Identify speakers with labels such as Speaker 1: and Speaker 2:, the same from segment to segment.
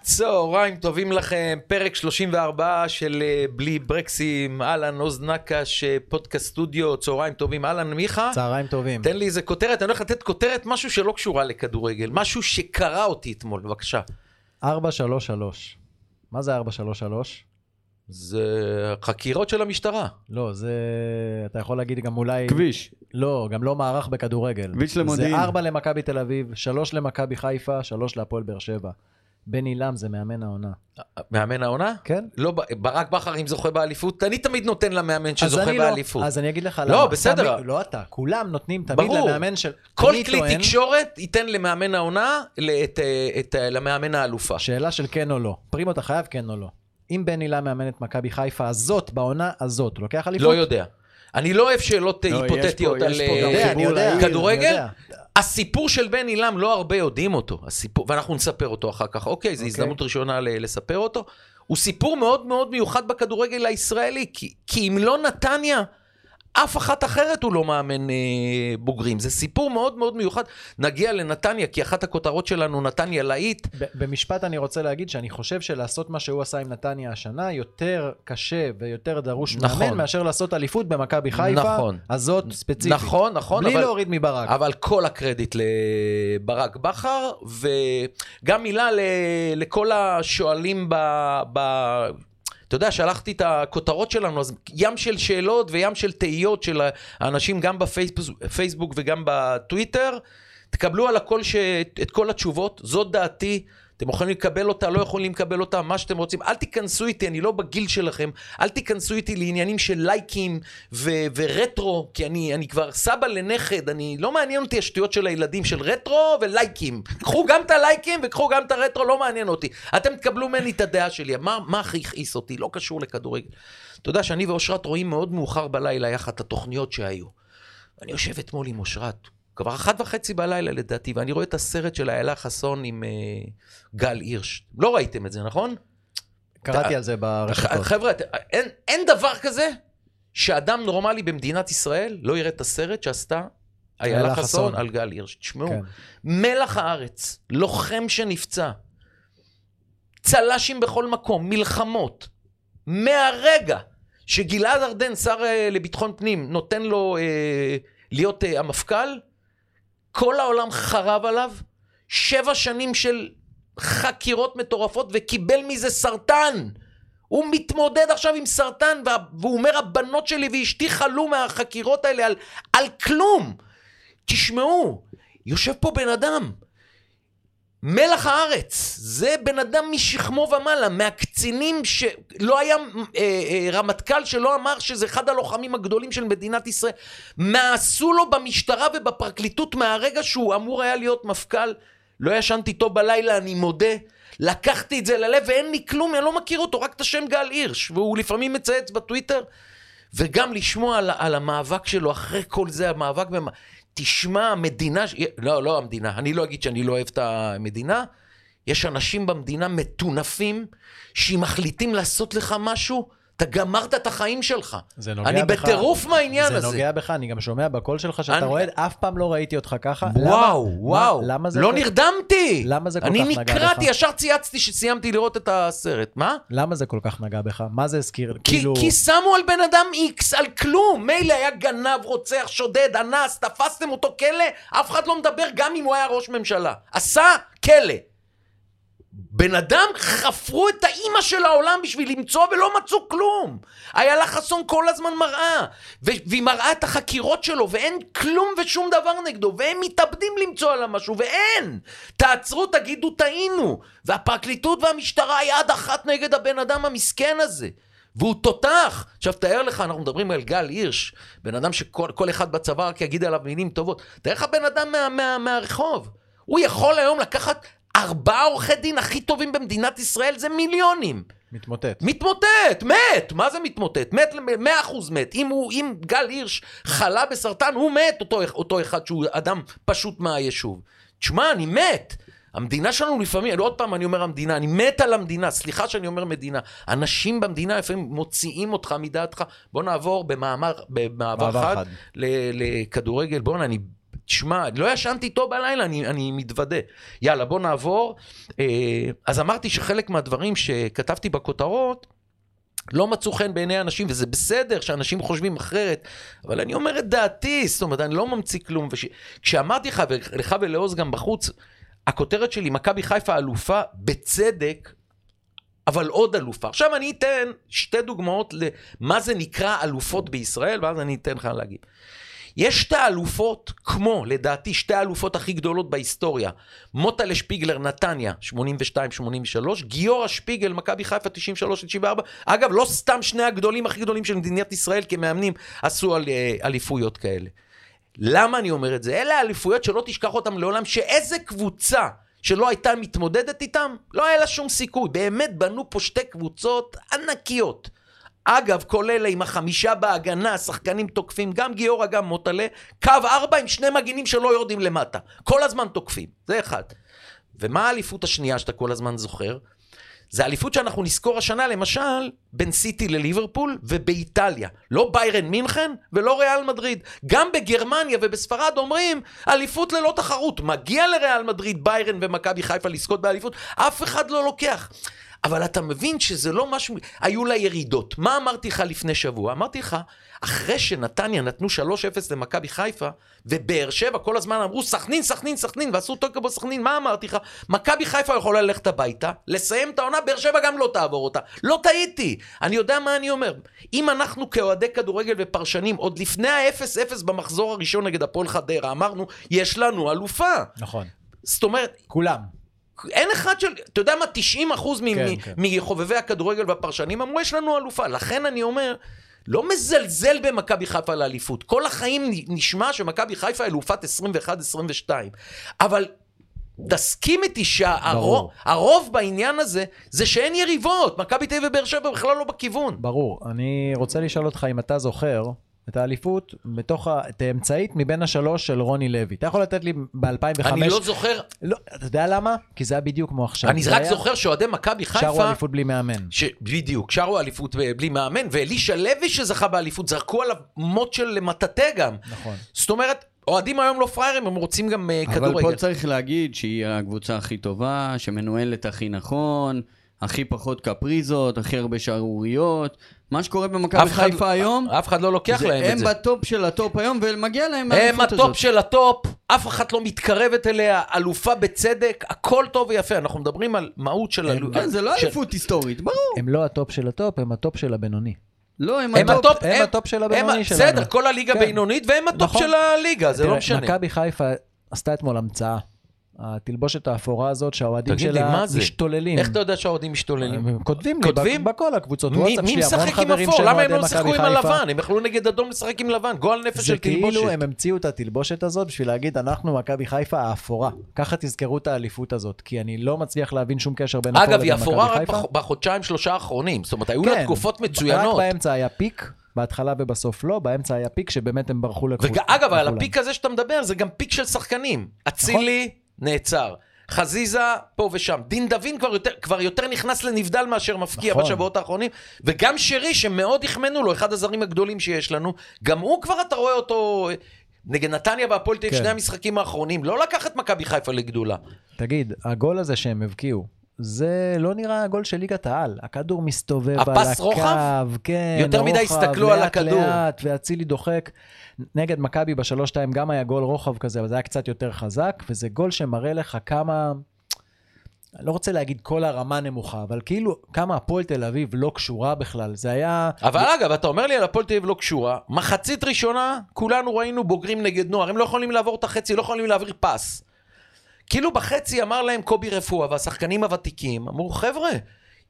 Speaker 1: צהריים טובים לכם, פרק 34 של אה, בלי ברקסים, אהלן, עוז נקש, אה, פודקאסט סטודיו, צהריים טובים, אהלן, מיכה.
Speaker 2: צהריים טובים.
Speaker 1: תן לי איזה כותרת, אני הולך לתת כותרת, משהו שלא קשורה לכדורגל, משהו שקרה אותי אתמול, בבקשה.
Speaker 2: 433. מה זה 433?
Speaker 1: זה חקירות של המשטרה.
Speaker 2: לא, זה... אתה יכול להגיד גם אולי...
Speaker 3: כביש.
Speaker 2: לא, גם לא מערך בכדורגל.
Speaker 3: כביש למודיעין.
Speaker 2: זה 4 למכבי תל אביב, 3 למכבי חיפה, 3 להפועל באר שבע. בני לם זה מאמן העונה.
Speaker 1: מאמן העונה?
Speaker 2: כן?
Speaker 1: לא, ב- ברק בכר אם זוכה באליפות, אני תמיד נותן למאמן שזוכה
Speaker 2: אני לא-
Speaker 1: באליפות.
Speaker 2: אז אני אגיד לך
Speaker 1: לא, בסדר.
Speaker 2: תמיד- לא אתה, כולם נותנים תמיד
Speaker 1: ברור.
Speaker 2: למאמן של...
Speaker 1: כל
Speaker 2: אני
Speaker 1: כלי
Speaker 2: טוען-
Speaker 1: תקשורת ייתן למאמן העונה, ל- את, אה, את, אה, למאמן האלופה.
Speaker 2: שאלה של כן או לא. פרימו, אתה חייב כן או לא. אם בני לם מאמן את מכבי חיפה הזאת, בעונה הזאת, הוא לוקח אליפות?
Speaker 1: לא יודע. אני לא אוהב שאלות אה,
Speaker 3: לא, יש
Speaker 1: היפותטיות
Speaker 3: פה-
Speaker 1: על
Speaker 3: יש פה
Speaker 2: אני
Speaker 1: אה,
Speaker 2: יודע, אני
Speaker 3: חיבור
Speaker 2: יודע.
Speaker 3: לעיר,
Speaker 1: כדורגל?
Speaker 2: אני יודע.
Speaker 1: הסיפור של בן עילם, לא הרבה יודעים אותו, הסיפור, ואנחנו נספר אותו אחר כך, אוקיי, זו
Speaker 2: אוקיי.
Speaker 1: הזדמנות ראשונה ל- לספר אותו. הוא סיפור מאוד מאוד מיוחד בכדורגל הישראלי, כי, כי אם לא נתניה, אף אחת אחרת הוא לא מאמן אה, בוגרים. זה סיפור מאוד מאוד מיוחד. נגיע לנתניה, כי אחת הכותרות שלנו, נתניה להיט,
Speaker 2: ב- במשפט אני רוצה להגיד שאני חושב שלעשות מה שהוא עשה עם נתניה השנה יותר קשה ויותר דרוש
Speaker 1: נכון.
Speaker 2: מאמן מאשר לעשות אליפות במכבי חיפה
Speaker 1: נכון.
Speaker 2: הזאת ספציפית.
Speaker 1: נכון, נכון,
Speaker 2: בלי
Speaker 1: אבל-
Speaker 2: להוריד מברק.
Speaker 1: אבל כל הקרדיט לברק בכר, וגם מילה ל... לכל השואלים ב... ב... אתה יודע, שלחתי את הכותרות שלנו, אז ים של שאלות וים של תהיות של האנשים גם בפייסבוק וגם בטוויטר. תקבלו על הכל, ש... את כל התשובות, זאת דעתי. אתם יכולים לקבל אותה, לא יכולים לקבל אותה, מה שאתם רוצים. אל תיכנסו איתי, אני לא בגיל שלכם. אל תיכנסו איתי לעניינים של לייקים ו- ורטרו, כי אני, אני כבר סבא לנכד, אני, לא מעניין אותי השטויות של הילדים של רטרו ולייקים. קחו גם את הלייקים וקחו גם את הרטרו, לא מעניין אותי. אתם תקבלו ממני את הדעה שלי. מה, מה הכי הכעיס אותי? לא קשור לכדורגל. אתה יודע שאני ואושרת רואים מאוד מאוחר בלילה יחד את התוכניות שהיו. אני יושב אתמול עם אושרת, כבר אחת וחצי בלילה לדעתי, ואני רואה את הסרט של איילה חסון עם אה, גל הירש. לא ראיתם את זה, נכון? אה,
Speaker 2: קראתי על זה ברשתות. כן.
Speaker 1: חבר'ה, את- אין, אין דבר כזה שאדם נורמלי במדינת ישראל לא יראה את הסרט שעשתה איילה
Speaker 2: איילה
Speaker 1: חסון
Speaker 2: חסון.
Speaker 1: על גל הירש. תשמעו,
Speaker 2: כן.
Speaker 1: מלח הארץ, לוחם שנפצע, צל"שים בכל מקום, מלחמות. מהרגע שגלעד ארדן, שר אה, לביטחון פנים, נותן לו אה, להיות אה, המפכ"ל, כל העולם חרב עליו, שבע שנים של חקירות מטורפות, וקיבל מזה סרטן. הוא מתמודד עכשיו עם סרטן, וה- והוא אומר, הבנות שלי ואשתי חלו מהחקירות האלה על, על כלום. תשמעו, יושב פה בן אדם, מלח הארץ, זה בן אדם משכמו ומעלה, מהקצינים שלא היה אה, אה, רמטכ"ל שלא אמר שזה אחד הלוחמים הגדולים של מדינת ישראל, מה עשו לו במשטרה ובפרקליטות מהרגע שהוא אמור היה להיות מפכ"ל, לא ישנתי טוב בלילה, אני מודה. לקחתי את זה ללב ואין לי כלום, אני לא מכיר אותו, רק את השם גל הירש, והוא לפעמים מצייץ בטוויטר, וגם לשמוע על, על המאבק שלו אחרי כל זה, המאבק במ... תשמע, המדינה... ש- לא, לא המדינה, אני לא אגיד שאני לא אוהב את המדינה. יש אנשים במדינה מטונפים, שאם מחליטים לעשות לך משהו, אתה גמרת את החיים שלך.
Speaker 2: זה נוגע
Speaker 1: אני
Speaker 2: בך.
Speaker 1: בטירוף מהעניין
Speaker 2: זה
Speaker 1: הזה.
Speaker 2: נוגע בך, אני גם שומע בקול שלך שאתה
Speaker 1: אני-
Speaker 2: רואה, אף פעם לא ראיתי אותך ככה. למה-
Speaker 1: וואו,
Speaker 2: מה-
Speaker 1: וואו,
Speaker 2: למה זה
Speaker 1: לא
Speaker 2: כל-
Speaker 1: נרדמתי.
Speaker 2: למה זה כל
Speaker 1: אני
Speaker 2: כך נגע
Speaker 1: נקרעתי,
Speaker 2: בך?
Speaker 1: ישר צייצתי שסיימתי לראות את הסרט. מה?
Speaker 2: למה זה כל כך נגע בך? מה זה הזכיר?
Speaker 1: כי,
Speaker 2: כאילו...
Speaker 1: כי שמו על בן אדם איקס, על כלום. מילא היה גנב, רוצח, שודד, אנס, תפסתם אותו כלא, אף אחד לא מדבר גם אם הוא היה ראש ממשלה. עשה כלא. בן אדם, חפרו את האימא של העולם בשביל למצוא ולא מצאו כלום. איילה חסון כל הזמן מראה, ו- והיא מראה את החקירות שלו, ואין כלום ושום דבר נגדו, והם מתאבדים למצוא עליו משהו, ואין. תעצרו, תגידו, טעינו. והפרקליטות והמשטרה יד אחת נגד הבן אדם המסכן הזה. והוא תותח. עכשיו תאר לך, אנחנו מדברים על גל הירש, בן אדם שכל כל אחד בצבא רק יגיד עליו מילים טובות. תאר לך בן אדם מה, מה, מהרחוב. הוא יכול היום לקחת ארבעה עורכי דין הכי טובים במדינת ישראל, זה מיליונים.
Speaker 2: מתמוטט.
Speaker 1: מתמוטט, מת, מה זה מתמוטט? מת, ל- מאה אחוז מת. אם, הוא, אם גל הירש חלה בסרטן, הוא מת, אותו, אותו אחד שהוא אדם פשוט מהיישוב. תשמע, אני מת. המדינה שלנו לפעמים, לא, עוד פעם אני אומר המדינה, אני מת על המדינה, סליחה שאני אומר מדינה. אנשים במדינה לפעמים מוציאים אותך מדעתך. בוא נעבור במאמר, במעבר
Speaker 2: מעבר
Speaker 1: חד
Speaker 2: חד.
Speaker 1: ל- לכדורגל. בואנה, אני תשמע, לא ישנתי טוב בלילה, אני, אני מתוודה. יאללה, בוא נעבור. אה, אז אמרתי שחלק מהדברים שכתבתי בכותרות, לא מצאו חן בעיני אנשים, וזה בסדר שאנשים חושבים אחרת, אבל אני אומר את דעתי, זאת אומרת, אני לא ממציא כלום. וש... כשאמרתי לך, ולך ולעוז גם בחוץ, הכותרת שלי, מכבי חיפה אלופה, בצדק, אבל עוד אלופה. עכשיו אני אתן שתי דוגמאות למה זה נקרא אלופות בישראל, ואז אני אתן לך להגיד. יש שתי אלופות, כמו, לדעתי, שתי האלופות הכי גדולות בהיסטוריה. מוטלה שפיגלר, נתניה, 82-83, גיורא שפיגל, מכבי חיפה, 93-94. אגב, לא סתם שני הגדולים הכי גדולים של מדינת ישראל כמאמנים עשו על, אה, אליפויות כאלה. למה אני אומר את זה? אלה האליפויות שלא תשכח אותן לעולם, שאיזה קבוצה שלא הייתה מתמודדת איתם, לא היה לה שום סיכוי. באמת בנו פה שתי קבוצות ענקיות. אגב, כל אלה עם החמישה בהגנה, שחקנים תוקפים, גם גיורא, גם מוטלה, קו ארבע עם שני מגינים שלא יורדים למטה. כל הזמן תוקפים, זה אחד. ומה האליפות השנייה שאתה כל הזמן זוכר? זה אליפות שאנחנו נזכור השנה, למשל, בין סיטי לליברפול ובאיטליה. לא ביירן מינכן ולא ריאל מדריד. גם בגרמניה ובספרד אומרים, אליפות ללא תחרות. מגיע לריאל מדריד, ביירן ומכבי חיפה לזכות באליפות, אף אחד לא לוקח. אבל אתה מבין שזה לא משהו... היו לה ירידות. מה אמרתי לך לפני שבוע? אמרתי לך, אחרי שנתניה נתנו 3-0 למכבי חיפה, ובאר שבע כל הזמן אמרו, סכנין, סכנין, סכנין, ועשו טוקו בסכנין, מה אמרתי לך? מכבי חיפה יכולה ללכת הביתה, לסיים את העונה, באר שבע גם לא תעבור אותה. לא טעיתי, אני יודע מה אני אומר. אם אנחנו כאוהדי כדורגל ופרשנים, עוד לפני ה-0-0 במחזור הראשון נגד הפועל חדרה, אמרנו, יש לנו אלופה.
Speaker 2: נכון.
Speaker 1: זאת אומרת,
Speaker 2: כולם.
Speaker 1: אין אחד של, אתה יודע מה, 90 אחוז מ-
Speaker 2: כן,
Speaker 1: מ-
Speaker 2: כן.
Speaker 1: מחובבי הכדורגל והפרשנים אמרו, יש לנו אלופה. לכן אני אומר, לא מזלזל במכבי חיפה לאליפות. כל החיים נ- נשמע שמכבי חיפה אלופת 21-22. אבל תסכים איתי
Speaker 2: ברור.
Speaker 1: שהרוב בעניין הזה, זה שאין יריבות. מכבי תל אביב ובאר שבע בכלל לא בכיוון.
Speaker 2: ברור. אני רוצה לשאול אותך אם אתה זוכר את האליפות בתוך ה... את האמצעית מבין השלוש של רוני לוי. אתה יכול לתת לי ב-2005...
Speaker 1: אני לא זוכר,
Speaker 2: לא, אתה יודע למה? כי זה היה בדיוק כמו עכשיו.
Speaker 1: אני
Speaker 2: זה
Speaker 1: רק
Speaker 2: היה-
Speaker 1: זוכר שאוהדי מכבי
Speaker 2: שרו
Speaker 1: חיפה...
Speaker 2: אליפות בלי מאמן.
Speaker 1: ש... בדיוק, שרו אליפות ב- בלי מאמן, ואלישע לוי שזכה באליפות, זרקו עליו מוט של מטאטא גם.
Speaker 2: נכון.
Speaker 1: זאת אומרת, אוהדים היום לא פראיירים, הם רוצים גם אה,
Speaker 3: אבל
Speaker 1: כדורגל.
Speaker 3: פה צריך להגיד שהיא הקבוצה הכי טובה, שמנוהלת הכי נכון, הכי פחות קפריזות, הכי הרבה שערוריות. מה שקורה במכבי
Speaker 1: אף אחד-
Speaker 3: חיפה היום,
Speaker 1: אף אחד לא לוקח
Speaker 3: זה-
Speaker 1: להם את
Speaker 3: הם
Speaker 1: זה.
Speaker 3: בטופ של הטופ היום, ומגיע
Speaker 1: הם
Speaker 3: להם האליפות
Speaker 1: הטופ
Speaker 3: הזאת.
Speaker 1: של הטופ, אף אחת לא מתקרבת אליה, אלופה בצדק, הכל טוב ויפה. אנחנו מדברים על מהות של
Speaker 2: הם-
Speaker 1: אלופה.
Speaker 3: כן, זה לא אליפות היסטורית, ברור.
Speaker 2: הם לא הטופ של הטופ, הם הטופ של הבינוני.
Speaker 3: לא, הם
Speaker 1: הם
Speaker 3: הטופ.
Speaker 1: הטופ,
Speaker 2: הם הטופ של הבינוני שלנו.
Speaker 1: בסדר, כל הליגה
Speaker 2: כן.
Speaker 1: בינונית, והם הטופ
Speaker 2: נכון.
Speaker 1: של הליגה, זה לא
Speaker 2: תראה,
Speaker 1: משנה.
Speaker 2: מכבי חיפה עשתה אתמול המצאה. התלבושת האפורה הזאת שהאוהדים
Speaker 1: תגיד לי,
Speaker 2: שלה
Speaker 1: מה זה?
Speaker 2: משתוללים.
Speaker 1: איך אתה יודע שהאוהדים משתוללים?
Speaker 2: הם כותבים לי,
Speaker 1: כותבים?
Speaker 2: כותבים? בכל הקבוצות,
Speaker 1: מי
Speaker 2: וואטסאפ
Speaker 1: מי
Speaker 2: שלי, המון
Speaker 1: משחק עם
Speaker 2: חברים
Speaker 1: אפור?
Speaker 2: שהם
Speaker 1: למה הם
Speaker 2: אוהדי
Speaker 1: לא
Speaker 2: מכבי
Speaker 1: שיחקו עם
Speaker 2: חיפה.
Speaker 1: הלבן? הם יכלו נגד אדום לשחק עם לבן, גועל נפש
Speaker 2: זה
Speaker 1: של תלבושת.
Speaker 2: כאילו הם המציאו את התלבושת הזאת בשביל להגיד, אנחנו מכבי חיפה האפורה. ככה תזכרו את האליפות הזאת, כי אני לא מצליח להבין שום קשר בין הפועל
Speaker 1: אגב, היא
Speaker 2: לבין
Speaker 1: אפורה
Speaker 2: מכבי
Speaker 1: רק
Speaker 2: חיפה.
Speaker 1: בח- בחודשיים שלושה האחרונים, זאת אומרת, היו לה
Speaker 2: כן,
Speaker 1: תקופות
Speaker 2: רק
Speaker 1: מצוינות.
Speaker 2: באמצע היה פיק, בהתחלה ובסוף לא, באמצע היה פיק שבאמת הם ברחו לקבוצה.
Speaker 1: ואגב, על
Speaker 2: לכולם.
Speaker 1: הפיק הזה שאתה מדבר, זה גם פיק של שחקנים.
Speaker 2: נכון.
Speaker 1: אצילי נעצר. חזיזה פה ושם. דין דוד כבר יותר, כבר יותר נכנס לנבדל מאשר מפקיע
Speaker 2: נכון.
Speaker 1: בשבועות האחרונים. וגם שרי, שמאוד החמאנו לו, אחד הזרים הגדולים שיש לנו, גם הוא כבר, אתה רואה אותו... נגד נתניה והפועל תל אביב,
Speaker 2: כן.
Speaker 1: שני המשחקים האחרונים, לא לקח את מכבי חיפה לגדולה.
Speaker 2: תגיד, הגול הזה שהם הבקיעו, זה לא נראה הגול של ליגת העל. הכדור מסתובב על הקו.
Speaker 1: הפס רוחב?
Speaker 2: כן,
Speaker 1: יותר מדי
Speaker 2: רוחב,
Speaker 1: הסתכלו על הכדור.
Speaker 2: לאט לאט, ואצילי דוחק. נגד מכבי בשלוש-שתיים גם היה גול רוחב כזה, אבל זה היה קצת יותר חזק, וזה גול שמראה לך כמה... אני לא רוצה להגיד כל הרמה נמוכה, אבל כאילו כמה הפועל תל אביב לא קשורה בכלל. זה היה...
Speaker 1: אבל אגב, אתה אומר לי על הפועל תל אביב לא קשורה, מחצית ראשונה, כולנו ראינו בוגרים נגד נוער, הם לא יכולים לעבור את החצי, לא יכולים להעביר פס. כאילו בחצי אמר להם קובי רפואה והשחקנים הוותיקים, אמרו חבר'ה,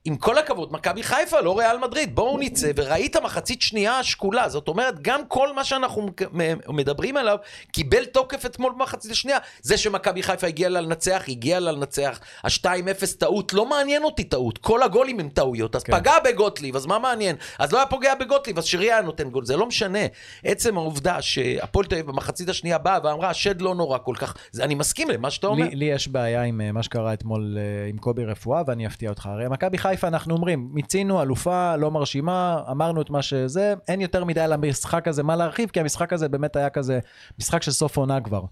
Speaker 1: עם כל הכבוד, מכבי חיפה, לא ריאל מדריד, בואו נצא, וראית מחצית שנייה שקולה, זאת אומרת, גם כל מה שאנחנו מק- מ- מדברים עליו, קיבל תוקף אתמול במחצית השנייה. זה שמכבי חיפה הגיעה לה לנצח, הגיעה לה לנצח, ה-2-0 טעות, לא מעניין אותי טעות, כל הגולים הם טעויות, אז
Speaker 2: כן.
Speaker 1: פגע בגוטליב, אז מה מעניין? אז לא היה פוגע בגוטליב, אז שרי היה נותן גול, זה לא משנה. עצם העובדה שהפועל תל אביב במחצית השנייה באה ואמרה, השד לא נורא כל כך, זה- אני מסכים למה שאתה אומר.
Speaker 2: לי, לי יש בעיה עם אה, מה שקרה אתמול אה, עם קובי רפואה, ואני אפתיע אותך. הרי מכבי חיפה, אנחנו אומרים, מיצינו, אלופה, לא מרשימה, אמרנו את מה שזה, אין יותר מדי על המשחק הזה מה להרחיב, כי המשחק הזה באמת היה כזה משחק של סוף עונה כבר.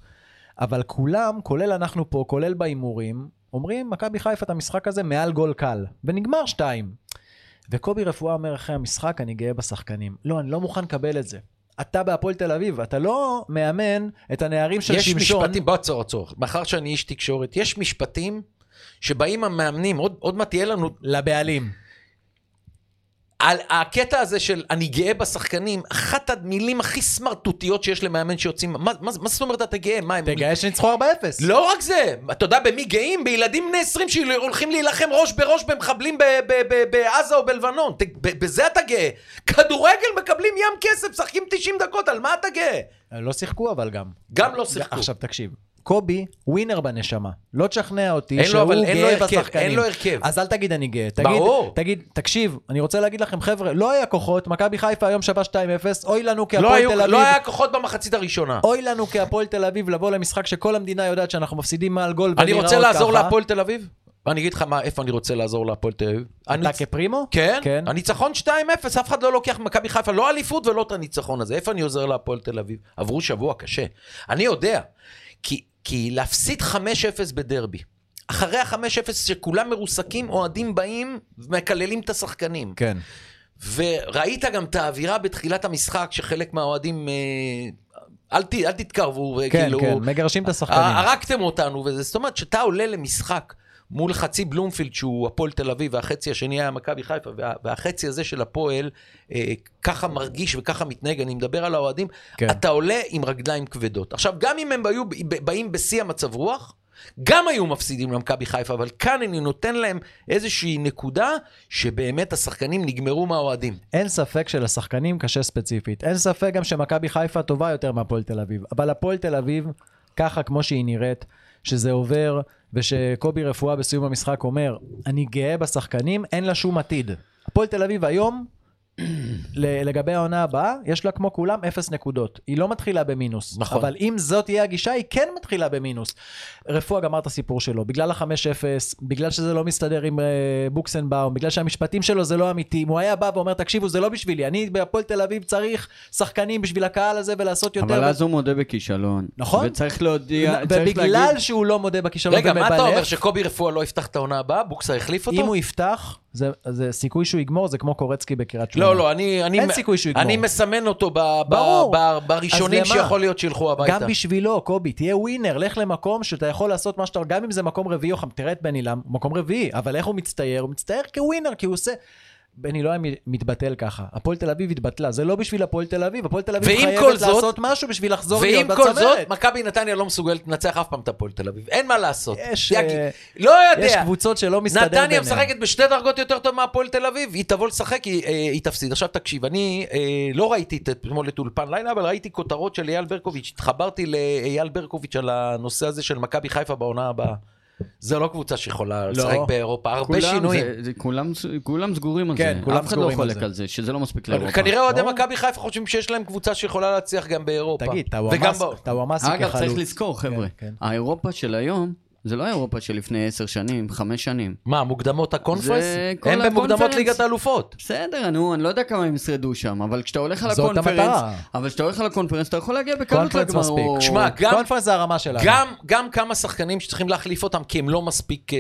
Speaker 2: אבל כולם, כולל אנחנו פה, כולל בהימורים, אומרים, מכבי חיפה את המשחק הזה מעל גול קל, ונגמר שתיים. וקובי רפואה אומר אחרי המשחק, אני גאה בשחקנים. לא, אני לא מוכן לקבל את זה. אתה בהפועל תל אביב, אתה לא מאמן את הנערים של
Speaker 1: יש
Speaker 2: שמשון.
Speaker 1: משפטים, בוא עצור עצור, מאחר שאני איש תקשורת, יש משפטים שבאים המאמנים, עוד, עוד מעט תהיה לנו
Speaker 2: לבעלים.
Speaker 1: על הקטע הזה של אני גאה בשחקנים, אחת המילים הכי סמרטוטיות שיש למאמן שיוצאים, מה, מה, מה זאת אומרת אתה גאה? מה, הם...
Speaker 2: תגאה שניצחו 4-0.
Speaker 1: לא רק זה, אתה יודע במי גאים? בילדים בני 20 שהולכים להילחם ראש בראש במחבלים ב- ב- ב- בעזה או בלבנון, ת- ב- בזה אתה גאה. כדורגל מקבלים ים כסף, משחקים 90 דקות, על מה אתה גאה?
Speaker 2: לא שיחקו אבל גם.
Speaker 1: גם לא שיחקו.
Speaker 2: עכשיו תקשיב, קובי ווינר בנשמה. לא תשכנע אותי
Speaker 1: אין לו,
Speaker 2: שהוא
Speaker 1: אבל אין לו
Speaker 2: גאה
Speaker 1: הרכב,
Speaker 2: בשחקנים.
Speaker 1: אין לו הרכב.
Speaker 2: אז אל תגיד אני גאה. תגיד,
Speaker 1: ברור.
Speaker 2: תגיד, תקשיב, אני רוצה להגיד לכם, חבר'ה, לא היה כוחות, מכבי חיפה היום שווה 2-0, אוי לנו
Speaker 1: לא,
Speaker 2: כהפועל תל
Speaker 1: היו,
Speaker 2: אביב.
Speaker 1: לא היה כוחות במחצית הראשונה.
Speaker 2: אוי לנו כהפועל תל אביב לבוא למשחק שכל המדינה יודעת שאנחנו מפסידים מעל גול
Speaker 1: אני רוצה
Speaker 2: ולהיראות
Speaker 1: לעזור
Speaker 2: ככה.
Speaker 1: להפועל תל אביב? אני אגיד לך מה, איפה אני רוצה לעזור להפועל תל אביב. אני-
Speaker 2: אתה כפרימו?
Speaker 1: כן,
Speaker 2: כן.
Speaker 1: הניצחון 2-0, אף אחד לא לוקח ממכבי חיפה, לא אליפות ולא את הניצחון הזה. איפה אני עוזר להפועל תל אביב? עברו שבוע קשה. אני יודע, כי, כי להפסיד 5-0 בדרבי, אחרי ה-5-0 שכולם מרוסקים, אוהדים באים ומקללים את השחקנים.
Speaker 2: כן.
Speaker 1: וראית גם את האווירה בתחילת המשחק, שחלק מהאוהדים, אה, אל, ת, אל תתקרבו,
Speaker 2: כן,
Speaker 1: כאילו, אה,
Speaker 2: כן, מגרשים את השחקנים.
Speaker 1: הרגתם אותנו, וזה זאת אומרת שאתה עולה למשחק מול חצי בלומפילד שהוא הפועל תל אביב, והחצי השני היה מכבי חיפה, וה, והחצי הזה של הפועל אה, ככה מרגיש וככה מתנהג, אני מדבר על האוהדים,
Speaker 2: כן.
Speaker 1: כן. אתה עולה עם רגליים כבדות. עכשיו, גם אם הם היו ב- ב- באים בשיא המצב רוח, גם היו מפסידים למכבי חיפה, אבל כאן אני נותן להם איזושהי נקודה שבאמת השחקנים נגמרו מהאוהדים.
Speaker 2: אין ספק שלשחקנים קשה ספציפית. אין ספק גם שמכבי חיפה טובה יותר מהפועל תל אביב. אבל הפועל תל אביב, ככה כמו שהיא נראית, שזה עובר, ושקובי רפואה בסיום המשחק אומר, אני גאה בשחקנים, אין לה שום עתיד. הפועל תל אביב היום, ל- לגבי העונה הבאה, יש לה כמו כולם אפס נקודות. היא לא מתחילה במינוס.
Speaker 1: נכון.
Speaker 2: אבל אם זאת תהיה הגישה, היא כן מתחילה במינוס. רפואה גמר את הסיפור שלו, בגלל ה-5-0, בגלל שזה לא מסתדר עם uh, בוקסנבאום, בגלל שהמשפטים שלו זה לא אמיתי. אם הוא היה בא ואומר, תקשיבו, זה לא בשבילי, אני בהפועל תל אביב צריך שחקנים בשביל הקהל הזה ולעשות יותר.
Speaker 3: אבל אז הוא מודה בכישלון.
Speaker 2: נכון.
Speaker 3: וצריך להודיע, צריך
Speaker 2: ובגלל
Speaker 3: להגיד...
Speaker 2: שהוא לא מודה בכישלון
Speaker 1: רגע, מה אתה
Speaker 2: ומבלף,
Speaker 1: אומר, שקובי רפואה לא יפתח את העונה הבאה? בוקסה החליף אותו?
Speaker 2: אם הוא יפתח, זה, זה סיכוי שהוא יגמור, זה כמו קורצקי בקריית שמונה.
Speaker 1: לא, לא, אני... אני
Speaker 2: אין סיכוי שהוא יגמור.
Speaker 1: אני מסמן אותו ב, ב,
Speaker 2: ברור.
Speaker 1: ב, בראשונים
Speaker 2: אז למה?
Speaker 1: שיכול להיות שילכו הביתה.
Speaker 2: גם בשבילו, קובי, תהיה ווינר, לך למקום שאתה יכול לעשות מה שאתה, גם אם זה מקום רביעי או חם, תראה את בן עילם, הוא מקום רביעי, אבל איך הוא מצטייר? הוא מצטייר כווינר, כי הוא עושה... בני לא היה מתבטל ככה, הפועל תל אביב התבטלה, זה לא בשביל הפועל תל אביב, הפועל תל אביב
Speaker 1: ועם כל
Speaker 2: חייבת
Speaker 1: זאת-
Speaker 2: לעשות משהו בשביל לחזור להיות
Speaker 1: ועם כל זאת,
Speaker 2: בצמרת.
Speaker 1: מכבי נתניה לא מסוגלת לנצח אף פעם את הפועל תל אביב. אין מה לעשות.
Speaker 2: יש,
Speaker 1: תגיד,
Speaker 2: אה,
Speaker 1: לא יודע.
Speaker 2: יש קבוצות שלא מסתדר ביניהן.
Speaker 1: נתניה משחקת בשתי דרגות יותר טוב מהפועל תל אביב, היא תבוא לשחק, היא, אה, היא תפסיד. עכשיו תקשיב, אני אה, לא ראיתי את אתמול את אולפן לילה, אבל ראיתי כותרות של אייל ברקוביץ', התחברתי לאייל ברקוביץ' על הנושא הזה של מכבי חיפה בעונה הבאה. זו לא קבוצה שיכולה לשחק
Speaker 2: לא.
Speaker 1: באירופה, הרבה
Speaker 3: כולם
Speaker 1: שינויים.
Speaker 3: זה- זה- כולם- כולם סגורים על זה.
Speaker 2: כן, כולם
Speaker 3: אף אחד לא
Speaker 2: סגורים על
Speaker 3: חולק
Speaker 2: זה.
Speaker 3: על זה, שזה לא מספיק לאירופה.
Speaker 1: כנראה אוהדי
Speaker 2: ברור.
Speaker 1: מכבי חיפה חושבים שיש להם קבוצה שיכולה להצליח גם באירופה.
Speaker 2: תגיד,
Speaker 1: וגם
Speaker 2: טאוואמאסי
Speaker 1: בא-
Speaker 2: כחלוץ.
Speaker 3: אגב, צריך לזכור, חבר'ה,
Speaker 2: כן, כן.
Speaker 3: האירופה של היום, זה לא האירופה של לפני עשר שנים, חמש שנים.
Speaker 1: מה, מוקדמות הקונפרנס?
Speaker 3: זה כל
Speaker 1: הם במוקדמות
Speaker 3: הקונפרנס.
Speaker 1: ליגת האלופות.
Speaker 3: בסדר, נו, אני לא יודע כמה הם ישרדו שם, אבל כשאתה הולך על
Speaker 2: זאת
Speaker 3: הקונפרנס,
Speaker 2: המטרה.
Speaker 3: אבל כשאתה הולך על הקונפרנס, אתה יכול להגיע בקלות
Speaker 2: קונפרנס
Speaker 3: לגמר.
Speaker 2: מספיק.
Speaker 3: או-
Speaker 1: שמע, גם-
Speaker 2: קונפרנס זה הרמה שלנו.
Speaker 1: גם, גם כמה שחקנים שצריכים להחליף אותם כי הם לא מספיק אה,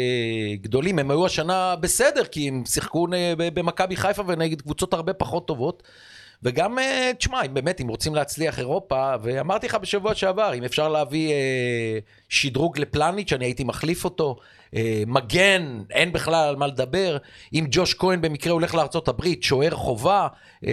Speaker 1: גדולים, הם היו השנה בסדר, כי הם שיחקו אה, ב- במכבי חיפה ונגד קבוצות הרבה פחות טובות. וגם, אה, תשמע, אם באמת, אם רוצים להצליח אירופה, ואמרתי לך בשבוע שעבר, אם אפשר להביא אה, שדרוג לפלניץ', אני הייתי מחליף אותו, אה, מגן, אין בכלל על מה לדבר, אם ג'וש כהן במקרה הולך לארצות הברית, שוער חובה, אה,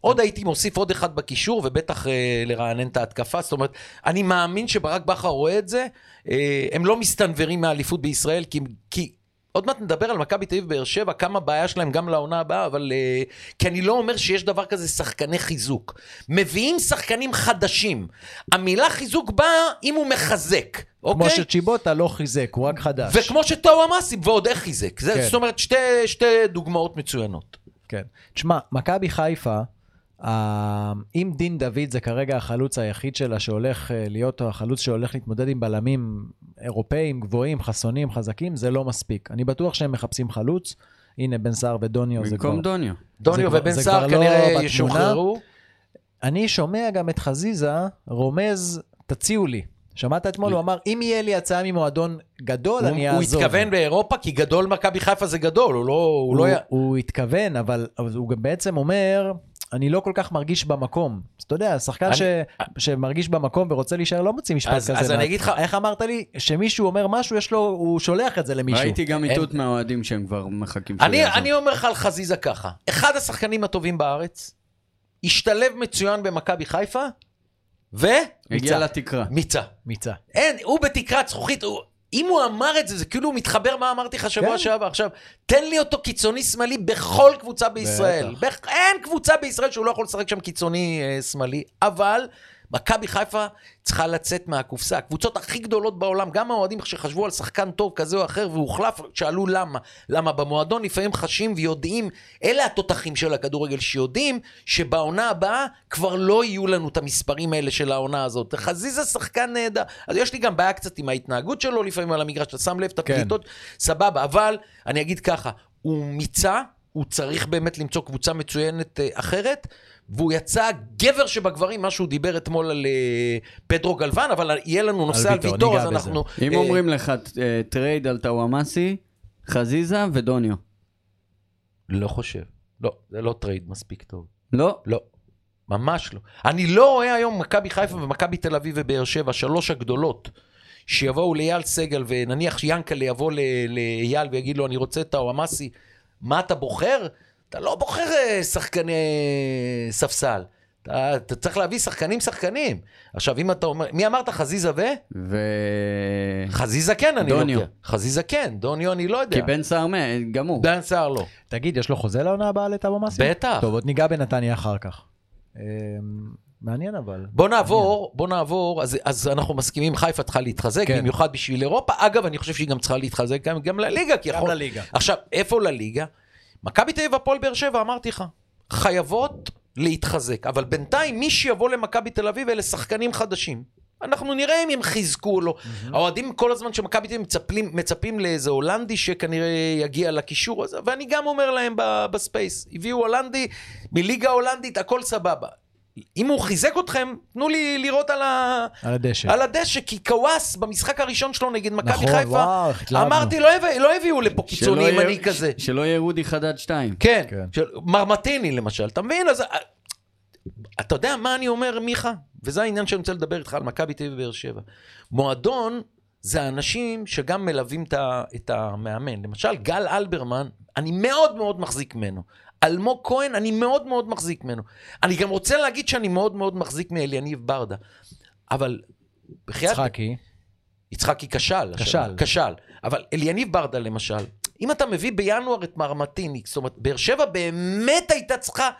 Speaker 1: עוד הייתי מוסיף עוד אחד בקישור, ובטח אה, לרענן את ההתקפה, זאת אומרת, אני מאמין שברק בכר רואה את זה, אה, הם לא מסתנוורים מהאליפות בישראל, כי... כי עוד מעט נדבר על מכבי תל אביב באר שבע, כמה הבעיה שלהם גם לעונה הבאה, אבל... אה, כי אני לא אומר שיש דבר כזה שחקני חיזוק. מביאים שחקנים חדשים. המילה חיזוק באה אם הוא מחזק, אוקיי?
Speaker 2: כמו שצ'יבוטה לא חיזק, הוא רק חדש.
Speaker 1: וכמו שטאו אמאסי, ועוד איך חיזק. זה,
Speaker 2: כן.
Speaker 1: זאת אומרת, שתי, שתי דוגמאות מצוינות.
Speaker 2: כן. תשמע, מכבי חיפה, אה, אם דין דוד זה כרגע החלוץ היחיד שלה שהולך אה, להיות החלוץ שהולך להתמודד עם בלמים אירופאים, גבוהים, חסונים, חזקים, זה לא מספיק. אני בטוח שהם מחפשים חלוץ. הנה, בן סער ודוניו זה כבר...
Speaker 3: במקום דוניו.
Speaker 1: דוניו
Speaker 2: כבר-
Speaker 1: ובן
Speaker 2: זה
Speaker 1: סער
Speaker 2: כבר לא
Speaker 1: כנראה
Speaker 2: בתמונה.
Speaker 1: ישוחררו.
Speaker 2: אני שומע גם את חזיזה רומז, תציעו לי. שמעת אתמול?
Speaker 3: ל-
Speaker 2: הוא אמר, אם יהיה לי הצעה ממועדון גדול,
Speaker 1: הוא
Speaker 2: לא, אני
Speaker 1: הוא
Speaker 2: אעזוב.
Speaker 1: התכוון באירופה, כי גדול מכבי חיפה זה גדול, הוא לא... הוא לא...
Speaker 2: הוא,
Speaker 1: היה-
Speaker 2: הוא התכוון, אבל, אבל הוא גם בעצם אומר, אני לא כל כך מרגיש במקום. אז אתה יודע, שחקן
Speaker 1: אני-
Speaker 2: ש, שמרגיש במקום ורוצה להישאר לא מוציא משפט
Speaker 1: אז-
Speaker 2: כזה.
Speaker 1: אז אני
Speaker 2: מה-
Speaker 1: אגיד לך-
Speaker 2: איך אמרת לי? שמישהו אומר משהו, יש לו, הוא שולח את זה למישהו.
Speaker 3: ראיתי גם
Speaker 1: אין-
Speaker 3: איתות מהאוהדים שהם כבר מחכים שהוא
Speaker 1: אני,
Speaker 3: יעזוב.
Speaker 1: אני אומר לך על חזיזה ככה, אחד השחקנים הטובים בארץ, השתלב מצוין במכבי חיפה, ומיצה.
Speaker 3: הגיע לתקרה.
Speaker 1: מיצה.
Speaker 2: מיצה.
Speaker 1: אין, הוא בתקרת זכוכית, הוא... אם הוא אמר את זה, זה כאילו הוא מתחבר מה אמרתי לך שבוע
Speaker 2: כן.
Speaker 1: שעבר. עכשיו, תן לי אותו קיצוני שמאלי בכל קבוצה בישראל.
Speaker 2: בטח.
Speaker 1: בכ... אין קבוצה בישראל שהוא לא יכול לשחק שם קיצוני אה, שמאלי, אבל מכבי חיפה צריכה לצאת מהקופסה. הקבוצות הכי גדולות בעולם, גם האוהדים שחשבו על שחקן טוב כזה או אחר והוחלף, שאלו למה. למה במועדון לפעמים חשים ויודעים, אלה התותחים של הכדורגל שיודעים שבעונה הבאה כבר לא יהיו לנו את המספרים האלה של העונה הזאת. חזיזה שחקן נהדר. אז יש לי גם בעיה קצת עם ההתנהגות שלו לפעמים על המגרש, אתה שם לב את
Speaker 2: כן.
Speaker 1: הפליטות, סבבה, אבל אני אגיד ככה, הוא מיצה, הוא צריך באמת למצוא קבוצה מצוינת אה, אחרת. והוא יצא גבר שבגברים, מה שהוא דיבר אתמול על אה, פדרו גלוון, אבל יהיה לנו נושא על
Speaker 2: ויטור,
Speaker 1: ויטור,
Speaker 2: ניגע
Speaker 1: אז
Speaker 2: בזה.
Speaker 1: אנחנו...
Speaker 3: אם
Speaker 1: אה,
Speaker 3: אומרים לך אה, טרייד על טאוואמאסי, חזיזה ודוניו.
Speaker 1: לא חושב. לא, זה לא טרייד מספיק טוב.
Speaker 3: לא.
Speaker 1: לא. ממש לא. אני לא רואה היום מכבי חיפה ומכבי תל אביב ובאר שבע, שלוש הגדולות, שיבואו לאייל סגל ונניח ינקלה יבוא ל- לאייל ויגיד לו אני רוצה את האוהמאסי, מה אתה בוחר? אתה לא בוחר אה, שחקני אה, ספסל. אתה, אתה צריך להביא שחקנים שחקנים. עכשיו אם אתה אומר, מי אמרת חזיזה ו?
Speaker 3: ו...
Speaker 1: חזיזה כן אני
Speaker 3: דוניו.
Speaker 1: לא יודע. חזיזה כן, דוניו אני לא יודע.
Speaker 3: כי בן סער מת, גם הוא.
Speaker 1: דן סער לא.
Speaker 2: תגיד, יש לו חוזה לעונה הבאה לטאבו מאסי?
Speaker 1: בטח.
Speaker 2: טוב, עוד ניגע בנתניה אחר כך. אמ, מעניין אבל.
Speaker 1: בוא נעבור, בוא נעבור, אז, אז אנחנו מסכימים, חיפה צריכה להתחזק, כן.
Speaker 2: כן.
Speaker 1: במיוחד בשביל אירופה. אגב, אני חושב שהיא גם צריכה להתחזק גם, גם לליגה, כי יכול...
Speaker 2: לליגה.
Speaker 1: עכשיו, איפה לליגה? מכבי תל אביב הפועל באר שבע, אמרתי לך, חייבות להתחזק. אבל בינתיים, מי שיבוא למכבי תל אביב אלה שחקנים חדשים. אנחנו נראה אם הם חיזקו או לא. האוהדים כל הזמן שמכבי תל אביב מצפלים- מצפים לאיזה הולנדי שכנראה יגיע לקישור הזה, ואני גם אומר להם ב- בספייס, הביאו הולנדי מליגה הולנדית, הכל סבבה. אם הוא חיזק אתכם, תנו לי לראות על, ה...
Speaker 2: על הדשא.
Speaker 1: על הדשא, כי קוואס במשחק הראשון שלו נגד מכבי
Speaker 2: כן. נכון,
Speaker 1: חיפה,
Speaker 2: וואו, איך התלהבנו.
Speaker 1: אמרתי, לא, הביא, לא הביאו לפה קיצוני
Speaker 3: שלא יהיה-
Speaker 1: ימני כזה.
Speaker 3: ש- שלא יהיה רודי חדד 2.
Speaker 1: כן,
Speaker 2: כן.
Speaker 1: של מרמטיני למשל, אתה מבין? אז אה, אתה יודע מה אני אומר, מיכה? וזה העניין שאני רוצה לדבר איתך על מכבי תל אביב ובאר שבע. מועדון זה האנשים שגם מלווים את ה- את המאמן. למשל, גל אלברמן, אני מאוד מאוד מחזיק ממנו. אלמוג כהן, אני מאוד מאוד מחזיק ממנו. אני גם רוצה להגיד שאני מאוד מאוד מחזיק מאליניב ברדה. אבל... בחייאת
Speaker 2: יצחקי.
Speaker 1: יצחקי כשל. השנה.
Speaker 2: כשל.
Speaker 1: כשל. אבל אליניב ברדה למשל, אם אתה מביא בינואר את מרמטיני, זאת אומרת, באר שבע באמת הייתה צריכה,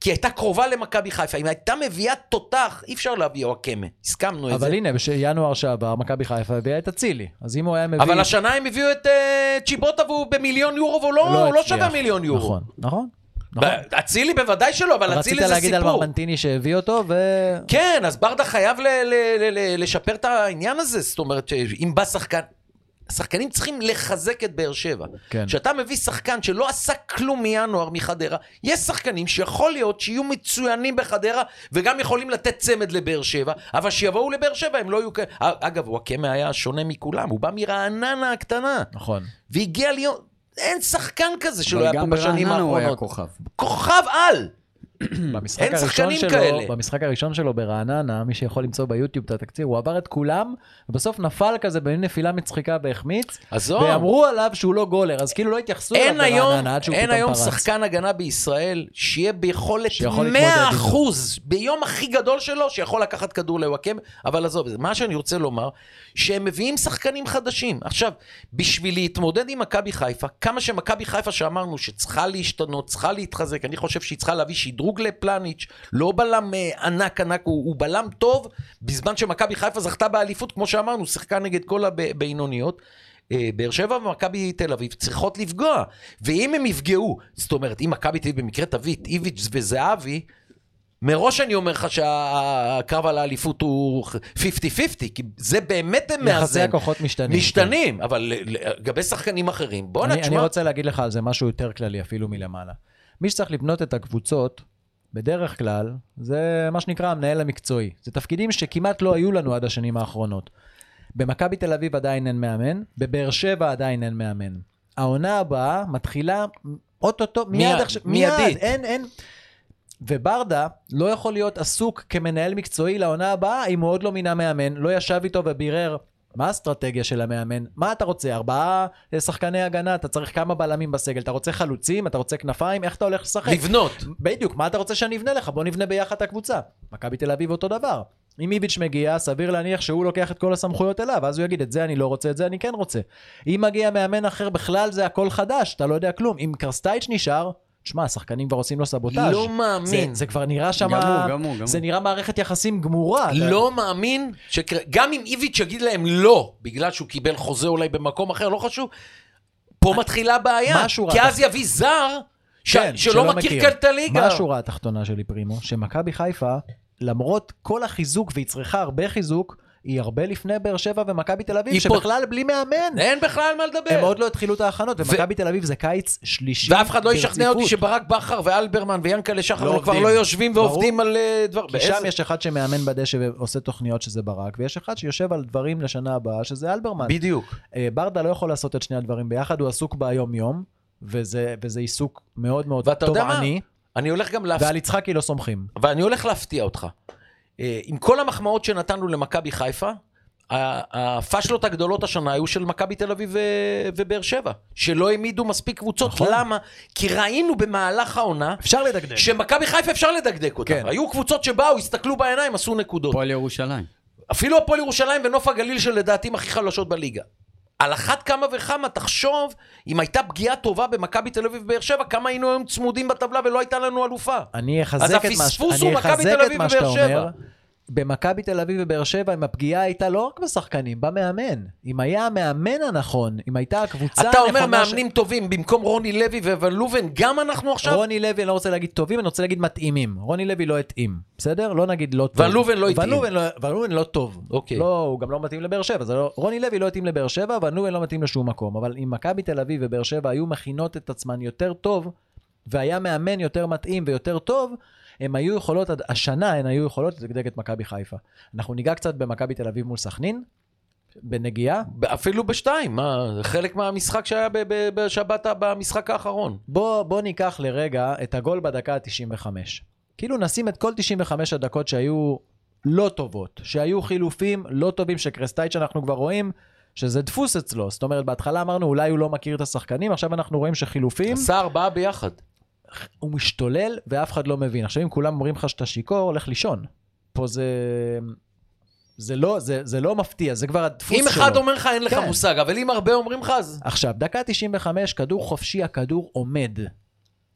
Speaker 1: כי הייתה קרובה למכבי חיפה, אם הייתה מביאה תותח, אי אפשר להביא עואקמה, הסכמנו לזה.
Speaker 2: אבל הנה, בינואר שעבר, מכבי חיפה הביאה את אצילי. אז אם הוא היה מביא...
Speaker 1: אבל השנה הם הביאו את אה, צ'יבוטה והוא במיליון יורו, והוא לא, הוא לא
Speaker 2: הצליח.
Speaker 1: שווה מיליון יורו.
Speaker 2: נכון, נכון. נכון.
Speaker 1: ב- אצילי בוודאי שלא, אבל
Speaker 2: רצית
Speaker 1: אצילי זה
Speaker 2: להגיד על
Speaker 1: סיפור.
Speaker 2: מרמנטיני שהביא אותו, ו...
Speaker 1: כן, אז ברדה חייב ל- ל- ל- ל- לשפר את העניין הזה, זאת אומרת, שאם בא שחקן... השחקנים צריכים לחזק את באר שבע.
Speaker 2: כן.
Speaker 1: כשאתה מביא שחקן שלא עשה כלום מינואר מחדרה, יש שחקנים שיכול להיות שיהיו מצוינים בחדרה וגם יכולים לתת צמד לבאר שבע, אבל שיבואו לבאר שבע הם לא יהיו כאלה. אגב, וואקמה היה שונה מכולם, הוא בא מרעננה הקטנה,
Speaker 2: נכון.
Speaker 1: Hmm. והגיע להיות... אין שחקן כזה שלא
Speaker 3: אבל
Speaker 1: היה פה
Speaker 3: גם
Speaker 1: בשנים
Speaker 3: ברעננה הוא היה
Speaker 1: האחרונות.
Speaker 3: כוכב.
Speaker 1: כוכב על!
Speaker 2: במשחק
Speaker 1: אין
Speaker 2: הראשון
Speaker 1: שחקנים
Speaker 2: שלו,
Speaker 1: כאלה.
Speaker 2: במשחק הראשון שלו ברעננה, מי שיכול למצוא ביוטיוב את התקציר, הוא עבר את כולם, ובסוף נפל כזה במין נפילה מצחיקה והחמיץ,
Speaker 1: עזוב.
Speaker 2: ואמרו עליו שהוא לא גולר, אז כאילו לא התייחסו אליו
Speaker 1: אין היום,
Speaker 2: ברעננה עד שהוא
Speaker 1: אין
Speaker 2: פתאום
Speaker 1: היום
Speaker 2: פרץ.
Speaker 1: שחקן הגנה בישראל שיהיה ביכולת 100%
Speaker 2: שיכול להתמודד איתו.
Speaker 1: ביום הכי גדול שלו, שיכול לקחת כדור לוואקם, אבל עזוב, זה מה שאני רוצה לומר, שהם מביאים שחקנים חדשים. עכשיו, בשביל להתמודד עם מכבי חיפה, כמה שמכבי חיפה שאמרנו שצריכה להשתנות, צריכה להתחזק, אני חושב שהיא צריכה להביא שדרוג לפלניץ', לא בלם אה, ענק ענק, הוא, הוא בלם טוב, בזמן שמכבי חיפה זכתה באליפות, כמו שאמרנו, שיחקה נגד כל הבינוניות. אה, באר שבע ומכבי תל אביב צריכות לפגוע, ואם הם יפגעו, זאת אומרת, אם מכבי תל אביב במקרה תביא את איביץ' וזהבי, מראש אני אומר לך שהקרב על האליפות הוא 50-50, כי זה באמת
Speaker 2: יחסי
Speaker 1: מאזן.
Speaker 2: הכוחות משתנים.
Speaker 1: משתנים, אבל לגבי שחקנים אחרים,
Speaker 2: כן.
Speaker 1: בואנה,
Speaker 2: אני, אני
Speaker 1: תשמע,
Speaker 2: רוצה להגיד לך על זה משהו יותר כללי, אפילו מלמעלה. מי שצריך לבנות את הקבוצות, בדרך כלל, זה מה שנקרא המנהל המקצועי. זה תפקידים שכמעט לא היו לנו עד השנים האחרונות. במכבי תל אביב עדיין אין מאמן, בבאר שבע עדיין אין מאמן. העונה הבאה מתחילה אוטוטו, מיד,
Speaker 1: מיד,
Speaker 2: עכשיו, מיד,
Speaker 1: מיידית.
Speaker 2: אין, אין. וברדה לא יכול להיות עסוק כמנהל מקצועי לעונה הבאה אם הוא עוד לא מינה מאמן, לא ישב איתו ובירר מה האסטרטגיה של המאמן? מה אתה רוצה? ארבעה אה, שחקני הגנה, אתה צריך כמה בלמים בסגל, אתה רוצה חלוצים, אתה רוצה כנפיים, איך אתה הולך לשחק?
Speaker 1: לבנות.
Speaker 2: בדיוק, מה אתה רוצה שאני אבנה לך? בוא נבנה ביחד את הקבוצה. מכבי תל אביב אותו דבר. אם איביץ' מגיע, סביר להניח שהוא לוקח את כל הסמכויות אליו, אז הוא יגיד, את זה אני לא רוצה, את זה אני כן רוצה. אם מגיע מאמן אחר, בכלל זה הכל חדש, אתה לא יודע כלום. אם קרסטייץ' נשאר, תשמע, השחקנים כבר עושים לו סבוטאז'.
Speaker 1: לא
Speaker 2: זה,
Speaker 1: מאמין.
Speaker 2: זה כבר נראה שם...
Speaker 3: גמור, גמור, גמור.
Speaker 2: זה נראה מערכת יחסים גמורה. אתה-
Speaker 1: לא מאמין, שקר... גם אם איביץ' יגיד להם לא, בגלל שהוא קיבל חוזה אולי במקום אחר, לא חשוב, פה מתחילה הבעיה.
Speaker 2: אה, משהו רע.
Speaker 1: כי אז יביא זר ש...
Speaker 2: כן,
Speaker 1: שלא מכיר כאן את הליגה.
Speaker 2: מה השורה התחתונה שלי, פרימו? שמכבי חיפה, למרות כל החיזוק, והיא צריכה הרבה חיזוק, היא הרבה לפני באר שבע ומכבי תל אביב,
Speaker 1: היא פה-
Speaker 2: שבכלל בלי מאמן.
Speaker 1: אין בכלל מה לדבר.
Speaker 2: הם עוד לא התחילו את ההכנות, ומכבי תל אביב זה קיץ שלישי.
Speaker 1: ואף אחד לא ישכנע אותי
Speaker 2: ברציפות.
Speaker 1: שברק בכר ואלברמן ויאנקלה שחר
Speaker 3: לא
Speaker 1: לא כבר
Speaker 3: עובדים.
Speaker 1: לא יושבים
Speaker 2: ברור.
Speaker 1: ועובדים על אה, דבר.
Speaker 2: כי שם
Speaker 1: באיזה-
Speaker 2: יש אחד שמאמן בדשא ועושה תוכניות שזה ברק, ויש אחד שיושב על דברים לשנה הבאה, שזה אלברמן.
Speaker 1: בדיוק.
Speaker 2: אה, ברדה לא יכול לעשות את שני הדברים ביחד, הוא עסוק ביום-יום, וזה וזה עיסוק מאוד מאוד
Speaker 1: ואתה יודע מה?
Speaker 2: תובעני,
Speaker 1: אני הולך גם להפתיע.
Speaker 2: ועל יצחקי לא סומכים.
Speaker 1: ואני הולך להפתיע אותך. אה, עם כל המחמאות שנתנו למכבי חיפה, ה- הפאשלות הגדולות השנה היו של מכבי תל אביב ו- ובאר שבע, שלא העמידו מספיק קבוצות.
Speaker 2: נכון.
Speaker 1: למה? כי ראינו במהלך העונה
Speaker 2: אפשר לדגדג.
Speaker 1: שמכבי חיפה אפשר לדקדק אותה.
Speaker 2: כן.
Speaker 1: היו קבוצות שבאו, הסתכלו בעיניים, עשו נקודות.
Speaker 3: פועל ירושלים.
Speaker 1: אפילו הפועל ירושלים ונוף הגליל שלדעתי הם הכי חלשות בליגה. על אחת כמה וכמה, תחשוב, אם הייתה פגיעה טובה במכבי תל אביב ובאר שבע, כמה היינו היום צמודים בטבלה ולא הייתה לנו אלופה.
Speaker 2: אני אחזק
Speaker 1: אז
Speaker 2: את מה, ש-
Speaker 1: הפספוס הוא
Speaker 2: אני
Speaker 1: מכבי
Speaker 2: אחזק
Speaker 1: תל
Speaker 2: את
Speaker 1: אביב
Speaker 2: מה שאתה
Speaker 1: ובאר שבע.
Speaker 2: אומר. במכבי תל אביב ובאר שבע, אם הפגיעה הייתה לא רק בשחקנים, במאמן. אם היה המאמן הנכון, אם הייתה הקבוצה
Speaker 1: אתה
Speaker 2: הנכונה...
Speaker 1: אומר
Speaker 2: ש-
Speaker 1: מאמנים טובים, במקום רוני לוי וון לובן, גם אנחנו עכשיו?
Speaker 2: רוני לוי, אני לא רוצה להגיד טובים, אני רוצה להגיד מתאימים. רוני לוי לא התאים, בסדר? לא נגיד לא טוב.
Speaker 1: ון לובן לא התאים.
Speaker 2: ון לובן לא- ון לובן לא טוב.
Speaker 1: אוקיי.
Speaker 2: לא, הוא גם לא מתאים לבאר שבע. זה לא, רוני לוי לא התאים לבאר שבע, ון לובן לא מתאים לשום מקום. אבל אם מכבי תל אביב ובאר שבע היו מכינות את עצמן יותר טוב, והיה מאמן יותר מתאים ויותר טוב, הם היו יכולות, עד- השנה הן היו יכולות לדגדג את מכבי חיפה. אנחנו ניגע קצת במכבי תל אביב מול סכנין, בנגיעה.
Speaker 1: אפילו בשתיים, מה, זה חלק מהמשחק שהיה ב- ב- בשבת, ה- במשחק האחרון.
Speaker 2: בוא, בוא ניקח לרגע את הגול בדקה ה-95. כאילו נשים את כל 95 הדקות שהיו לא טובות, שהיו חילופים לא טובים, שקרסטייץ' אנחנו כבר רואים שזה דפוס אצלו. זאת אומרת, בהתחלה אמרנו אולי הוא לא מכיר את השחקנים, עכשיו אנחנו רואים שחילופים,
Speaker 1: עשה ארבעה ביחד.
Speaker 2: הוא משתולל ואף אחד לא מבין. עכשיו אם כולם אומרים לך שאתה שיכור, לך לישון. פה זה... זה לא, זה, זה לא מפתיע, זה כבר הדפוס
Speaker 1: אם
Speaker 2: שלו.
Speaker 1: אחד אומר לך, אין לך
Speaker 2: כן.
Speaker 1: מושג, אבל אם הרבה אומרים לך, אז...
Speaker 2: עכשיו, דקה 95, כדור חופשי, הכדור עומד.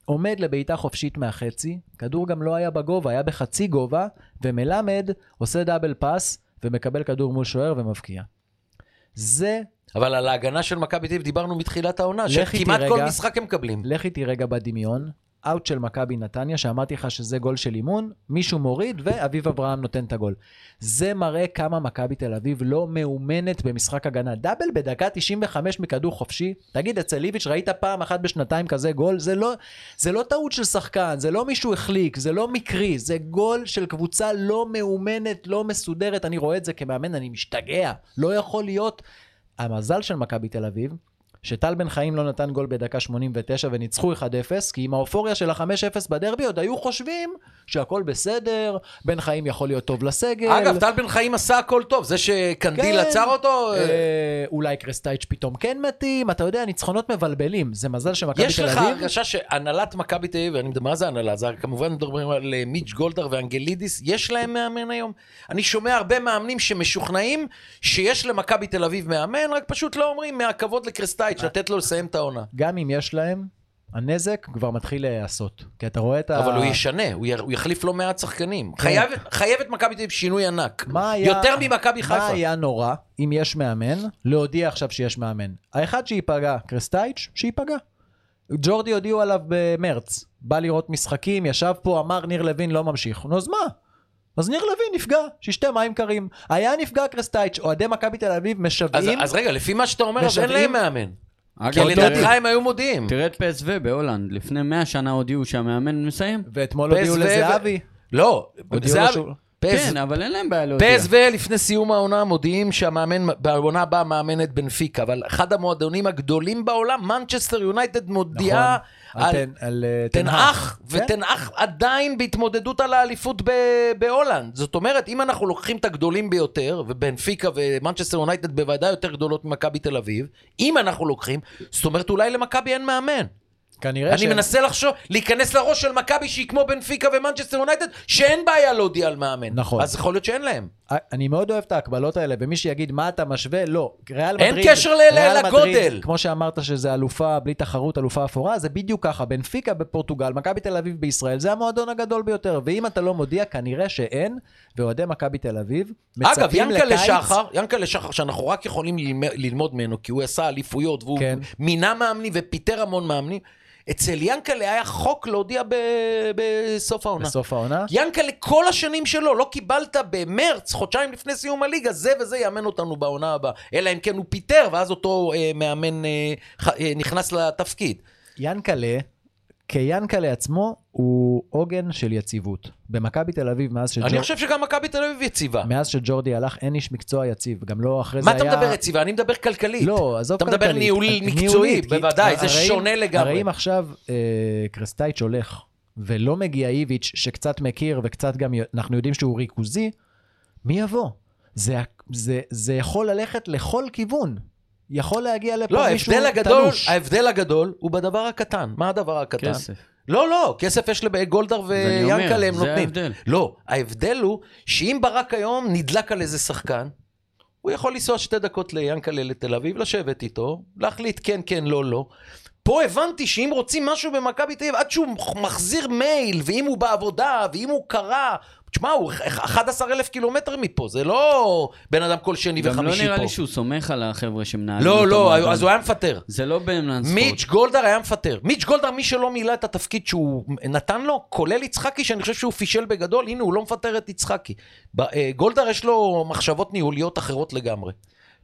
Speaker 2: עומד לבעיטה חופשית מהחצי, כדור גם לא היה בגובה, היה בחצי גובה, ומלמד עושה דאבל פאס, ומקבל כדור מול שוער ומבקיע. זה,
Speaker 1: אבל על ההגנה של מכבי תל אביב דיברנו מתחילת העונה,
Speaker 2: לך איתי
Speaker 1: שכמעט כל
Speaker 2: רגע.
Speaker 1: משחק הם מקבלים.
Speaker 2: לך איתי רגע בדמיון, אאוט של מכבי נתניה, שאמרתי לך שזה גול של אימון, מישהו מוריד, ואביב אברהם נותן את הגול. זה מראה כמה מכבי תל אביב לא מאומנת במשחק הגנה. דאבל בדקה 95 מכדור חופשי? תגיד, אצל איביץ' ראית פעם אחת בשנתיים כזה גול? זה לא, זה לא טעות של שחקן, זה לא מישהו החליק, זה לא מקרי, זה גול של קבוצה לא מאומנת, לא מסודרת. אני רואה את זה כמאמן, אני משתגע. לא יכול להיות. המזל של מכבי תל אביב, שטל בן חיים לא נתן גול בדקה 89 וניצחו 1-0, כי עם האופוריה של ה-5-0 בדרבי עוד היו חושבים שהכל בסדר, בן חיים יכול להיות טוב לסגל.
Speaker 1: אגב, לא- טל בן חיים עשה הכל טוב, זה שקנדיל
Speaker 2: כן.
Speaker 1: עצר אותו...
Speaker 2: אה, אולי קרסטייץ' פתאום כן מתאים, אתה יודע, ניצחונות מבלבלים. זה מזל שמכבי
Speaker 1: יש
Speaker 2: תל
Speaker 1: לך
Speaker 2: אביב...
Speaker 1: הרגשה שהנהלת מכבי תל אביב, אני מדבר, מה זה הנהלה? זה כמובן מדברים על אה, מיץ' גולדהר ואנגלידיס, יש להם מאמן היום? אני שומע הרבה מאמנים שמשוכנעים שיש למכבי תל אביב מאמן, רק פשוט לא אומרים מהכבוד לקרסטייץ'
Speaker 2: אה.
Speaker 1: לתת לו לסיים את העונה.
Speaker 2: גם אם יש להם, הנזק כבר מתחיל להיעשות. כי אתה רואה את ה...
Speaker 1: אבל הוא ישנה, הוא י- הוא יחליף לא מעט שחקנים. חייב- חייבת מכבי תל אביב שינוי ענק.
Speaker 2: כן. מה היה-
Speaker 1: יותר ממכבי
Speaker 2: מה
Speaker 1: חיפה.
Speaker 2: היה נורא, אם יש מאמן, להודיע עכשיו שיש מאמן? האחד שייפגע, קרסטייץ', שייפגע. ג'ורדי הודיעו עליו במרץ. בא לראות משחקים, ישב פה, אמר ניר לוין לא ממשיך. נו, אז מה? אז ניר לוין נפגע, שישתה מים קרים. היה נפגע קרסטייץ', אוהדי מכבי תל אביב
Speaker 1: אז-
Speaker 2: משוועים
Speaker 1: אז רגע, לפי מה שאתה אומר, אז אין
Speaker 2: משוועים-
Speaker 1: להם מאמן.
Speaker 2: כן,
Speaker 1: כי
Speaker 3: אגב,
Speaker 1: לדעתך
Speaker 3: תראה-
Speaker 1: הם היו מודיעים.
Speaker 3: תראה את פסו בהולנד, לפני 100 שנה הודיעו שהמאמן מסיים.
Speaker 2: ואתמול הודיעו
Speaker 1: PSV
Speaker 2: לזהבי.
Speaker 1: לא,
Speaker 2: הודיעו
Speaker 1: זה
Speaker 2: לו
Speaker 1: היה-
Speaker 2: שהוא-
Speaker 1: פס-
Speaker 3: כן, אבל אין להם בעיה להודיע.
Speaker 1: פס ולפני סיום העונה מודיעים שהמאמן, בעונה הבאה מאמן את בנפיקה, אבל אחד המועדונים הגדולים בעולם, מנצ'סטר יונייטד מודיעה
Speaker 2: נכון,
Speaker 1: על
Speaker 2: תן- על אה,
Speaker 1: תנאך,
Speaker 2: כן.
Speaker 1: ותנאך עדיין בהתמודדות על האליפות ב- בהולנד. זאת אומרת, אם אנחנו לוקחים את הגדולים ביותר, ובנפיקה ומנצ'סטר יונייטד בוודאי יותר גדולות ממכבי תל אביב, אם אנחנו לוקחים, זאת אומרת אולי למכבי אין מאמן.
Speaker 2: כנראה
Speaker 1: אני
Speaker 2: שהם-
Speaker 1: מנסה לחשוב, להיכנס לראש של מכבי שהיא כמו בנפיקה ומנצ'סטר יונייטד, שאין בעיה להודיע על מאמן.
Speaker 2: נכון.
Speaker 1: אז יכול להיות שאין להם.
Speaker 2: אה, אני מאוד אוהב את ההקבלות האלה, ומי שיגיד מה אתה משווה, לא. ריאל
Speaker 1: אין
Speaker 2: מדריד,
Speaker 1: קשר ל- ל-
Speaker 2: ריאל
Speaker 1: לגודל.
Speaker 2: מדריד, כמו שאמרת שזה אלופה בלי תחרות, אלופה אפורה, זה בדיוק ככה. בנפיקה בפורטוגל, מכבי תל אביב בישראל, זה המועדון הגדול ביותר. ואם אתה לא מודיע, כנראה שאין, ואוהדי מכבי תל אביב מצפים
Speaker 1: אגב,
Speaker 2: לקיץ.
Speaker 1: ינקלה שחר, ינקלה שחר, שאנחנו רק יכולים ללמ- ללמוד ממנו, כי הוא עשה אליפויות, והוא
Speaker 2: כן.
Speaker 1: מינה מאמנים ופיטר המון מאמנים, אצל ינקלה היה חוק להודיע ב- בסוף העונה.
Speaker 2: בסוף העונה.
Speaker 1: ינקלה, כל השנים שלו, לא קיבלת במרץ, חודשיים לפני סיום הליגה, זה וזה יאמן אותנו בעונה הבאה. אלא אם כן הוא פיטר, ואז אותו אה, מאמן אה, ח- אה, נכנס לתפקיד.
Speaker 2: ינקלה, כיאנקלה עצמו, הוא עוגן של יציבות. במכבי תל אביב, מאז
Speaker 1: אני
Speaker 2: שג'ור...
Speaker 1: חושב שגם מכבי תל אביב יציבה.
Speaker 2: מאז שג'ורדי הלך, אין איש מקצוע יציב. גם לא אחרי זה
Speaker 1: מה
Speaker 2: היה...
Speaker 1: אתה מדבר יציבה? אני מדבר כלכלית.
Speaker 2: לא, עזוב
Speaker 1: אתה מדבר ניהול מקצועי,
Speaker 2: ניהולית, כי
Speaker 1: בוודאי, זה
Speaker 2: הרי-
Speaker 1: שונה לגמרי.
Speaker 2: הרי אם עכשיו אה, קרסטייץ' הולך, ולא מגיע איביץ', שקצת מכיר וקצת גם, י- אנחנו יודעים שהוא ריכוזי, מי יבוא? זה, ה- זה, זה יכול ללכת לכל כיוון. יכול להגיע לפה
Speaker 1: לא,
Speaker 2: מישהו
Speaker 1: ההבדל הגדול,
Speaker 2: תלוש. כן.
Speaker 1: ההבדל הגדול הוא בדבר הקטן. מה הדבר הקטן?
Speaker 3: כסף.
Speaker 1: לא, לא, כסף יש לגולדהר
Speaker 3: אז אני אומר,
Speaker 1: ויאנקלה, הם
Speaker 3: זה
Speaker 1: נותנים.
Speaker 3: ההבדל.
Speaker 1: לא, ההבדל הוא שאם ברק היום נדלק על איזה שחקן, הוא יכול לנסוע שתי דקות ליאנקלה לתל אביב, לשבת איתו, להחליט כן, כן, לא, לא. פה הבנתי שאם רוצים משהו במכבי תל אביב, עד שהוא מחזיר מייל, ואם הוא בעבודה, ואם הוא קרא, תשמע, הוא 11 אלף קילומטר מפה, זה לא בן אדם כל שני
Speaker 3: גם לא
Speaker 1: וחמישי פה.
Speaker 3: נראה לי שהוא סומך על החבר'ה שמנהלים
Speaker 1: לא,
Speaker 3: את המועדון.
Speaker 1: לא, אז הוא היה מפטר.
Speaker 3: זה לא באמנן ספורט.
Speaker 1: מיץ' גולדהר היה מפטר. מיץ' גולדהר, מי שלא מילא את התפקיד שהוא נתן לו, כולל יצחקי, שאני חושב שהוא פישל בגדול, הנה, הוא לא מפטר את יצחקי. ב- אה, גולדהר יש לו מחשבות ניהוליות אחרות לגמרי.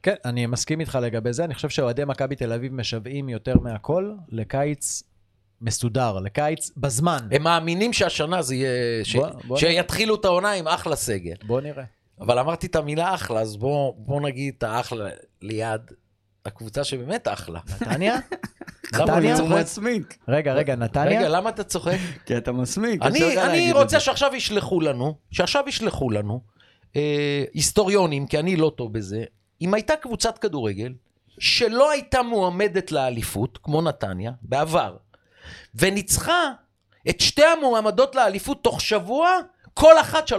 Speaker 2: כן, אני מסכים איתך לגבי זה. אני חושב שאוהדי מכבי תל אביב משוועים יותר מהכל לקיץ מסודר, לקיץ בזמן.
Speaker 1: הם מאמינים שהשנה זה יהיה... ש...
Speaker 2: בוא- בוא-
Speaker 1: שיתחילו את העונה עם אחלה סגל.
Speaker 2: בוא נראה.
Speaker 1: אבל אמרתי את המילה אחלה, אז בואו בוא נגיד את האחלה ליד הקבוצה שבאמת אחלה.
Speaker 2: נתניה?
Speaker 1: למה
Speaker 2: נתניה?
Speaker 1: אני
Speaker 3: הוא
Speaker 1: צוחק?
Speaker 3: לא מסמיק.
Speaker 2: רגע, רגע, נתניה?
Speaker 1: רגע, למה אתה צוחק?
Speaker 3: כי אתה מסמיק. אתה לא
Speaker 1: אני,
Speaker 3: יודע
Speaker 1: אני
Speaker 3: להגיד
Speaker 1: רוצה
Speaker 3: את זה.
Speaker 1: שעכשיו ישלחו לנו, שעכשיו ישלחו לנו, אה, היסטוריונים, כי אני לא טוב בזה, אם הייתה קבוצת כדורגל שלא הייתה מועמדת לאליפות, כמו נתניה, בעבר, וניצחה את שתי המועמדות לאליפות תוך שבוע, כל אחת 3-0.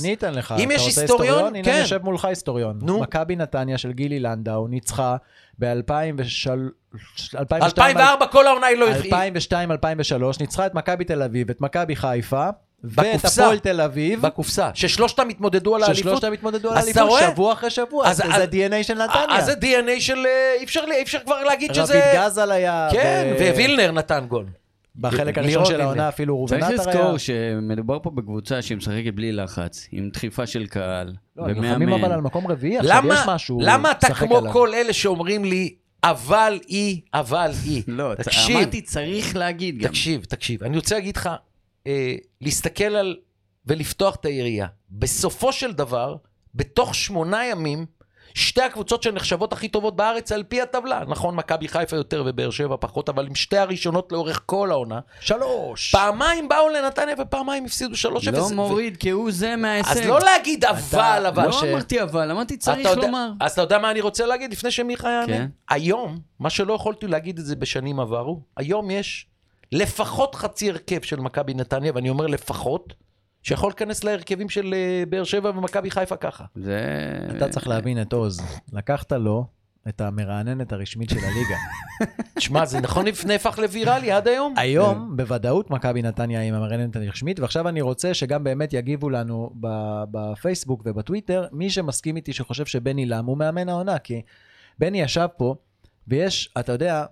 Speaker 2: אני אתן לך.
Speaker 1: אם
Speaker 2: אתה
Speaker 1: יש
Speaker 2: רוצה
Speaker 1: היסטוריון?
Speaker 2: הנה,
Speaker 1: כן.
Speaker 2: אני יושב מולך היסטוריון.
Speaker 1: נו.
Speaker 2: מכבי נתניה של גילי לנדאו ניצחה ב-2002-2003,
Speaker 1: 2004, כל העונה היא לא הכי...
Speaker 2: ניצחה את מכבי תל אביב, את מכבי חיפה, ואת
Speaker 1: בקופסה.
Speaker 2: הפועל תל אביב,
Speaker 1: בקופסה, ששלושתם התמודדו על האליפות.
Speaker 2: ששלושתם התמודדו על
Speaker 1: אז אתה
Speaker 2: האליפות
Speaker 1: רואה?
Speaker 2: שבוע אחרי שבוע.
Speaker 1: אז-
Speaker 2: זה
Speaker 1: אז-
Speaker 2: ה-DNA של נתניה.
Speaker 1: אז זה DNA של... אה, אי אפשר, אי אפשר כבר להגיד שזה...
Speaker 2: רביד גזל היה,
Speaker 1: כן,
Speaker 2: ו-
Speaker 1: ווילנר נתן גול.
Speaker 2: בחלק הראשון
Speaker 1: ליאור
Speaker 2: של
Speaker 1: וילנר.
Speaker 2: העונה אפילו ראובן
Speaker 3: צריך
Speaker 2: עטר היה.
Speaker 3: לזכור שמדובר פה בקבוצה שמשחקת בלי לחץ, עם דחיפה של קהל,
Speaker 2: לא, הם נלחמים אבל על
Speaker 3: ומאמן.
Speaker 2: מקום רביעי, עכשיו יש
Speaker 1: למה,
Speaker 2: משהו
Speaker 1: למה אתה
Speaker 2: לשחק
Speaker 1: כמו
Speaker 2: עליו.
Speaker 1: כל אלה שאומרים לי, אבל היא, אבל היא.
Speaker 3: לא, צ-
Speaker 1: תקשיב,
Speaker 3: אמרתי צריך להגיד גם.
Speaker 1: תקשיב, תקשיב. אני רוצה להגיד לך, אה, להסתכל על ולפתוח את היריעה. בסופו של דבר, בתוך שמונה ימים, שתי הקבוצות שנחשבות הכי טובות בארץ על פי הטבלה. נכון, מכבי חיפה יותר ובאר שבע פחות, אבל עם שתי הראשונות לאורך כל העונה.
Speaker 2: שלוש.
Speaker 1: פעמיים באו לנתניה ופעמיים הפסידו 3-0.
Speaker 3: לא
Speaker 1: ו-
Speaker 3: מוריד כהוא זה מההישג.
Speaker 1: אז לא להגיד אבל, אבל.
Speaker 3: לא
Speaker 1: ש-
Speaker 3: אמרתי אבל, אמרתי צריך
Speaker 1: אתה יודע-
Speaker 3: לומר.
Speaker 1: אז אתה יודע מה אני רוצה להגיד לפני שמיכה יענה?
Speaker 3: כן.
Speaker 1: היום, מה שלא יכולתי להגיד את זה בשנים עברו, היום יש לפחות חצי הרכב של מכבי נתניה, ואני אומר לפחות, שיכול להיכנס להרכבים של אה, באר שבע ומכבי חיפה ככה.
Speaker 3: זה...
Speaker 2: אתה צריך להבין את עוז. לקחת לו את המרעננת הרשמית של הליגה.
Speaker 1: תשמע, זה נכון נפ- נהפך לוויראלי עד היום?
Speaker 2: היום, בוודאות, מכבי נתניה עם המרעננת הרשמית, ועכשיו אני רוצה שגם באמת יגיבו לנו ב- בפייסבוק ובטוויטר, מי שמסכים איתי שחושב שבני לם הוא מאמן העונה, כי בני ישב פה, ויש, אתה יודע,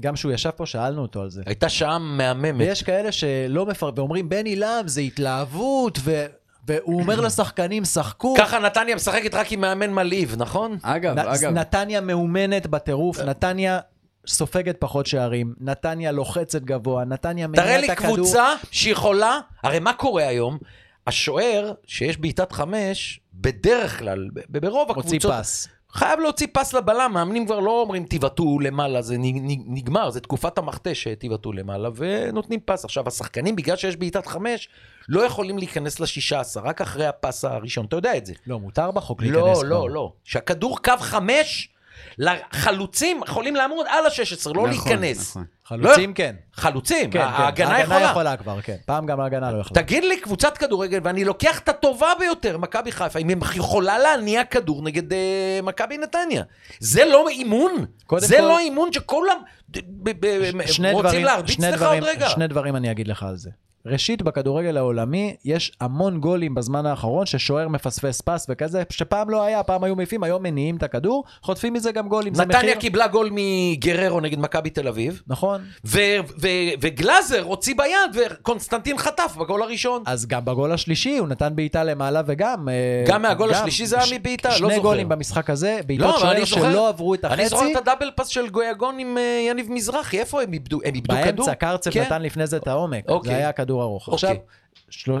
Speaker 2: גם כשהוא ישב פה שאלנו אותו על זה.
Speaker 1: הייתה שעה מהממת.
Speaker 2: ויש כאלה שלא מפרט, ואומרים, בני לם זה התלהבות, ו... והוא אומר לשחקנים, שחקו.
Speaker 1: ככה נתניה משחקת רק עם מאמן מלהיב, נכון?
Speaker 3: אגב,
Speaker 2: נ-
Speaker 3: אגב,
Speaker 1: אה.
Speaker 2: נתניה מאומנת בטירוף, נתניה סופגת פחות שערים, נתניה לוחצת גבוה, נתניה
Speaker 1: תראה
Speaker 2: מניעה את
Speaker 1: לי
Speaker 2: הכדור.
Speaker 1: קבוצה שיכולה, הרי מה קורה היום? השוער שיש בעיטת חמש, בדרך כלל, ב- ברוב
Speaker 2: מוציא
Speaker 1: הקבוצות,
Speaker 2: פס.
Speaker 1: חייב להוציא פס לבלם, מאמנים כבר לא אומרים תיבעטו למעלה, זה נ- נ- נגמר, זה תקופת המכתש שתיבעטו למעלה, ונותנים פס. עכשיו, השחקנים, בגלל שיש בעיטת חמש, לא יכולים להיכנס לשישה עשר, רק אחרי הפס הראשון, אתה יודע את זה.
Speaker 2: לא, מותר בחוק להיכנס.
Speaker 1: לא, לא, לא. שהכדור קו חמש, לחלוצים יכולים לעמוד על ה-16, לא
Speaker 3: נכון,
Speaker 1: להיכנס.
Speaker 3: נכון.
Speaker 2: חלוצים כן.
Speaker 1: חלוצים,
Speaker 2: כן, כן.
Speaker 1: לא. ההגנה יכולה.
Speaker 2: יכולה כבר, כן. פעם גם ההגנה לא יכולה.
Speaker 1: תגיד לי, קבוצת כדורגל, ואני לוקח את הטובה ביותר, מכבי חיפה, אם היא יכולה להניע כדור נגד אה, מכבי נתניה. זה לא אימון?
Speaker 2: קודם
Speaker 1: זה
Speaker 2: כל-
Speaker 1: לא אימון שכולם ד- ב- ב-
Speaker 2: שני
Speaker 1: רוצים
Speaker 2: דברים-
Speaker 1: להרביץ
Speaker 2: שני
Speaker 1: לך
Speaker 2: דברים-
Speaker 1: עוד רגע?
Speaker 2: שני דברים אני אגיד לך על זה. ראשית, בכדורגל העולמי יש המון גולים בזמן האחרון ששוער מפספס פס וכזה, שפעם לא היה, פעם היו מעיפים, היום מניעים את הכדור, חוטפים מזה גם גולים. זה
Speaker 1: נתניה
Speaker 2: מחיר-
Speaker 1: קיבלה גול מגררו נגד מכבי תל אביב,
Speaker 2: נכון.
Speaker 1: ו- ו- וגלאזר הוציא ביד, וקונסטנטין חטף בגול הראשון.
Speaker 2: אז גם בגול השלישי הוא נתן בעיטה למעלה וגם... אה,
Speaker 1: גם מהגול השלישי זה היה מבעיטה? לא
Speaker 2: שני
Speaker 1: זוכר.
Speaker 2: גולים במשחק הזה, בעיטות
Speaker 1: לא, אבל אני
Speaker 2: שוער
Speaker 1: זוכר-
Speaker 2: שלא עברו את החצי.
Speaker 1: אני זוכר את הדאבל פס של גויגון עם אה, יניב מזרחי, איפה הם איבדו? הם איבדו כדור?
Speaker 2: באמצע קרצב
Speaker 1: כן.
Speaker 2: נתן לפני זה את העומק,
Speaker 1: אוקיי.
Speaker 2: זה היה כדור ארוך.
Speaker 1: אוקיי.
Speaker 2: עכשיו, של...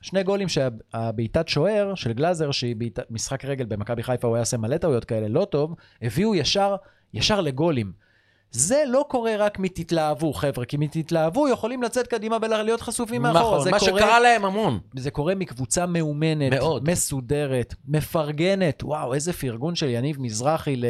Speaker 2: שני גולים שהבעיטת שוער של גלאזר, שהיא בעיטת משחק רגל במכבי חיפה, הוא היה עושה מלא טעויות כאלה, לא טוב, הביאו ישר, ישר לגולים. זה לא קורה רק מתתלהבו, חבר'ה, כי מתתלהבו יכולים לצאת קדימה ולהיות חשופים מאחור.
Speaker 1: נכון,
Speaker 2: זה
Speaker 1: מה
Speaker 2: קורה-
Speaker 1: שקרה להם המון.
Speaker 2: זה קורה מקבוצה מאומנת,
Speaker 1: מאוד.
Speaker 2: מסודרת, מפרגנת. וואו, איזה פרגון של יניב מזרחי ל...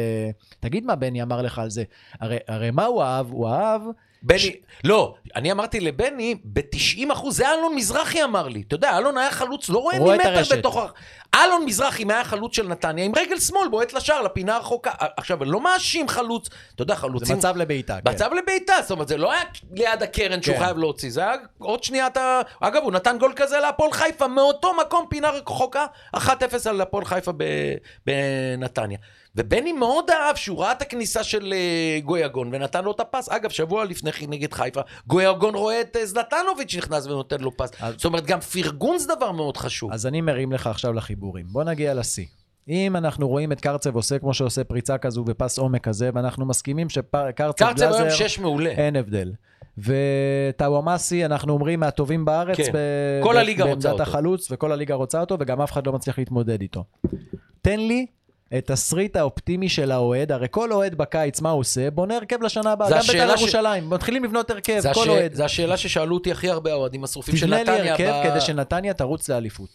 Speaker 2: תגיד מה בני אמר לך על זה. הרי, הרי מה הוא אהב? הוא אהב...
Speaker 1: בני,
Speaker 2: ש-
Speaker 1: לא, אני אמרתי לבני, ב-90 אחוז, זה אלון מזרחי אמר לי. אתה יודע, אלון היה חלוץ, לא רואה
Speaker 2: רואה את
Speaker 1: מילימטר
Speaker 2: הרשת.
Speaker 1: בתוך... ה- אלון מזרחי, אם היה חלוץ של נתניה, עם רגל שמאל בועט לשער, לפינה הרחוקה. עכשיו, אני לא מאשים חלוץ, אתה יודע,
Speaker 2: זה
Speaker 1: חלוצים...
Speaker 2: מצב לבעיטה, כן.
Speaker 1: מצב לבעיטה, זאת אומרת, זה לא היה ליד הקרן שהוא
Speaker 2: כן.
Speaker 1: חייב להוציא, זה היה עוד שנייה אתה... אגב, הוא נתן גול כזה להפועל חיפה, מאותו מקום פינה רחוקה, 1-0 על הפועל חיפה ב- בנתניה. ובני מאוד אהב שהוא ראה את הכניסה של אה, גויגון ונתן לו את הפס. אגב, שבוע לפני כן נגד חיפה, גויגון רואה את אה, זלטנוביץ' שנכנס ונותן לו פס.
Speaker 2: אז-
Speaker 1: זאת אומרת, גם פרגון זה דבר מאוד חשוב.
Speaker 2: אז אני מרים לך עכשיו לחיבורים. בוא נגיע לשיא. אם אנחנו רואים את קרצב עושה כמו שעושה פריצה כזו ופס עומק כזה, ואנחנו מסכימים שקרצב
Speaker 1: קרצב היום שש מעולה.
Speaker 2: אין הבדל. וטאוואמאסי, אנחנו אומרים מהטובים בארץ,
Speaker 1: כן.
Speaker 2: ב...
Speaker 1: כל
Speaker 2: ב-
Speaker 1: הליגה רוצה
Speaker 2: בעמדת
Speaker 1: אותו.
Speaker 2: החלוץ, וכל הליגה רוצה אותו, וגם אף אחד לא מצליח להתמודד איתו. תן לי את תסריט האופטימי של האוהד, הרי כל אוהד בקיץ, מה הוא עושה? בונה הרכב לשנה הבאה,
Speaker 1: זה
Speaker 2: גם
Speaker 1: השאלה
Speaker 2: בית"ר
Speaker 1: ש-
Speaker 2: ירושלים, מתחילים לבנות הרכב,
Speaker 1: זה,
Speaker 2: כל אוהד.
Speaker 1: זה השאלה ששאלו אותי הכי הרבה האוהדים השרופים של
Speaker 2: תבנה
Speaker 1: נתניה.
Speaker 2: לי הרכב
Speaker 1: ב-
Speaker 2: כדי שנתניה תרוץ לאליפות.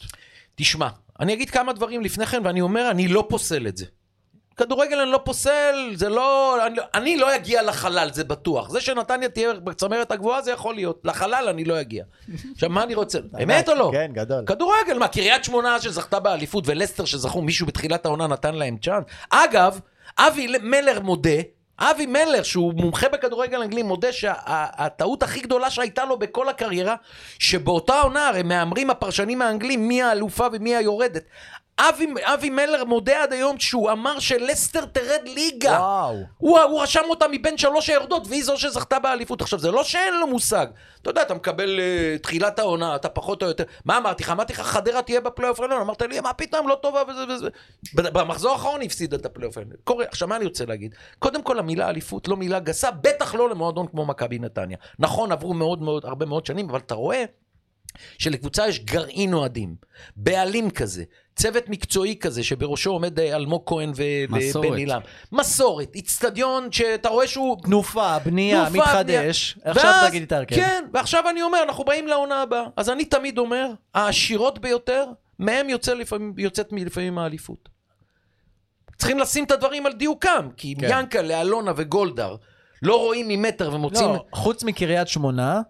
Speaker 1: תשמע, אני אגיד כמה דברים לפני כן, ואני אומר, אני לא פוסל את זה. כדורגל אני לא פוסל, זה לא... אני, לא- אני לא אגיע לחלל, זה בטוח. זה שנתניה תהיה בצמרת הגבוהה, זה יכול להיות. לחלל אני לא אגיע. עכשיו, מה אני רוצה? אמת או לא?
Speaker 2: כן, גדול.
Speaker 1: כדורגל, מה, קריית שמונה שזכתה באליפות ולסטר שזכו, מישהו בתחילת העונה נתן להם צ'אנס? אגב, אבי ל- מלר מודה, אבי מלר, שהוא מומחה בכדורגל אנגלי, מודה שהטעות הכי גדולה שהייתה לו בכל הקריירה, שבאותה עונה, הרי מהמרים הפרשנים האנגלים מי האלופה ומי היורדת. אבי, אבי מלר מודה עד היום שהוא אמר שלסטר תרד ליגה.
Speaker 2: וואו.
Speaker 1: הוא, הוא רשם אותה מבין שלוש היורדות, והיא זו שזכתה באליפות. עכשיו, זה לא שאין לו מושג. אתה יודע, אתה מקבל uh, תחילת העונה, אתה פחות או יותר... מה אמרתי לך? אמרתי לך, חדרה תהיה בפלייאוף העליון. אמרת לי, מה פתאום, לא טובה וזה וזה. ב- במחזור האחרון היא הפסידה את הפלייאוף העליון. קורה. עכשיו, מה אני רוצה להגיד? קודם כל, המילה אליפות לא מילה גסה, בטח לא למועדון כמו מכבי נתניה. נכון, עברו מאוד מאוד, הרבה מאוד שנים, אבל אתה רואה שלקבוצה יש גרעין אוהדים, בעלים כזה, צוות מקצועי כזה, שבראשו עומד אה, אלמוג כהן
Speaker 3: מסורת.
Speaker 1: ובן עילם. מסורת, איצטדיון שאתה רואה שהוא...
Speaker 2: תנופה, בנייה,
Speaker 1: תנופה,
Speaker 2: מתחדש.
Speaker 1: בנייה.
Speaker 2: עכשיו
Speaker 1: ואז-
Speaker 2: תגיד את ההרכב.
Speaker 1: כן, ועכשיו אני אומר, אנחנו באים לעונה הבאה. אז אני תמיד אומר, העשירות ביותר, מהם יוצא לפעמים, יוצאת לפעמים האליפות. צריכים לשים את הדברים על דיוקם, כי
Speaker 2: כן.
Speaker 1: כן. ינקלה, אלונה וגולדהר לא רואים ממטר ומוצאים...
Speaker 2: לא, חוץ מקריית שמונה,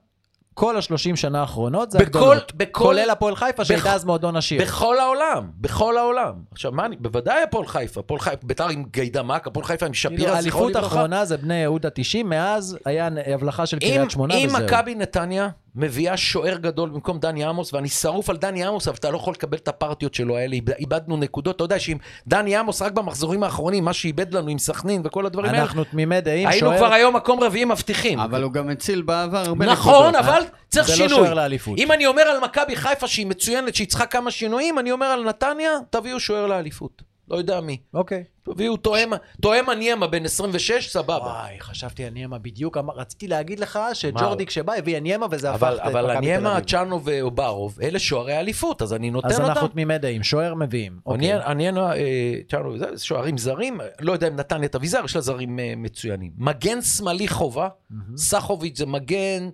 Speaker 2: כל השלושים שנה האחרונות זה
Speaker 1: בכל-
Speaker 2: הגדולות.
Speaker 1: בכל-
Speaker 2: כולל הפועל חיפה,
Speaker 1: בכ-
Speaker 2: שהייתה אז מועדון עשיר.
Speaker 1: בכל העולם, בכל העולם. עכשיו, מה אני, בוודאי הפועל חיפה, הפועל חיפה, ביתר עם גיידמק, הפועל חיפה עם
Speaker 2: כאילו,
Speaker 1: שפירא, זכרו
Speaker 2: האליפות
Speaker 1: לברכה.
Speaker 2: האחרונה זה בני יהודה 90, מאז היה הבלחה של
Speaker 1: אם,
Speaker 2: קריית שמונה
Speaker 1: אם
Speaker 2: וזהו.
Speaker 1: מכבי נתניה מביאה שוער גדול במקום דני עמוס, ואני שרוף על דני עמוס, אבל אתה לא יכול לקבל את הפרטיות שלו האלה, איבד- איבדנו נקודות. אתה יודע שאם דני עמוס רק במחזורים האחרונים, מה שאיבד לנו עם סכנין וכל הדברים האלה,
Speaker 2: אנחנו תמימי דעים,
Speaker 1: היינו כבר היום מקום רביעי מבטיחים.
Speaker 3: אבל הוא גם הציל בעבר הרבה
Speaker 1: נכון,
Speaker 3: נקודות.
Speaker 1: אבל צריך
Speaker 2: לא זה לא
Speaker 1: שינוי.
Speaker 2: שוער לאליפות.
Speaker 1: אם אני אומר על מכבי חיפה שהיא מצוינת, שהיא צריכה כמה שינויים, אני אומר על נתניה, תביאו שוער לאליפות. לא יודע מי.
Speaker 2: אוקיי.
Speaker 1: תביאו תואמה, תואמה ניימה בן 26, סבבה.
Speaker 2: וואי, חשבתי עניימה בדיוק, אמר- רציתי להגיד לך שג'ורדי כשבא הביא עניימה וזה הפך
Speaker 1: אבל,
Speaker 2: את
Speaker 1: אבל
Speaker 2: מכבי תל
Speaker 1: הניימה,
Speaker 2: אביב.
Speaker 1: צ'אנו ואוברוב, אלה שוערי אליפות, אז אני נותן
Speaker 2: אז
Speaker 1: אותם.
Speaker 2: אנחנו תמימי דעים, שוער מביאים. אוקיי.
Speaker 1: עניין, עניין, אה, צ'אנו, זה שוערים זרים, לא יודע אם נתן את אביזר, יש לה זרים אה, מצוינים. מגן שמאלי חובה,
Speaker 2: מהמם.
Speaker 1: סחוביץ' זה מגן,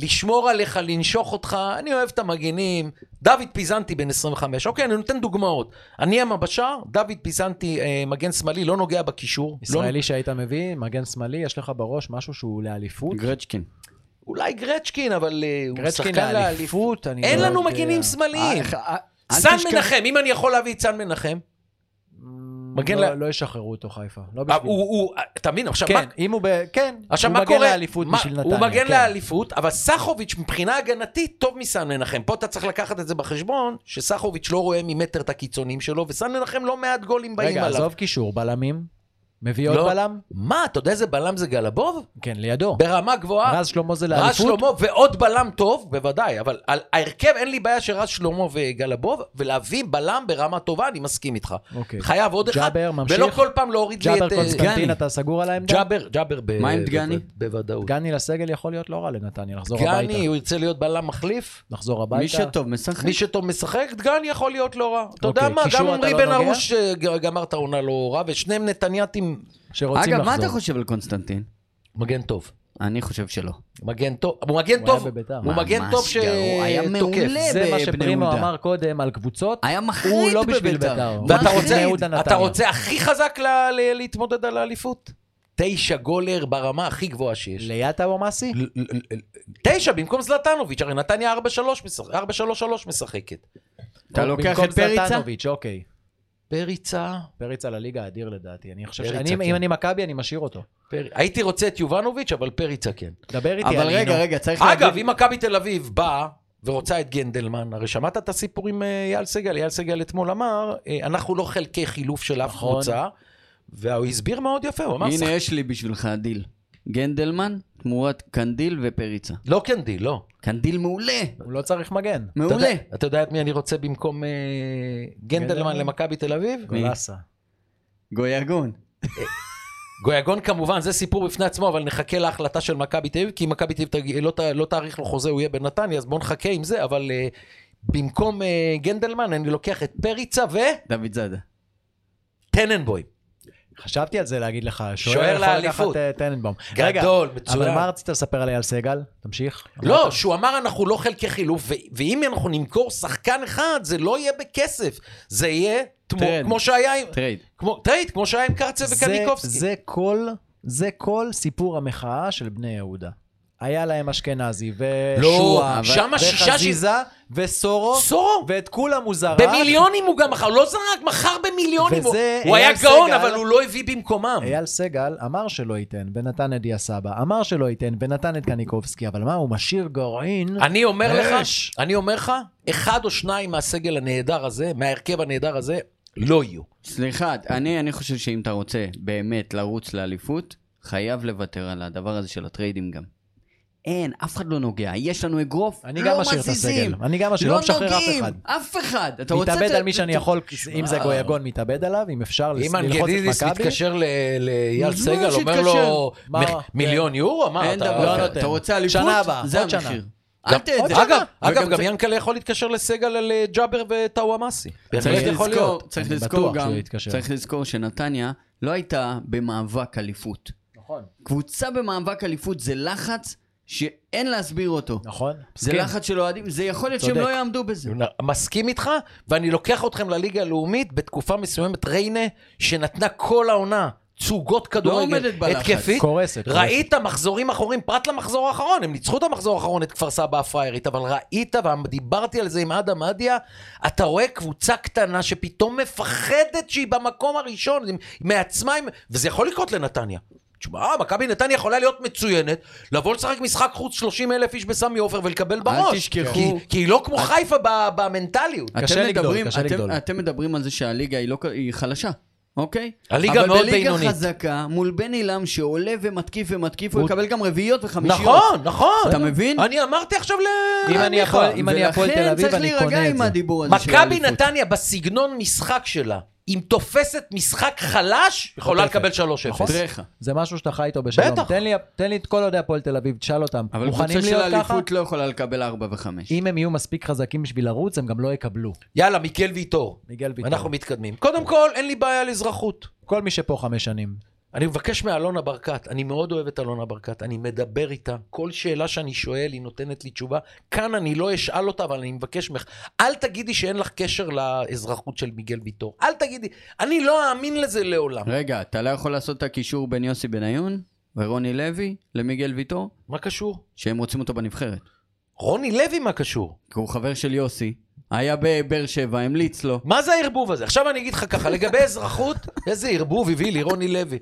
Speaker 1: לשמור עליך, לנשוך אותך, אני אוהב את המגנים. דוד פיזנטי בן 25, אוקיי, אני נותן דוגמאות. אני אמה בשער, דוד פיזנטי אה, מגן שמאלי, לא נוגע בקישור.
Speaker 2: ישראלי שהיית מביא, מגן שמאלי, יש לך בראש משהו שהוא לאליפות?
Speaker 3: גרצ'קין.
Speaker 1: לא, אולי גרצ'קין, אבל אה, הוא
Speaker 2: גרצ'קין
Speaker 1: שחקן לאליפות.
Speaker 2: לאליפות? אני
Speaker 1: אין
Speaker 2: לא
Speaker 1: לנו
Speaker 2: יודע.
Speaker 1: מגנים שמאליים.
Speaker 2: אה, אה, אל
Speaker 1: סן
Speaker 2: תשכח-
Speaker 1: מנחם, אם אני יכול להביא את סן מנחם. מגן
Speaker 2: לא-
Speaker 1: ל-
Speaker 2: לא ישחררו אותו חיפה, לא
Speaker 1: אה,
Speaker 2: בשביל...
Speaker 1: הוא, הוא, אתה מבין, עכשיו, מה,
Speaker 2: כן, אם הוא ב... כן,
Speaker 1: עכשיו,
Speaker 2: הוא
Speaker 1: מה
Speaker 2: מגן
Speaker 1: קורה?
Speaker 2: לאליפות
Speaker 1: מה-
Speaker 2: בשביל נתניה.
Speaker 1: הוא מגן
Speaker 2: כן.
Speaker 1: לאליפות, אבל סחוביץ' מבחינה הגנתית טוב מסן מנחם. פה אתה צריך לקחת את זה בחשבון, שסחוביץ' לא רואה ממטר את הקיצונים שלו, וסן מנחם לא מעט גולים באים
Speaker 2: רגע,
Speaker 1: עליו.
Speaker 2: עזוב קישור, בלמים? מביא עוד
Speaker 1: לא.
Speaker 2: בלם?
Speaker 1: מה, אתה יודע איזה בלם זה גלבוב?
Speaker 2: כן, לידו.
Speaker 1: ברמה גבוהה.
Speaker 2: רז שלמה זה
Speaker 1: לא. רז
Speaker 2: לאליפות?
Speaker 1: שלמה ועוד בלם טוב, בוודאי, אבל על ההרכב אין לי בעיה שרז שלמה וגלבוב, ולהביא בלם ברמה טובה, אני מסכים איתך.
Speaker 2: אוקיי.
Speaker 1: חייב עוד אחד,
Speaker 2: ג'אבר ממשיך.
Speaker 1: ולא כל פעם להוריד לי
Speaker 2: ג'אבר
Speaker 1: את... אה,
Speaker 2: קונסטנטין,
Speaker 3: דגני.
Speaker 2: אתה סגור על העמדה?
Speaker 1: ג'אבר, ג'אבר ב-
Speaker 3: מה עם
Speaker 1: ב-
Speaker 3: דגני?
Speaker 1: ב- בוודאות.
Speaker 2: דגני לסגל יכול להיות לא רע לנתניה, לחזור הביתה.
Speaker 1: דגני, הוא ירצה להיות בלם מחליף?
Speaker 2: לחזור הביתה.
Speaker 3: מי שטוב משחק.
Speaker 1: מי שטוב משחק, דגן יכול להיות לא רע. אתה יודע
Speaker 2: אוקיי,
Speaker 1: מה, גם
Speaker 2: קישור אתה
Speaker 1: עמרי
Speaker 2: לא
Speaker 1: בן
Speaker 2: נוגע?
Speaker 1: הרוש אה, ג- גמר את העונה לא רע, ושניהם נתניאתים
Speaker 2: שרוצים
Speaker 3: אגב,
Speaker 2: לחזור.
Speaker 3: מה אתה חושב על קונסטנטין?
Speaker 1: מגן טוב.
Speaker 3: אני חושב שלא.
Speaker 1: מגן טוב, הוא מגן
Speaker 2: הוא היה
Speaker 1: טוב,
Speaker 2: בביתר.
Speaker 1: הוא מגן
Speaker 3: ממש
Speaker 1: טוב
Speaker 3: גרוע, היה
Speaker 1: שתוקף.
Speaker 3: מעולה.
Speaker 2: זה מה
Speaker 3: בבני
Speaker 2: שפרימו
Speaker 3: יהודה.
Speaker 2: אמר קודם על קבוצות.
Speaker 1: אה,
Speaker 3: היה מחריד
Speaker 2: הוא לא בשביל בית"ר.
Speaker 3: בביתר.
Speaker 1: ואתה
Speaker 2: הוא
Speaker 1: רוצה,
Speaker 2: בני יהודה נתניה.
Speaker 1: אתה רוצה הכי חזק ל- ל- להתמודד על האליפות? תשע גולר ברמה הכי גבוהה שיש.
Speaker 2: ליאטה או מאסי?
Speaker 1: ל- ל- ל- ל- תשע במקום זלטנוביץ', הרי נתניה 4-3 משחק- 4-3-3 משחקת.
Speaker 3: אתה
Speaker 2: או
Speaker 3: לוקח
Speaker 2: במקום
Speaker 3: את פריצה?
Speaker 2: זלטנוביץ', אוקיי.
Speaker 1: פריצה,
Speaker 2: פריצה לליגה אדיר לדעתי. אני חושב ש...
Speaker 1: פריצה,
Speaker 2: אני-
Speaker 1: כן.
Speaker 2: אם אני מכבי, אני משאיר אותו.
Speaker 1: פר- הייתי רוצה את יובנוביץ', אבל פריצה כן.
Speaker 2: דבר איתי
Speaker 3: אבל
Speaker 2: על
Speaker 3: רגע,
Speaker 2: נינו.
Speaker 3: רגע, צריך להגיד...
Speaker 1: אגב, אם מכבי תל אביב באה ורוצה את גנדלמן, הרי שמעת את הסיפור עם אה, אייל סגל, אייל סגל אתמול אמר, אה, אנחנו לא חלקי חילוף של אף
Speaker 2: נכון.
Speaker 1: קבוצה, והוא הסביר מאוד יפה, הוא אמר,
Speaker 3: הנה
Speaker 1: "שחק-
Speaker 3: יש לי בשבילך דיל. גנדלמן תמורת קנדיל ופריצה.
Speaker 1: לא קנדי, לא.
Speaker 3: קנדיל מעולה.
Speaker 2: הוא לא צריך מגן.
Speaker 1: אתה
Speaker 3: מעולה.
Speaker 1: יודע- אתה יודע את מי אני רוצה במקום אה, גנדלמן
Speaker 2: גנדלמן?
Speaker 1: למכבי תל אביב?
Speaker 3: מי?
Speaker 2: גולסה.
Speaker 3: גויגון.
Speaker 1: גויגון כמובן, זה סיפור בפני עצמו, אבל נחכה להחלטה של מכבי תל אביב, כי אם מכבי תל אביב תג- לא, ת- לא תאריך לו חוזה, הוא יהיה בנתניה, אז בואו נחכה עם זה, אבל אה, במקום אה, גנדלמן, אני לוקח את פריצה
Speaker 3: דוד זאדה.
Speaker 1: וטננבוים.
Speaker 2: חשבתי על זה להגיד לך,
Speaker 1: שוער
Speaker 2: שוער יכול לקחת
Speaker 1: לאליפות.
Speaker 2: אה, טננבאום. רגע,
Speaker 1: גדול, מצוין.
Speaker 2: אבל מה רצית לספר על אייל סגל? תמשיך.
Speaker 1: לא,
Speaker 2: אמרת?
Speaker 1: שהוא אמר אנחנו לא חלקי חילוף, ו- ואם אנחנו נמכור שחקן אחד, זה לא יהיה בכסף, זה יהיה תמו,
Speaker 3: טרנד.
Speaker 1: כמו שהיה עם...
Speaker 3: טרייד.
Speaker 1: כמו, טרייד, כמו שהיה עם קרצה
Speaker 2: זה-
Speaker 1: וקניקובסקי.
Speaker 2: זה כל, זה כל סיפור המחאה של בני יהודה. היה להם אשכנזי, ושועה,
Speaker 1: לא, שמה שישה
Speaker 2: וחזיזה, וסורו,
Speaker 1: סורו,
Speaker 2: ואת כולם הוא זרק.
Speaker 1: במיליונים הוא גם מכר, הוא לא זרק, מכר במיליונים. הוא,
Speaker 2: וזה
Speaker 1: הוא היה
Speaker 2: אייל
Speaker 1: גאון,
Speaker 2: סגל.
Speaker 1: אבל הוא לא הביא במקומם.
Speaker 2: אייל סגל אמר שלא ייתן, ונתן את יסבא, אמר שלא ייתן, ונתן את קניקובסקי, אבל מה, הוא משאיר גרעין?
Speaker 1: אני אומר לך,
Speaker 2: אש.
Speaker 1: אני אומר לך, אחד או שניים מהסגל הנהדר הזה, מההרכב הנהדר הזה, לא יהיו.
Speaker 3: סליחה, אני, אני חושב שאם אתה רוצה באמת לרוץ לאליפות, חייב לוותר על הדבר הזה של הטריידים גם. אין, אף אחד לא נוגע. יש לנו אגרוף,
Speaker 2: אני
Speaker 3: לא
Speaker 2: גם משאיר את
Speaker 3: מזיזים.
Speaker 2: הסגל. אני גם משאיר, לא משחרר אף אחד.
Speaker 3: אף אחד. אתה רוצה...
Speaker 2: מתאבד
Speaker 3: ת-
Speaker 2: על מי
Speaker 3: ת-
Speaker 2: שאני
Speaker 3: ת- אה,
Speaker 2: יכול, אם זה
Speaker 1: וואו.
Speaker 2: גויגון, מתאבד עליו, אם אפשר ללחוץ
Speaker 1: אה. אם
Speaker 2: את
Speaker 1: אנגדידיס
Speaker 2: מכבי.
Speaker 1: מתקשר ל- לאייל
Speaker 3: נו,
Speaker 1: סגל, אומר לו,
Speaker 2: שיתקשר. מה?
Speaker 1: "מ- מיליון יורו? מה,
Speaker 3: כן. אין
Speaker 1: אתה...
Speaker 3: דבר
Speaker 2: לא
Speaker 3: כזה.
Speaker 2: נותן.
Speaker 3: אתה רוצה אליפות?
Speaker 2: שנה הבאה,
Speaker 3: זה
Speaker 2: עוד שנה.
Speaker 3: המחיר.
Speaker 1: גם-
Speaker 3: אל תהיה את זה.
Speaker 1: אגב, אגב,
Speaker 3: וגם
Speaker 1: גם
Speaker 3: זה-
Speaker 1: ינקלה יכול להתקשר לסגל על אה, ג'אבר וטאוואמאסי. בהחלט
Speaker 3: צריך
Speaker 1: יכול
Speaker 3: לזכור,
Speaker 1: להיות.
Speaker 3: צריך
Speaker 2: אני
Speaker 3: לזכור
Speaker 2: בטוח
Speaker 3: גם,
Speaker 2: שהוא יתקשר.
Speaker 3: צריך לזכור שנתניה לא הייתה במאבק אליפות.
Speaker 2: נכון.
Speaker 3: קבוצה במאבק אליפות זה לחץ שאין להסביר אותו.
Speaker 2: נכון.
Speaker 3: זה
Speaker 2: מסכים.
Speaker 3: לחץ של אוהדים, זה יכול להיות
Speaker 2: צודק.
Speaker 3: שהם לא יעמדו בזה.
Speaker 1: מסכים איתך, ואני לוקח אתכם לליגה הלאומית בתקופה מסוימת, ריינה, שנתנה כל העונה צוגות כדורגל
Speaker 3: לא עומדת בלחץ.
Speaker 1: התקפית.
Speaker 2: קורסת. קורסת.
Speaker 1: ראית מחזורים אחורים, פרט למחזור האחרון, הם ניצחו את המחזור האחרון, את כפר סבא הפריירית, אבל ראית, ודיברתי על זה עם אדם אדיה, אתה רואה קבוצה קטנה שפתאום מפחדת שהיא במקום הראשון, היא מעצמה, היא- וזה יכול לקרות לנתניה. תשמע, מכבי נתניה יכולה להיות מצוינת, לבוא לשחק משחק חוץ 30 אלף איש בסמי עופר ולקבל בראש.
Speaker 3: תשכחו.
Speaker 1: כי, כי היא לא כמו חיפה ב- במנטליות.
Speaker 2: קשה
Speaker 3: אתם
Speaker 2: לגדול,
Speaker 3: מדברים-
Speaker 2: קשה
Speaker 3: אתם-
Speaker 2: לגדול.
Speaker 3: אתם מדברים על זה שהליגה היא לא כ- היא חלשה, אוקיי?
Speaker 1: הליגה מאוד
Speaker 3: אבל
Speaker 1: בינונית.
Speaker 3: בליגה חזקה, מול בן עילם שעולה ומתקיף ומתקיף, הוא
Speaker 2: הוא-
Speaker 3: יקבל גם רביעיות וחמישיות.
Speaker 1: נכון, נכון.
Speaker 3: אתה מבין?
Speaker 1: אני אמרתי עכשיו ל...
Speaker 2: אם אני
Speaker 1: עמיחה.
Speaker 2: יכול- אם אני הפועל תל אביב, אני
Speaker 3: ולכן צריך
Speaker 2: קונה
Speaker 3: להירגע
Speaker 2: את
Speaker 3: עם
Speaker 2: זה.
Speaker 3: הדיבור הזה של
Speaker 1: מכבי
Speaker 3: האליפות.
Speaker 1: נתניה בסגנון משחק שלה אם תופסת משחק חלש, יכולה
Speaker 2: חוטפת.
Speaker 1: לקבל 3-0.
Speaker 2: נכון.
Speaker 3: תראה לך.
Speaker 2: זה משהו שאתה חי איתו בשלום.
Speaker 1: בטח.
Speaker 2: תן לי, תן לי את כל אוהדי הפועל תל אביב, תשאל אותם.
Speaker 3: אבל
Speaker 2: מוכנים
Speaker 3: קבוצה של
Speaker 2: להיות ככה?
Speaker 3: אליפות לא יכולה לקבל 4 ו-5.
Speaker 2: אם הם יהיו מספיק חזקים בשביל לרוץ, הם גם לא יקבלו.
Speaker 1: יאללה, מיקל ויטור.
Speaker 2: מיגל ביטון.
Speaker 1: אנחנו מתקדמים. קודם כל, אין לי בעיה על אזרחות.
Speaker 2: כל מי שפה חמש שנים.
Speaker 1: אני מבקש מאלונה ברקת, אני מאוד אוהב את אלונה ברקת, אני מדבר איתה, כל שאלה שאני שואל היא נותנת לי תשובה. כאן אני לא אשאל אותה, אבל אני מבקש ממך, אל תגידי שאין לך קשר לאזרחות של מיגל ויטור. אל תגידי, אני לא אאמין לזה לעולם.
Speaker 2: אה.
Speaker 3: רגע, אתה לא יכול לעשות את הקישור בין יוסי בניון ורוני לוי למיגל ויטור,
Speaker 1: מה קשור?
Speaker 3: שהם רוצים אותו בנבחרת.
Speaker 1: רוני לוי, מה קשור?
Speaker 3: כי הוא חבר של יוסי, היה בבאר שבע, המליץ לו.
Speaker 1: מה זה הערבוב הזה? עכשיו אני אגיד לך ככה, לגבי אזרחות, איזה ערבוב הביא לי רוני לוי.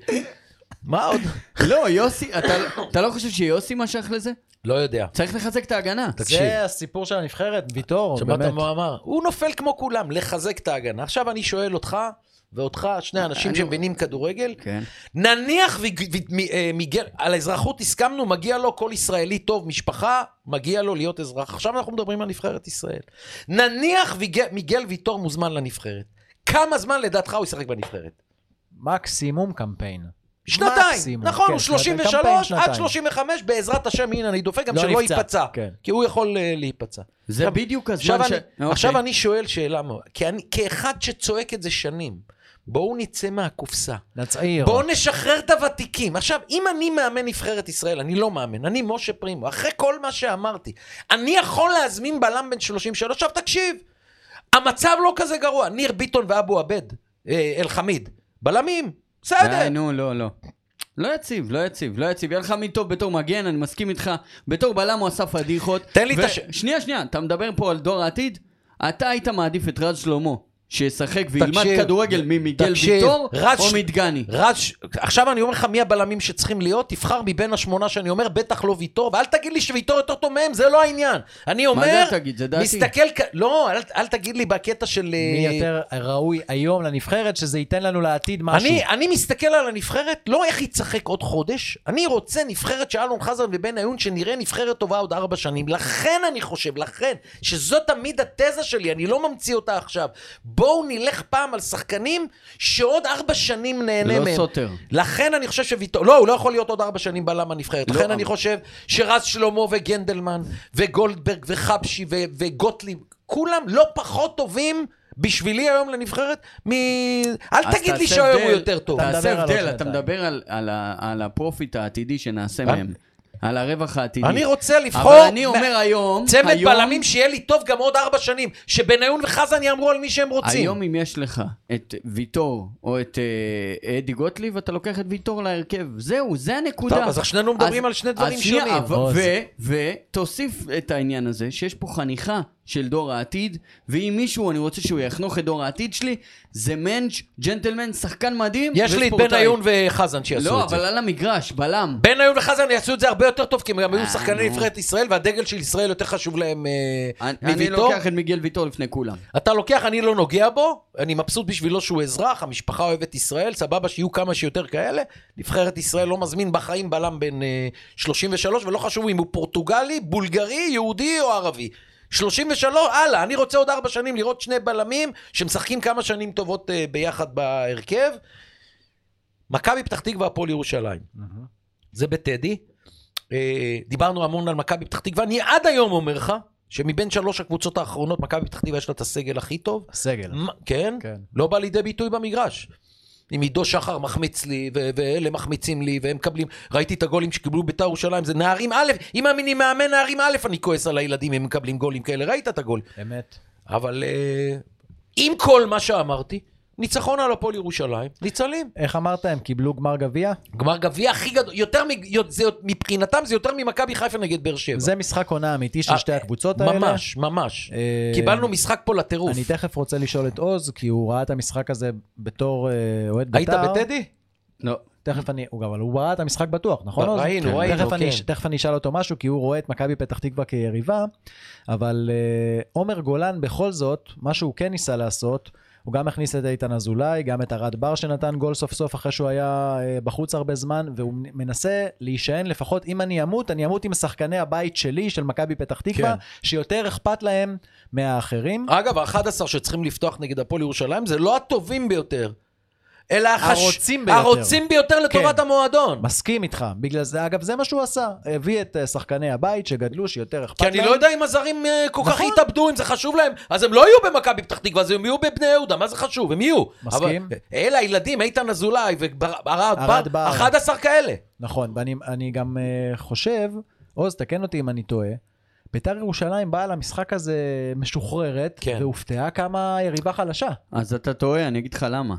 Speaker 1: מה עוד?
Speaker 3: לא, יוסי, אתה- אתה לא חושב שיוסי משך לזה?
Speaker 1: לא יודע.
Speaker 3: צריך לחזק את ההגנה.
Speaker 1: תקשיב.
Speaker 2: זה הסיפור של הנבחרת, ויטור,
Speaker 1: שמעת
Speaker 2: באמת.
Speaker 1: מה הוא אמר? הוא נופל כמו כולם, לחזק את ההגנה. עכשיו אני שואל אותך, ואותך, שני אנשים
Speaker 3: אני-
Speaker 1: שמבינים כדורגל,
Speaker 3: כן.
Speaker 1: נניח ו- ו- מ- אה, מיגל, על אזרחות הסכמנו, מגיע לו כל ישראלי טוב, משפחה, מגיע לו להיות אזרח. עכשיו אנחנו מדברים על נבחרת ישראל. נניח ויגל, מיגל ויטור מוזמן לנבחרת. כמה זמן לדעתך הוא ישחק בנבחרת?
Speaker 2: מקסימום קמפיין.
Speaker 1: שנתיים,
Speaker 2: מקסימום,
Speaker 1: נכון,
Speaker 2: כן,
Speaker 1: הוא
Speaker 2: שנתיים,
Speaker 1: 33
Speaker 2: קמפיין,
Speaker 1: עד
Speaker 2: שנתיים.
Speaker 1: 35, בעזרת השם, הנה אני דופק, גם
Speaker 2: לא
Speaker 1: שלא
Speaker 2: נפצע,
Speaker 1: ייפצע,
Speaker 2: כן.
Speaker 1: כי הוא יכול אה, להיפצע.
Speaker 3: זה
Speaker 1: עכשיו-
Speaker 3: בדיוק הזמן
Speaker 1: עכשיו,
Speaker 3: ש...
Speaker 1: אני,
Speaker 3: אוקיי.
Speaker 1: עכשיו אני שואל שאלה, מאוד, כי אני, כאחד שצועק את זה שנים, בואו נצא מהקופסה.
Speaker 2: נצעיר.
Speaker 1: בואו נשחרר את הוותיקים. עכשיו, אם אני מאמן נבחרת ישראל, אני לא מאמן, אני משה פרימו, אחרי כל מה שאמרתי, אני יכול להזמין בלם בן 33? עכשיו תקשיב, המצב לא כזה גרוע. ניר ביטון ואבו עבד, אה, אלחמיד, בלמים, בסדר.
Speaker 3: די, נו, לא, לא. לא יציב, לא יציב, לא יציב. יהיה לך מי טוב בתור מגן, אני מסכים איתך. בתור בלם הוא אסף פדיחות.
Speaker 1: תן לי את הש-
Speaker 3: שנייה, שנייה, אתה מדבר פה על דור העתיד? אתה היית מעדיף את רז שלמה, שישחק וילמד
Speaker 1: תקשיב,
Speaker 3: כדורגל ממיגל
Speaker 1: תקשיב,
Speaker 3: ויטור,
Speaker 1: רז
Speaker 3: או
Speaker 1: ש-
Speaker 3: מדגני.
Speaker 1: רז, עכשיו אני אומר לך מי הבלמים שצריכים להיות, תבחר מבין השמונה שאני אומר, בטח לא ויטור, ואל תגיד לי שוויטור יותר טוב מהם, זה לא העניין. אני אומר,
Speaker 3: מה זה אל תגיד? זה דעתי.
Speaker 1: מסתכל, כ- לא, אל, אל תגיד לי בקטע של... אה,
Speaker 2: מי יותר ראוי היום לנבחרת, שזה ייתן לנו לעתיד משהו.
Speaker 1: אני, אני מסתכל על הנבחרת, לא איך היא תשחק עוד חודש, אני רוצה נבחרת של אלון חזן ובן עיון שנראה נבחרת טובה עוד ארבע שנים. לכן אני חושב, לכן, שזו תמיד התזה שלי, אני לא ממציא אותה עכשיו. בואו נלך פעם על שחקנים שעוד ארבע שנים נהנה
Speaker 3: לא
Speaker 1: מהם.
Speaker 3: סותר.
Speaker 1: לכן אני חושב שוויטור, לא, הוא לא יכול להיות עוד ארבע שנים בלם הנבחרת.
Speaker 3: לא,
Speaker 1: לכן
Speaker 3: אבל-
Speaker 1: אני חושב שרז שלמה וגנדלמן וגולדברג וחבשי ו- וגוטליב, כולם לא פחות טובים בשבילי היום לנבחרת מ... אל
Speaker 3: אז
Speaker 1: תגיד לי
Speaker 3: תעשה
Speaker 1: שהיום הוא
Speaker 3: הבדל-
Speaker 1: יותר טוב.
Speaker 2: אתה מדבר
Speaker 3: תעשה
Speaker 2: על
Speaker 3: הבדל,
Speaker 2: עוד
Speaker 3: אתה
Speaker 2: שנתיים.
Speaker 3: מדבר על- על ה- על הפרופיט העתידי שנעשה
Speaker 1: אני-
Speaker 3: מהם. על הרווח העתידי.
Speaker 1: אני רוצה
Speaker 3: אבל
Speaker 1: לבחור
Speaker 3: אני אומר היום,
Speaker 1: צמד
Speaker 3: היום-
Speaker 1: בלמים שיהיה לי טוב גם עוד ארבע שנים, שבניון וחזן יאמרו על מי שהם רוצים.
Speaker 3: היום אם יש לך את ויטור או את אה, אדי גוטליב, אתה לוקח את ויטור להרכב. זהו, זה הנקודה.
Speaker 1: טוב, אז שנינו מדברים על שני דברים
Speaker 3: אז שנייה,
Speaker 1: שונים.
Speaker 3: אבל-
Speaker 2: עוז.
Speaker 3: ו, ותוסיף את העניין הזה, שיש פה חניכה של דור העתיד, ואם מישהו, אני רוצה שהוא יחנוך את דור העתיד שלי, זה מענץ', ג'נטלמן, שחקן מדהים
Speaker 1: יש לי את
Speaker 3: וספורטאי.
Speaker 1: בניון וחזן שיעשו
Speaker 3: לא,
Speaker 1: את זה.
Speaker 3: אבל על המגרש, בלם.
Speaker 1: בניון וחזן יעשו את זה הרבה יותר טוב, כי הם גם היו
Speaker 3: אה,
Speaker 1: שחקני
Speaker 3: נו.
Speaker 1: נבחרת ישראל, והדגל של ישראל יותר חשוב להם אה,
Speaker 3: אני- אני
Speaker 1: מוויטור.
Speaker 3: לוקח את מיגל ויטור לפני כולם.
Speaker 1: אתה לוקח, אני לא נוגע בו, אני מבסוט בשבילו שהוא אזרח, המשפחה אוהבת ישראל, סבבה שיהיו כמה שיותר כאלה. נבחרת ישראל לא מזמין בחיים בלם בן אה, 33, ולא חשוב אם הוא פורטוגלי, בולגרי, יהודי או ערבי. 33, הלאה, אני רוצה עוד ארבע שנים לראות שני בלמים שמשחקים כמה שנים טובות אה, ביחד בהרכב. מכבי פתח תקווה, הפועל ירושלים.
Speaker 2: מהמם.
Speaker 1: זה בטדי. אה, דיברנו המון על מכבי פתח תקווה, אני עד היום אומר לך שמבין שלוש הקבוצות האחרונות, מכבי פתח תקווה יש לה את הסגל הכי טוב.
Speaker 2: הסגל.
Speaker 1: מה- כן?
Speaker 2: כן.
Speaker 1: לא בא לידי ביטוי במגרש. אם עידו שחר מחמיץ לי, ו- ואלה מחמיצים לי, והם מקבלים, ראיתי את הגולים שקיבלו בית"ר ירושלים, זה נערים א', אם אני מאמן נערים א', אני כועס על הילדים אם הם מקבלים גולים כאלה, ראית את הגול.
Speaker 2: אמת.
Speaker 1: אבל אה, עם כל מה שאמרתי, ניצחון על הפועל ירושלים, ניצלים.
Speaker 2: איך אמרת, הם קיבלו גמר גביע?
Speaker 1: גמר גביע הכי גדול, יותר, מג- יו- זה, מבחינתם זה יותר ממכבי חיפה נגד באר שבע.
Speaker 2: זה משחק עונה אמיתי של
Speaker 1: כן. אה,
Speaker 2: שתי הקבוצות האלה.
Speaker 1: ממש, ממש.
Speaker 2: אה,
Speaker 1: קיבלנו משחק פה לטירוף.
Speaker 2: אני תכף רוצה לשאול את עוז, כי הוא ראה את המשחק הזה בתור אה, אוהד
Speaker 1: היית
Speaker 2: בית"ר.
Speaker 1: בטדי?
Speaker 3: לא.
Speaker 2: תכף אני, הוא- אבל הוא ראה את המשחק בטוח, נכון עוז?
Speaker 1: ראינו,
Speaker 2: כן.
Speaker 1: ראינו,
Speaker 2: תכף אני-
Speaker 1: כן.
Speaker 2: תכף אני אשאל אותו משהו, כי הוא רואה את מכבי פתח תקווה כיריבה, אבל אה, עומר גולן בכל זאת, מה שהוא כן ניסה לעשות, הוא גם הכניס את איתן אזולאי, גם את ארד בר שנתן גול סוף סוף אחרי שהוא היה אה, בחוץ הרבה זמן, והוא מנסה להישען לפחות, אם אני אמות, אני אמות עם שחקני הבית שלי, של מכבי פתח תקווה,
Speaker 1: כן.
Speaker 2: שיותר אכפת להם מהאחרים.
Speaker 1: אגב, ה-11 שצריכים לפתוח נגד הפועל ירושלים זה לא הטובים ביותר, אלא החש...
Speaker 2: הרוצים ביותר.
Speaker 1: הרוצים ביותר לטובת
Speaker 2: כן.
Speaker 1: המועדון.
Speaker 2: מסכים איתך, בגלל זה, אגב, זה מה שהוא עשה, הביא את אה, שחקני הבית שגדלו, שיותר אכפת
Speaker 1: כי
Speaker 2: להם.
Speaker 1: אני לא יודע אם הזרים אה, כל כך
Speaker 2: נכון.
Speaker 1: יתאבדו, אם זה חשוב להם, אז הם לא יהיו במכבי פתח תקווה, אז הם יהיו בבני יהודה, מה זה חשוב? הם יהיו.
Speaker 2: מסכים.
Speaker 1: אבל אלה הילדים, איתן אזולאי
Speaker 2: ארד
Speaker 1: וערד
Speaker 2: בר.
Speaker 1: בר, 11 כאלה.
Speaker 2: נכון, ואני אני גם uh, חושב, עוז, תקן אותי אם אני טועה, ביתר ירושלים באה למשחק הזה משוחררת,
Speaker 1: כן.
Speaker 2: והופתעה כמה יריבה חלשה.
Speaker 3: אז אתה טועה, אני אגיד לך למה.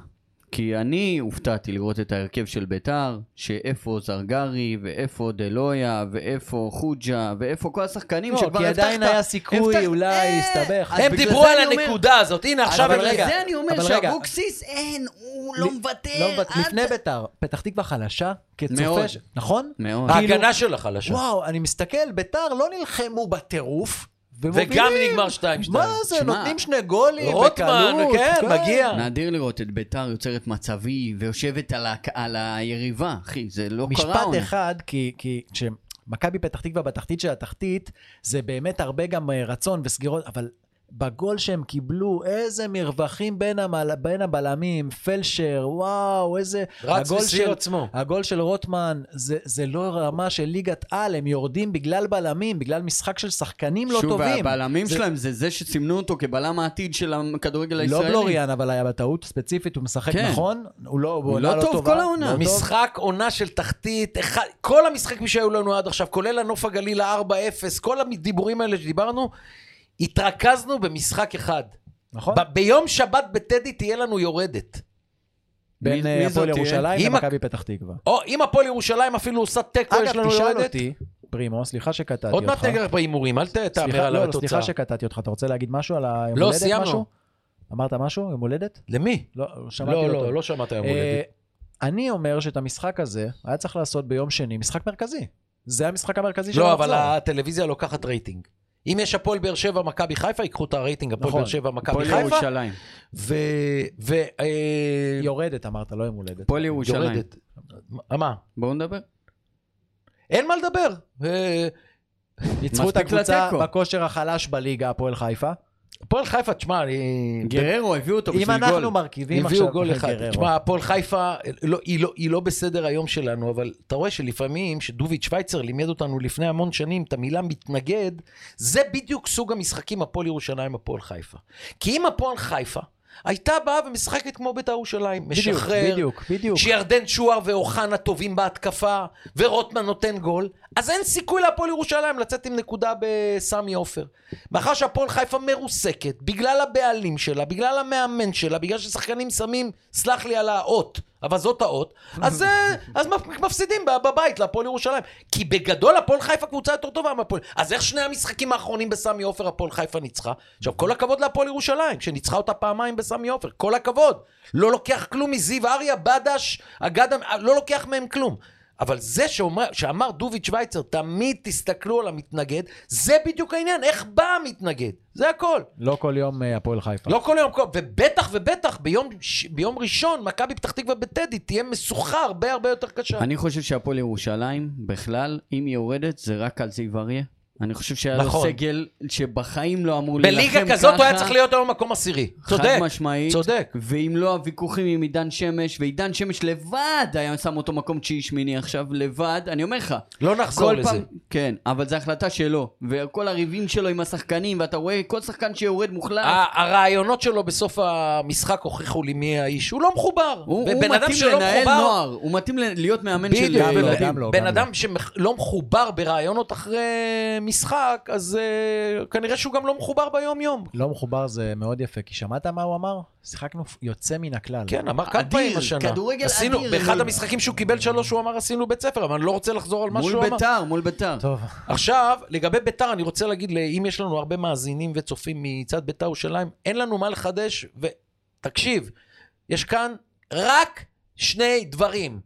Speaker 3: כי אני הופתעתי לראות את ההרכב של ביתר, שאיפה זרגרי, ואיפה דלויה, ואיפה חוג'ה, ואיפה כל השחקנים
Speaker 2: לא,
Speaker 3: שכבר
Speaker 2: כי עדיין היה סיכוי,
Speaker 3: הבטחת-
Speaker 2: אולי
Speaker 3: אה,
Speaker 2: הסתבך.
Speaker 3: אז
Speaker 1: הם
Speaker 3: בגלל
Speaker 1: דיברו
Speaker 3: זה
Speaker 1: על
Speaker 3: אני אומר-
Speaker 1: הנקודה הזאת, הנה עכשיו
Speaker 3: אבל
Speaker 1: הם
Speaker 3: רגע,
Speaker 1: רגע.
Speaker 3: זה אני אומר
Speaker 2: אבל רגע.
Speaker 3: שאבוקסיס אין, הוא לא
Speaker 2: לי-
Speaker 3: מוותר.
Speaker 2: לא מבט...
Speaker 3: אל
Speaker 2: לפני
Speaker 3: ת-
Speaker 2: ביתר, פתח תקווה חלשה, כצופה,
Speaker 3: מאוד.
Speaker 2: ש... נכון?
Speaker 3: מאוד.
Speaker 2: כאילו-
Speaker 1: ההגנה שלה חלשה.
Speaker 2: וואו, אני מסתכל, ביתר לא נלחמו בטירוף, ומובילים.
Speaker 1: וגם נגמר 2-2.
Speaker 2: מה זה,
Speaker 3: שמע,
Speaker 2: נותנים שני גולים,
Speaker 1: רוטמן,
Speaker 2: בקלות,
Speaker 1: כן, מגיע.
Speaker 3: נדיר לראות את ביתר יוצרת מצבי ויושבת על, ה... על היריבה, אחי, זה לא קרה.
Speaker 2: משפט
Speaker 3: עונה.
Speaker 2: אחד, כי, כי כשמכבי פתח תקווה בתחתית של התחתית, זה באמת הרבה גם אה, רצון וסגירות, אבל בגול שהם קיבלו, איזה מרווחים בין, המל... בין הבלמים, פלשר, וואו, איזה...
Speaker 1: רץ
Speaker 2: הגול
Speaker 1: לשיא
Speaker 2: של-
Speaker 1: עצמו.
Speaker 2: הגול של רוטמן, זה, זה לא רמה של ליגת על, הם יורדים בגלל בלמים, בגלל משחק של שחקנים לא
Speaker 3: שוב,
Speaker 2: טובים.
Speaker 3: הבלמים
Speaker 2: זה-
Speaker 3: שלהם זה זה שסימנו אותו כבלם העתיד של הכדורגל
Speaker 2: לא
Speaker 3: הישראלי.
Speaker 2: בלוריאן, אבל היה בטעות, ספציפית, הוא משחק
Speaker 3: כן.
Speaker 2: נכון, הוא לא,
Speaker 3: הוא
Speaker 2: בעונה
Speaker 3: לא טוב
Speaker 2: טובה,
Speaker 3: כל העונה.
Speaker 2: לא טוב.
Speaker 1: משחק עונה של תחתית, אחד, כל המשחקים שהיו לנו עד עכשיו, כולל הנוף הגליל ה-4-0, כל הדיבורים האלה שדיברנו, התרכזנו במשחק אחד.
Speaker 2: נכון?
Speaker 1: ב- ביום שבת בטדי תהיה לנו יורדת.
Speaker 2: בין
Speaker 3: מי-
Speaker 2: אה,
Speaker 3: מי
Speaker 2: הפועל
Speaker 3: זאת תהיה?
Speaker 2: ירושלים
Speaker 1: אם-
Speaker 2: למכבי פתח תקווה.
Speaker 1: או אם הפועל ירושלים אפילו עושה תיקו, יש
Speaker 2: אגב,
Speaker 1: לנו
Speaker 2: תשאל
Speaker 1: יורדת.
Speaker 2: אותי, פרימו, סליחה שקטעתי
Speaker 1: עוד
Speaker 2: אותך.
Speaker 1: מעט נגרר בהימורים, אל ת- תאמר
Speaker 2: סליחה,
Speaker 1: עליו
Speaker 2: לא, לא,
Speaker 1: התוצאה.
Speaker 2: סליחה שקטעתי אותך. אתה רוצה להגיד משהו על היום
Speaker 1: לא,
Speaker 2: הולדת?
Speaker 1: סיימנו.
Speaker 2: משהו? אמרת משהו? יום הולדת?
Speaker 1: למי?
Speaker 2: לא, שמעתי
Speaker 1: לא,
Speaker 2: אותו.
Speaker 1: לא, לא שמעת היום
Speaker 2: אה,
Speaker 1: הולדת.
Speaker 2: אני אומר שאת המשחק הזה היה צריך לעשות ביום שני, משחק מרכזי. זה המשחק המרכזי של
Speaker 1: לא, אבל
Speaker 2: המחזור.
Speaker 1: הטלוויזיה לוקחת רייטינג. אם יש הפועל באר שבע, מכבי חיפה, ייקחו את הרייטינג, הפועל
Speaker 2: נכון.
Speaker 1: באר שבע, מכבי
Speaker 3: הפועל
Speaker 1: חיפה.
Speaker 3: ירושלים.
Speaker 1: ו... ו... אה,
Speaker 2: יורדת אמרת, לא יום הולדת.
Speaker 3: הפועל ירושלים.
Speaker 1: יורדת. מה- מה?
Speaker 3: בואו נדבר.
Speaker 1: אין מה לדבר. אה,
Speaker 2: ניצחו את
Speaker 3: מספיק
Speaker 2: הקבוצה
Speaker 3: לתיקו.
Speaker 2: בכושר החלש בליגה, הפועל חיפה.
Speaker 1: לא, הפועל חיפה, תשמע, אני...
Speaker 3: גררו, הביאו אותו בשביל
Speaker 2: אם
Speaker 3: גול.
Speaker 2: אנחנו מרכיבים עכשיו... אה,
Speaker 1: הביאו גול אחד.
Speaker 2: גררו.
Speaker 1: תשמע, הפועל חיפה, לא, היא, לא, היא לא בסדר היום שלנו, אבל אתה רואה שלפעמים, שדוביץ' שווייצר לימד אותנו לפני המון שנים את המילה מתנגד, זה בדיוק סוג המשחקים הפועל ירושלים, הפועל חיפה. כי אם הפועל חיפה הייתה באה ומשחקת כמו בית"ר ירושלים,
Speaker 2: בדיוק,
Speaker 1: משחרר,
Speaker 2: בדיוק, בדיוק.
Speaker 1: שירדן שועה ואוחנה טובים בהתקפה, ורוטמן נותן גול, אז אין סיכוי להפועל ירושלים לצאת עם נקודה בסמי עופר. מאחר שהפועל חיפה מרוסקת, בגלל הבעלים שלה, בגלל המאמן שלה, בגלל ששחקנים שמים, סלח לי על האות, אבל זאת האות, אז, אה, אז מפ- מפסידים בב- בבית להפועל ירושלים. כי בגדול הפועל חיפה קבוצה יותר טובה מהפועל. אז איך שני המשחקים האחרונים בסמי עופר הפועל חיפה ניצחה? עכשיו, כל הכבוד להפועל ירושלים, שניצחה אותה פעמיים בסמי עופר. כל הכבוד. לא לוקח כלום מזיו אריה, בדש, אגדה, לא לוקח מהם כלום. אבל זה שאומר, שאמר דוביץ' שווייצר, תמיד תסתכלו על המתנגד, זה בדיוק העניין, איך בא המתנגד, זה הכל.
Speaker 2: לא כל יום אה, הפועל חיפה.
Speaker 1: לא כל יום, כל- ובטח ובטח ביום, ש- ביום ראשון, מכבי פתח תקווה בטדי תהיה משוכה הרבה הרבה יותר קשה.
Speaker 3: אני חושב שהפועל ירושלים, בכלל, אם היא יורדת, זה רק על זיו אריה. אני חושב שהיה לו
Speaker 1: נכון.
Speaker 3: סגל שבחיים לא אמור להילחם ככה.
Speaker 1: בליגה כזאת הוא היה צריך להיות היום מקום עשירי.
Speaker 3: חד
Speaker 1: צודק,
Speaker 3: משמעית.
Speaker 1: צודק.
Speaker 3: ואם לא הוויכוחים עם עידן שמש, ועידן שמש לבד היה שם אותו מקום תשיעי שמיני עכשיו, לבד, אני אומר לך.
Speaker 1: לא נחזור
Speaker 3: כל
Speaker 1: לזה.
Speaker 3: כן, אבל זו החלטה שלו, וכל הריבים שלו עם השחקנים, ואתה רואה כל שחקן שיורד מוחלף.
Speaker 1: ה- הרעיונות שלו בסוף המשחק הוכיחו לי מי האיש, הוא לא מחובר.
Speaker 3: הוא, הוא
Speaker 1: ובן אדם
Speaker 3: מתאים
Speaker 1: שלא
Speaker 3: לנהל
Speaker 1: מחובר-
Speaker 3: נוער, הוא מתאים ל- להיות מאמן של
Speaker 1: בדיוק,
Speaker 2: גם לא,
Speaker 3: ילדים.
Speaker 2: גם לא,
Speaker 1: בן
Speaker 2: גם
Speaker 1: אדם שלא מחובר ברעיונות אחרי משחק, אז אה, כנראה שהוא גם לא מחובר ביום-יום.
Speaker 2: לא מחובר זה מאוד יפה, כי שמעת מה הוא אמר? שיחקנו פ- יוצא מן הכלל.
Speaker 1: כן, אמר כמה
Speaker 3: אדיר,
Speaker 1: פעמים השנה.
Speaker 3: כדורגל
Speaker 1: עשינו,
Speaker 3: אדיר.
Speaker 1: באחד המשחקים שהוא קיבל שלוש, הוא אמר עשינו בית ספר, אבל אני לא רוצה לחזור על מה
Speaker 3: מול
Speaker 1: שהוא אמר.
Speaker 3: ביתר, מול ביתר.
Speaker 2: טוב,
Speaker 1: עכשיו, לגבי ביתר, אני רוצה להגיד, ל- אם יש לנו הרבה מאזינים וצופים מצד ביתר ירושלים, אין לנו מה לחדש, ותקשיב, יש כאן רק שני דברים.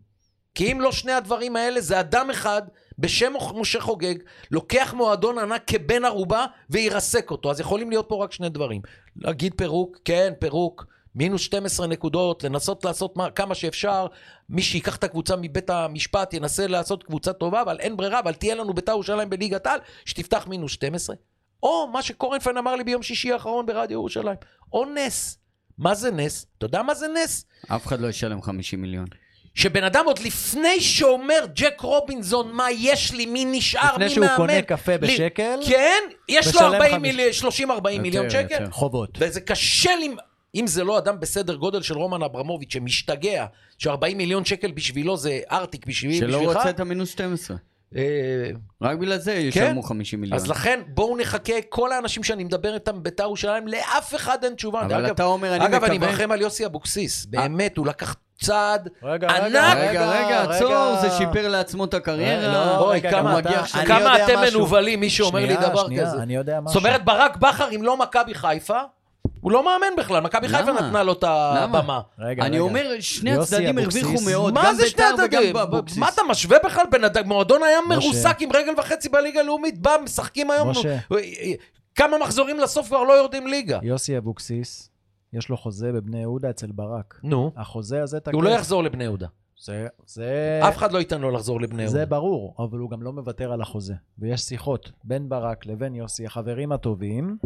Speaker 1: כי אם לא שני הדברים האלה, זה אדם אחד בשם משה חוגג, לוקח מועדון ענק כבן ערובה וירסק אותו. אז יכולים להיות פה רק שני דברים. להגיד פירוק, כן, פירוק. מינוס 12 נקודות, לנסות לעשות מה, כמה שאפשר. מי שייקח את הקבוצה מבית המשפט ינסה לעשות קבוצה טובה, אבל אין ברירה, אבל תהיה לנו בית"ר ירושלים בליגת על, שתפתח מינוס 12. או מה שקורנפלד אמר לי ביום שישי האחרון ברדיו ירושלים. או נס. מה זה נס? אתה יודע מה זה נס?
Speaker 3: אף אחד לא ישלם 50 מיליון.
Speaker 1: שבן אדם עוד לפני שאומר ג'ק רובינזון, מה יש לי, מי נשאר, מי מאמן.
Speaker 2: לפני שהוא קונה קפה
Speaker 1: לי-
Speaker 2: בשקל,
Speaker 1: כן, יש לו
Speaker 2: משלם
Speaker 1: 40
Speaker 2: חמיש- אוקיי,
Speaker 1: מיליון, 30-40 מיליון
Speaker 3: יותר,
Speaker 1: שקל.
Speaker 3: יותר.
Speaker 2: חובות.
Speaker 1: וזה קשה לי, אם זה לא אדם בסדר גודל של רומן אברמוביץ' שמשתגע, ש-40 מיליון שקל בשבילו זה ארטיק בשבילי,
Speaker 3: שלא
Speaker 1: בשבילך.
Speaker 3: רוצה את המינוס 12.
Speaker 1: אה,
Speaker 3: רק בגלל זה ישלמו 50 מיליון.
Speaker 1: אז לכן בואו נחכה, כל האנשים שאני מדבר איתם בית"ר ירושלים, לאף אחד אין תשובה.
Speaker 3: אבל
Speaker 1: אגב,
Speaker 3: אתה אומר, אני
Speaker 1: אגב, אני
Speaker 3: מקווה... אה. כן,
Speaker 1: מרחם על יוסי אבוקסיס, באמת, הוא לקח צעד
Speaker 2: רגע,
Speaker 1: ענק.
Speaker 3: רגע, רגע, עצור, זה שיפר לעצמו את הקריירה.
Speaker 2: לא,
Speaker 1: אוי,
Speaker 2: רגע,
Speaker 1: כמה-
Speaker 2: גם
Speaker 3: מגיע
Speaker 2: אתה-
Speaker 3: עכשיו-
Speaker 2: אני
Speaker 1: כמה
Speaker 2: יודע
Speaker 1: אתם
Speaker 2: משהו.
Speaker 1: מנוולים, מי שאומר לי
Speaker 2: שנייה,
Speaker 1: דבר
Speaker 2: שנייה,
Speaker 1: כזה.
Speaker 2: אני יודע משהו.
Speaker 1: זאת אומרת, ברק בכר, אם לא מכבי חיפה, הוא לא מאמן בכלל, מכבי
Speaker 3: למה?
Speaker 1: חיפה נתנה לו את
Speaker 3: למה?
Speaker 1: הבמה.
Speaker 2: רגע,
Speaker 3: אני
Speaker 2: רגע.
Speaker 3: אומר, שני
Speaker 2: יוסי
Speaker 3: הצדדים הרוויחו
Speaker 2: אבוקסיס.
Speaker 3: מאוד,
Speaker 1: מה
Speaker 3: גם
Speaker 1: זה שני
Speaker 3: ביתר
Speaker 1: הצדדים?
Speaker 3: וגם באבוקסיס.
Speaker 1: מה אתה משווה בכלל? בן אדם, מועדון היה
Speaker 2: משה.
Speaker 1: מרוסק עם רגל וחצי בליגה הלאומית, בא, משחקים היום.
Speaker 2: משה.
Speaker 1: נו, אה, אה, כמה מחזורים לסוף כבר לא יורדים ליגה.
Speaker 2: יוסי אבוקסיס, יש לו חוזה בבני יהודה אצל ברק.
Speaker 1: נו.
Speaker 2: החוזה הזה תקף.
Speaker 1: הוא לא יחזור לבני יהודה.
Speaker 2: זה, זה,
Speaker 1: אף אחד לא ייתן לו לחזור לבני יהודה.
Speaker 2: אה, זה ברור, אבל הוא גם לא מוותר על החוזה. ויש שיחות בין ברק לבין יוסי, החברים הטובים,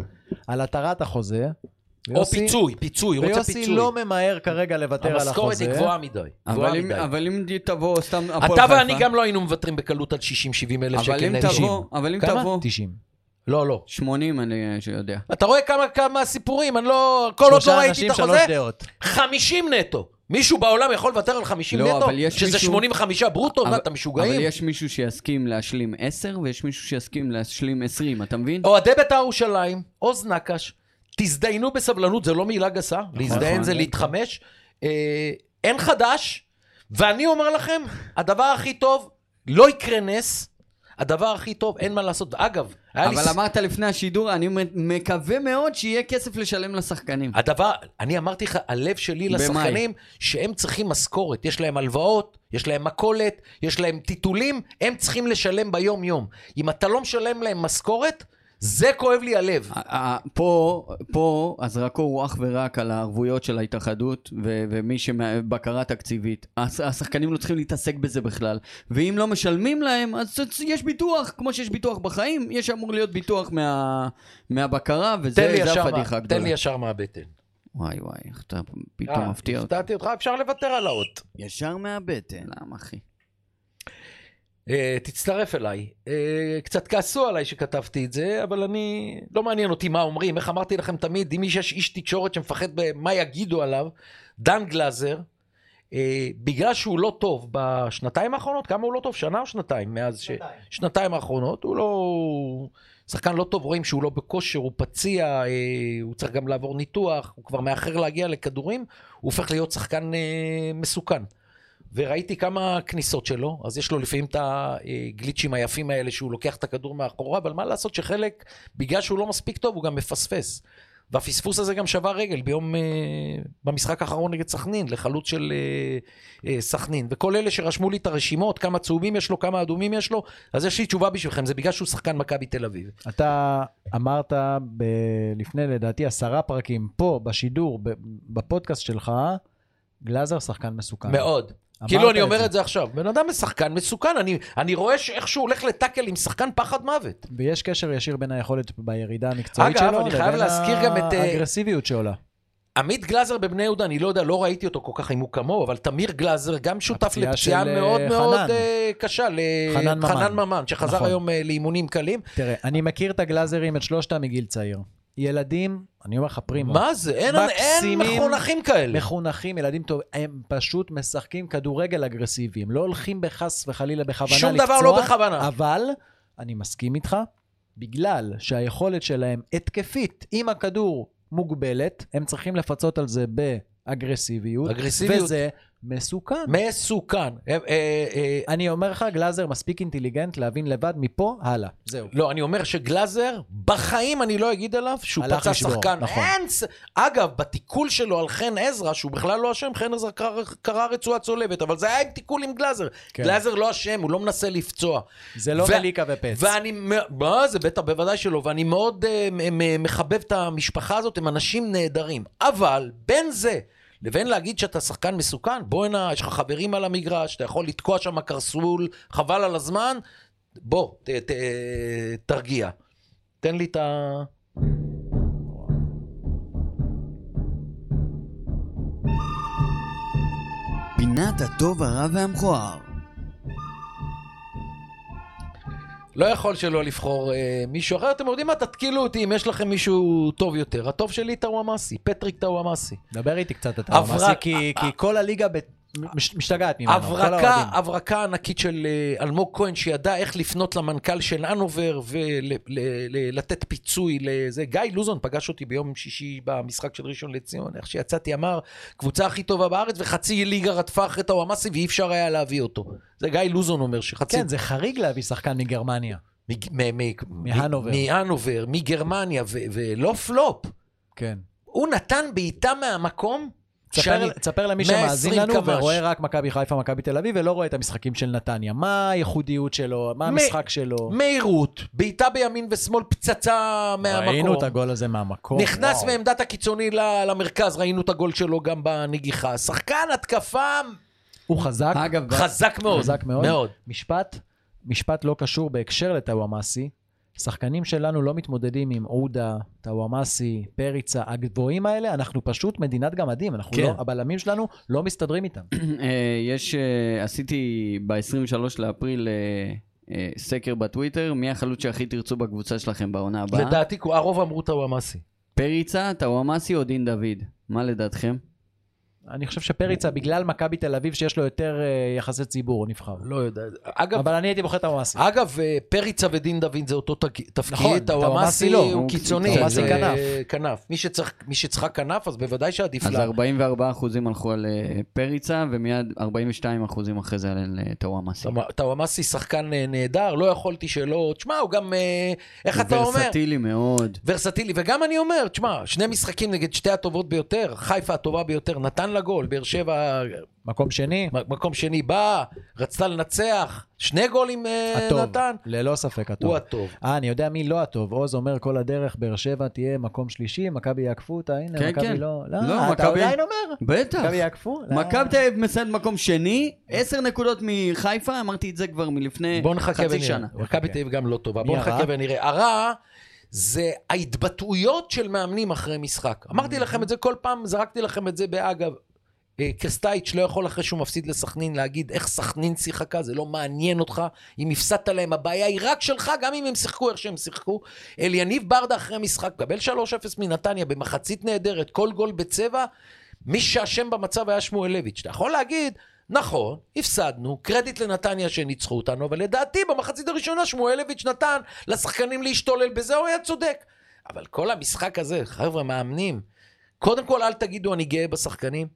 Speaker 2: על התרת החוזה.
Speaker 1: או
Speaker 2: ויוסי-
Speaker 1: פיצוי, פיצוי, הוא רוצה
Speaker 2: ויוסי
Speaker 1: פיצוי.
Speaker 2: לא ממהר כרגע לוותר על החוזה.
Speaker 1: המשכורת היא גבוהה מדי. גבוהה
Speaker 3: אבל אם-
Speaker 1: מדי.
Speaker 3: אבל אם תבוא סתם הפועל
Speaker 1: אתה
Speaker 3: חיפה...
Speaker 1: ואני גם לא היינו מוותרים בקלות על 60-70 אלף
Speaker 3: אבל
Speaker 1: שקל
Speaker 3: אם
Speaker 1: לאנשים.
Speaker 3: תבוא, אבל אם
Speaker 2: כמה?
Speaker 3: תבוא...
Speaker 2: 90.
Speaker 1: לא, לא.
Speaker 3: 80 אני אה, יודע.
Speaker 1: אתה רואה כמה, כמה סיפורים, אני לא... כל עוד לא
Speaker 2: שלושה
Speaker 1: ראיתי
Speaker 2: אנשים,
Speaker 1: את
Speaker 2: שלוש
Speaker 1: החוזה,
Speaker 2: דעות.
Speaker 1: 50 נטו. מישהו בעולם יכול לוותר על 50
Speaker 3: לא,
Speaker 1: נטו?
Speaker 3: אבל יש
Speaker 1: שזה
Speaker 3: מישהו-
Speaker 1: 85 ברוטו?
Speaker 3: אבל-
Speaker 1: מה, אתם משוגעים?
Speaker 3: אבל יש מישהו שיסכים להשלים 10, ויש מישהו שיסכים להשלים 20, אתה מבין?
Speaker 1: אוהדי בית"ר ירושלים, עוז נקש, תזדיינו בסבלנות, זו לא מילה גסה, להזדיין
Speaker 3: נכון.
Speaker 1: זה להתחמש. אה, אין חדש, ואני אומר לכם, הדבר הכי טוב, לא יקרה נס, הדבר הכי טוב, אין מה לעשות. אגב, היה לי...
Speaker 3: אבל
Speaker 1: ס-
Speaker 3: אמרת לפני השידור, אני מ- מקווה מאוד שיהיה כסף לשלם לשחקנים.
Speaker 1: הדבר, אני אמרתי לך, הלב שלי
Speaker 3: במאי.
Speaker 1: לשחקנים, שהם צריכים משכורת, יש להם הלוואות, יש להם מכולת, יש להם טיטולים, הם צריכים לשלם ביום-יום. אם אתה לא משלם להם משכורת, זה כואב לי הלב.
Speaker 3: ה- ה- פה, פה הזרקור הוא אך ורק על הערבויות של ההתאחדות ו- ומי שבקרה תקציבית. הש- השחקנים לא צריכים להתעסק בזה בכלל. ואם לא משלמים להם, אז צ- יש ביטוח, כמו שיש ביטוח בחיים, יש אמור להיות ביטוח מה, מהבקרה,
Speaker 1: תן לי
Speaker 3: וזה זה
Speaker 1: ישר
Speaker 3: הפדיחה
Speaker 1: מה- תן
Speaker 3: הגדולה.
Speaker 1: לי ישר מהבטן.
Speaker 3: וואי וואי, איך אתה פתאום
Speaker 1: אה,
Speaker 3: מפתיע אותי.
Speaker 1: הפתעתי אותך, אפשר לוותר על האות.
Speaker 3: ישר מהבטן. למה אחי?
Speaker 1: אה, תצטרף אליי. אה, קצת כעסו עליי שכתבתי את זה, אבל אני... לא מעניין אותי מה אומרים. איך אמרתי לכם תמיד, אם יש איש תקשורת שמפחד במה יגידו עליו, דן גלאזר, אה, בגלל שהוא לא טוב בשנתיים האחרונות, כמה הוא לא טוב? שנה או שנתיים מאז ש... שנתיים האחרונות, הוא לא... הוא שחקן לא טוב, רואים שהוא לא בכושר, הוא פציע, אה, הוא צריך גם לעבור ניתוח, הוא כבר מאחר להגיע לכדורים, הוא הופך להיות שחקן אה, מסוכן. וראיתי כמה כניסות שלו, אז יש לו לפעמים את הגליצ'ים היפים האלה שהוא לוקח את הכדור מאחורה, אבל מה לעשות שחלק, בגלל שהוא לא מספיק טוב, הוא גם מפספס. והפספוס הזה גם שבר רגל ביום, אה, במשחק האחרון נגד סכנין, לחלוץ של אה, אה, סכנין. וכל אלה שרשמו לי את הרשימות, כמה צהובים יש לו, כמה אדומים יש לו, אז יש לי תשובה בשבילכם, זה בגלל שהוא שחקן מכבי תל אביב.
Speaker 2: אתה אמרת ב- לפני, לדעתי, עשרה פרקים פה, בשידור, ב- בפודקאסט שלך, גלאזר שחקן מסוכן.
Speaker 1: מאוד.
Speaker 2: אמרת
Speaker 1: כאילו אני אומר כן. את זה עכשיו, בן אדם שחקן מסוכן, אני, אני רואה שאיך שהוא הולך לטאקל עם שחקן פחד מוות.
Speaker 2: ויש קשר ישיר בין היכולת בירידה המקצועית
Speaker 1: אגב,
Speaker 2: שלו,
Speaker 1: אני חייב
Speaker 2: לבין
Speaker 1: להזכיר גם את, אה,
Speaker 2: האגרסיביות שעולה.
Speaker 1: עמית גלאזר בבני יהודה, אני לא יודע, לא ראיתי אותו כל כך אם הוא כמוהו, אבל תמיר גלאזר גם שותף
Speaker 2: הפציעה
Speaker 1: לפציעה
Speaker 2: של,
Speaker 1: מאוד
Speaker 2: אה,
Speaker 1: מאוד
Speaker 2: חנן.
Speaker 1: אה, קשה,
Speaker 2: חנן ממן.
Speaker 1: לחנן ממן, שחזר
Speaker 2: נכון.
Speaker 1: היום אה, לאימונים קלים.
Speaker 2: תראה, אני מכיר את הגלאזרים, את שלושתם מגיל צעיר. ילדים, אני אומר לך פרימו.
Speaker 1: מה זה? אין, אין
Speaker 2: מקסימים.
Speaker 1: מחונכים כאלה.
Speaker 2: מחונכים, ילדים טובים, הם פשוט משחקים כדורגל אגרסיבי, הם לא הולכים בחס וחלילה בכוונה
Speaker 1: שום
Speaker 2: לפצוע.
Speaker 1: דבר לא בכוונה.
Speaker 2: אבל, אני מסכים איתך, בגלל שהיכולת שלהם התקפית עם הכדור מוגבלת, הם צריכים לפצות על זה באגרסיביות.
Speaker 1: אגרסיביות.
Speaker 2: וזה מסוכן.
Speaker 1: מסוכן. אה, אה, אה,
Speaker 2: אני אומר לך, גלאזר מספיק אינטליגנט להבין לבד מפה הלאה. זהו.
Speaker 1: לא, אני אומר שגלאזר, בחיים אני לא אגיד עליו שהוא
Speaker 2: הלך
Speaker 1: פצע
Speaker 2: לשבור,
Speaker 1: שחקן.
Speaker 2: נכון.
Speaker 1: אין... ס- אגב, בתיקול שלו על חן עזרא, שהוא בכלל לא אשם, חן עזרא קרא, קרא רצועה צולבת, אבל זה היה עם תיקול עם גלאזר.
Speaker 2: כן.
Speaker 1: גלאזר לא אשם, הוא לא מנסה לפצוע.
Speaker 2: זה לא
Speaker 1: ו-
Speaker 2: מליקה ופץ.
Speaker 1: ואני, מא- מה זה, בטח, בוודאי שלא, ואני מאוד אה, מ- מ- מחבב את המשפחה הזאת, הם אנשים נהדרים. אבל בין זה לבין להגיד שאתה שחקן מסוכן, בוא הנה, יש לך חברים על המגרש, אתה יכול לתקוע שם קרסול, חבל על הזמן, בוא, ת, ת, תרגיע. תן לי את ה...
Speaker 3: פינת הטוב, הרע והמכוער.
Speaker 1: לא יכול שלא לבחור אה, מישהו אחר, אתם יודעים מה? תתקילו אותי אם יש לכם מישהו טוב יותר. הטוב שלי טוואמאסי, פטריק טוואמאסי.
Speaker 2: דבר איתי קצת, אתה
Speaker 1: הברק-
Speaker 2: ממש, כי כי כל הליגה ב- מש- משתגעת ממנו. כל
Speaker 1: הברקה,
Speaker 2: האוהדים.
Speaker 1: הברקה ענקית של אה, אלמוג כהן, שידע איך לפנות למנכ"ל של אנובר ולתת פיצוי לזה. גיא לוזון פגש אותי ביום שישי במשחק של ראשון לציון, איך שיצאתי אמר, קבוצה הכי טובה בארץ וחצי ליגה רדפה אחרי טוואמאסי ואי אפשר היה להביא אותו. זה גיא לוזון אומר שחצי...
Speaker 2: כן, זה חריג להביא שחקן מגרמניה.
Speaker 1: מג- מ- מ-
Speaker 2: מהנובר.
Speaker 1: מהנובר, מגרמניה, ו- ולא פלופ.
Speaker 2: כן.
Speaker 1: הוא נתן בעיטה מהמקום, שאני...
Speaker 2: תספר- תספר למי
Speaker 1: 120
Speaker 2: שמאזין לנו
Speaker 1: קמ"ש.
Speaker 2: ורואה רק מכבי חיפה, מכבי תל אביב, ולא רואה את המשחקים של נתניה. מה הייחודיות שלו? מה
Speaker 1: מ-
Speaker 2: המשחק שלו?
Speaker 1: מהירות, בעיטה בימין ושמאל, פצצה מהמקום.
Speaker 2: ראינו את הגול הזה מהמקום.
Speaker 1: נכנס
Speaker 2: וואו.
Speaker 1: מעמדת הקיצוני ל- למרכז, ראינו את הגול שלו גם בנגיחה. שחקן התקפה
Speaker 2: הוא חזק,
Speaker 1: אה.
Speaker 3: אגב,
Speaker 1: חזק מאוד.
Speaker 2: חזק מאוד.
Speaker 1: מאוד.
Speaker 2: משפט, משפט לא קשור בהקשר לטוואמאסי. שחקנים שלנו לא מתמודדים עם עודה, טוואמאסי, פריצה, הגבוהים האלה, אנחנו פשוט מדינת גמדים, אנחנו
Speaker 1: כן.
Speaker 2: לא, הבלמים שלנו לא מסתדרים איתם.
Speaker 3: אה, יש, אה, עשיתי ב-23 לאפריל אה, אה, סקר בטוויטר, מי החלוץ שהכי תרצו בקבוצה שלכם בעונה הבאה?
Speaker 1: לדעתי, הרוב אמרו טוואמאסי.
Speaker 3: פריצה, טוואמאסי או דין דוד? מה לדעתכם?
Speaker 2: אני חושב שפריצה, בגלל מכבי תל אביב, שיש לו יותר אה, יחסי ציבור, הוא נבחר.
Speaker 1: לא יודע. אגב,
Speaker 2: אבל אני הייתי בוחר טוואמאסי.
Speaker 1: אגב, אה, פריצה ודין דוד זה אותו תק-
Speaker 2: נכון,
Speaker 1: תפקיד,
Speaker 2: טוואמאסי
Speaker 1: טוואמאסי
Speaker 2: לא,
Speaker 1: הוא
Speaker 3: הוא
Speaker 1: קיצוני.
Speaker 2: טוואמאסי
Speaker 1: זה
Speaker 2: כנף.
Speaker 1: כנף. מי שצריך- מי שצריכה כנף, אז בוודאי שעדיף
Speaker 3: אז
Speaker 1: לה.
Speaker 3: 44% הלכו על אה, פריצה, ומיד 42% אחרי זה על אה, טוואמאסי.
Speaker 1: טוואמ- טוואמאסי שחקן אה, נהדר, לא יכולתי שלא... תשמע, הוא גם... אה, איך אתה
Speaker 3: הוא
Speaker 1: אומר?
Speaker 3: ורסטילי מאוד.
Speaker 1: ורסטילי, וגם אני אומר, תשמע, שני משחקים נגד שתי הטובות ביותר, חיפה הטובה ביותר, נתן לה גול, באר שבע
Speaker 2: מקום שני,
Speaker 1: מ- מקום שני באה, רצתה לנצח, שני גולים אה,
Speaker 2: הטוב.
Speaker 1: נתן,
Speaker 2: ללא ספק הטוב.
Speaker 1: הוא הטוב.
Speaker 2: אה, אני יודע מי לא הטוב. עוז אומר כל הדרך, באר שבע תהיה מקום שלישי, מכבי יעקפו אותה, הנה,
Speaker 3: כן,
Speaker 2: מכבי
Speaker 3: כן.
Speaker 2: לא...
Speaker 3: לא,
Speaker 2: לא, אתה
Speaker 3: מכבי-
Speaker 2: עדיין אומר?
Speaker 3: בטח.
Speaker 2: מכבי יעקפו? לא.
Speaker 3: מכבי תל אביב מסיימת מקום שני, 10 נקודות מחיפה, אמרתי את זה כבר מלפני
Speaker 1: בוא נחכה
Speaker 3: חצי
Speaker 1: ונראה.
Speaker 3: שנה.
Speaker 1: מכבי תל אביב גם לא טובה,
Speaker 2: מי
Speaker 1: בוא
Speaker 2: הרע?
Speaker 1: נחכה ונראה. הרע זה ההתבטאויות של מאמנים אחרי משחק. אמרתי לכם את זה כל פעם, זרקתי לכם את זה באגב. אה, קרסטייץ' לא יכול אחרי שהוא מפסיד לסכנין להגיד איך סכנין שיחקה, זה לא מעניין אותך. אם הפסדת להם, הבעיה היא רק שלך, גם אם הם שיחקו איך שהם שיחקו. אל יניב ברדה אחרי משחק, קבל 3-0 מנתניה במחצית נהדרת, כל גול בצבע. מי שאשם במצב היה שמואלביץ'. אתה יכול להגיד, נכון, הפסדנו, קרדיט לנתניה שניצחו אותנו, אבל לדעתי במחצית הראשונה שמואלביץ' נתן לשחקנים להשתולל בזה, הוא היה צודק. אבל כל המשחק הזה, חבר'ה, מאמנים, קודם כל אל תגידו אני גאה בשחקנים.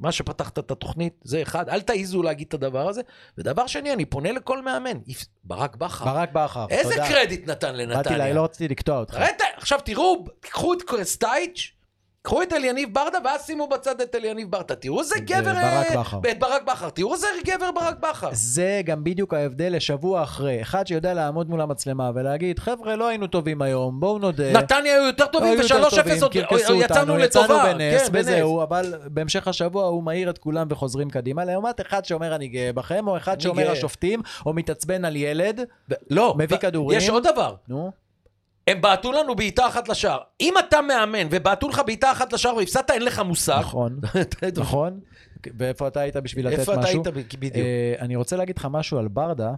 Speaker 1: מה שפתחת את התוכנית, זה אחד. אל תעיזו להגיד את הדבר הזה. ודבר שני, אני פונה לכל מאמן. יפ- ברק בכר.
Speaker 2: ברק בכר, תודה.
Speaker 1: איזה קרדיט נתן לנתניה?
Speaker 2: באתי לה, לא רציתי לקטוע אותך.
Speaker 1: תראה את ה- עכשיו תראו, קחו את קרסטייץ', קחו את אליניב ברדה, ואז שימו בצד את אליניב ברדה. תראו איזה גבר...
Speaker 2: ברק
Speaker 1: אה,
Speaker 2: בכר.
Speaker 1: את ברק בכר. תראו איזה גבר ברק בכר.
Speaker 2: זה גם בדיוק ההבדל לשבוע אחרי. אחד שיודע לעמוד מול המצלמה ולהגיד, חבר'ה, לא היינו טובים היום, בואו נודה.
Speaker 3: נכון.
Speaker 1: נתניה היו יותר טובים,
Speaker 2: היו יותר
Speaker 1: ו-3-0
Speaker 2: טובים,
Speaker 1: עוד
Speaker 2: קרקסו אותנו,
Speaker 1: יצאנו לטובה.
Speaker 2: יצאנו בנס,
Speaker 1: כן,
Speaker 2: וזהו, אבל בהמשך השבוע הוא מעיר את כולם וחוזרים קדימה. לעומת אחד שאומר אני גאה בכם, או אחד
Speaker 1: אני
Speaker 2: שאומר
Speaker 1: גאה.
Speaker 2: השופטים, או מתעצבן על ילד.
Speaker 1: ב- לא,
Speaker 2: מביא
Speaker 1: ב-
Speaker 2: כדורים.
Speaker 1: יש עוד דבר.
Speaker 2: נו,
Speaker 1: הם בעטו לנו בעיטה אחת לשער. אם אתה מאמן ובעטו לך בעיטה אחת לשער והפסדת, אין לך מושג.
Speaker 2: נכון,
Speaker 1: אה? אתה יודע,
Speaker 2: נכון. ואיפה אתה היית בשביל לתת משהו?
Speaker 1: איפה אתה היית ב- בדיוק?
Speaker 2: אה, אני רוצה להגיד לך משהו על ברדה,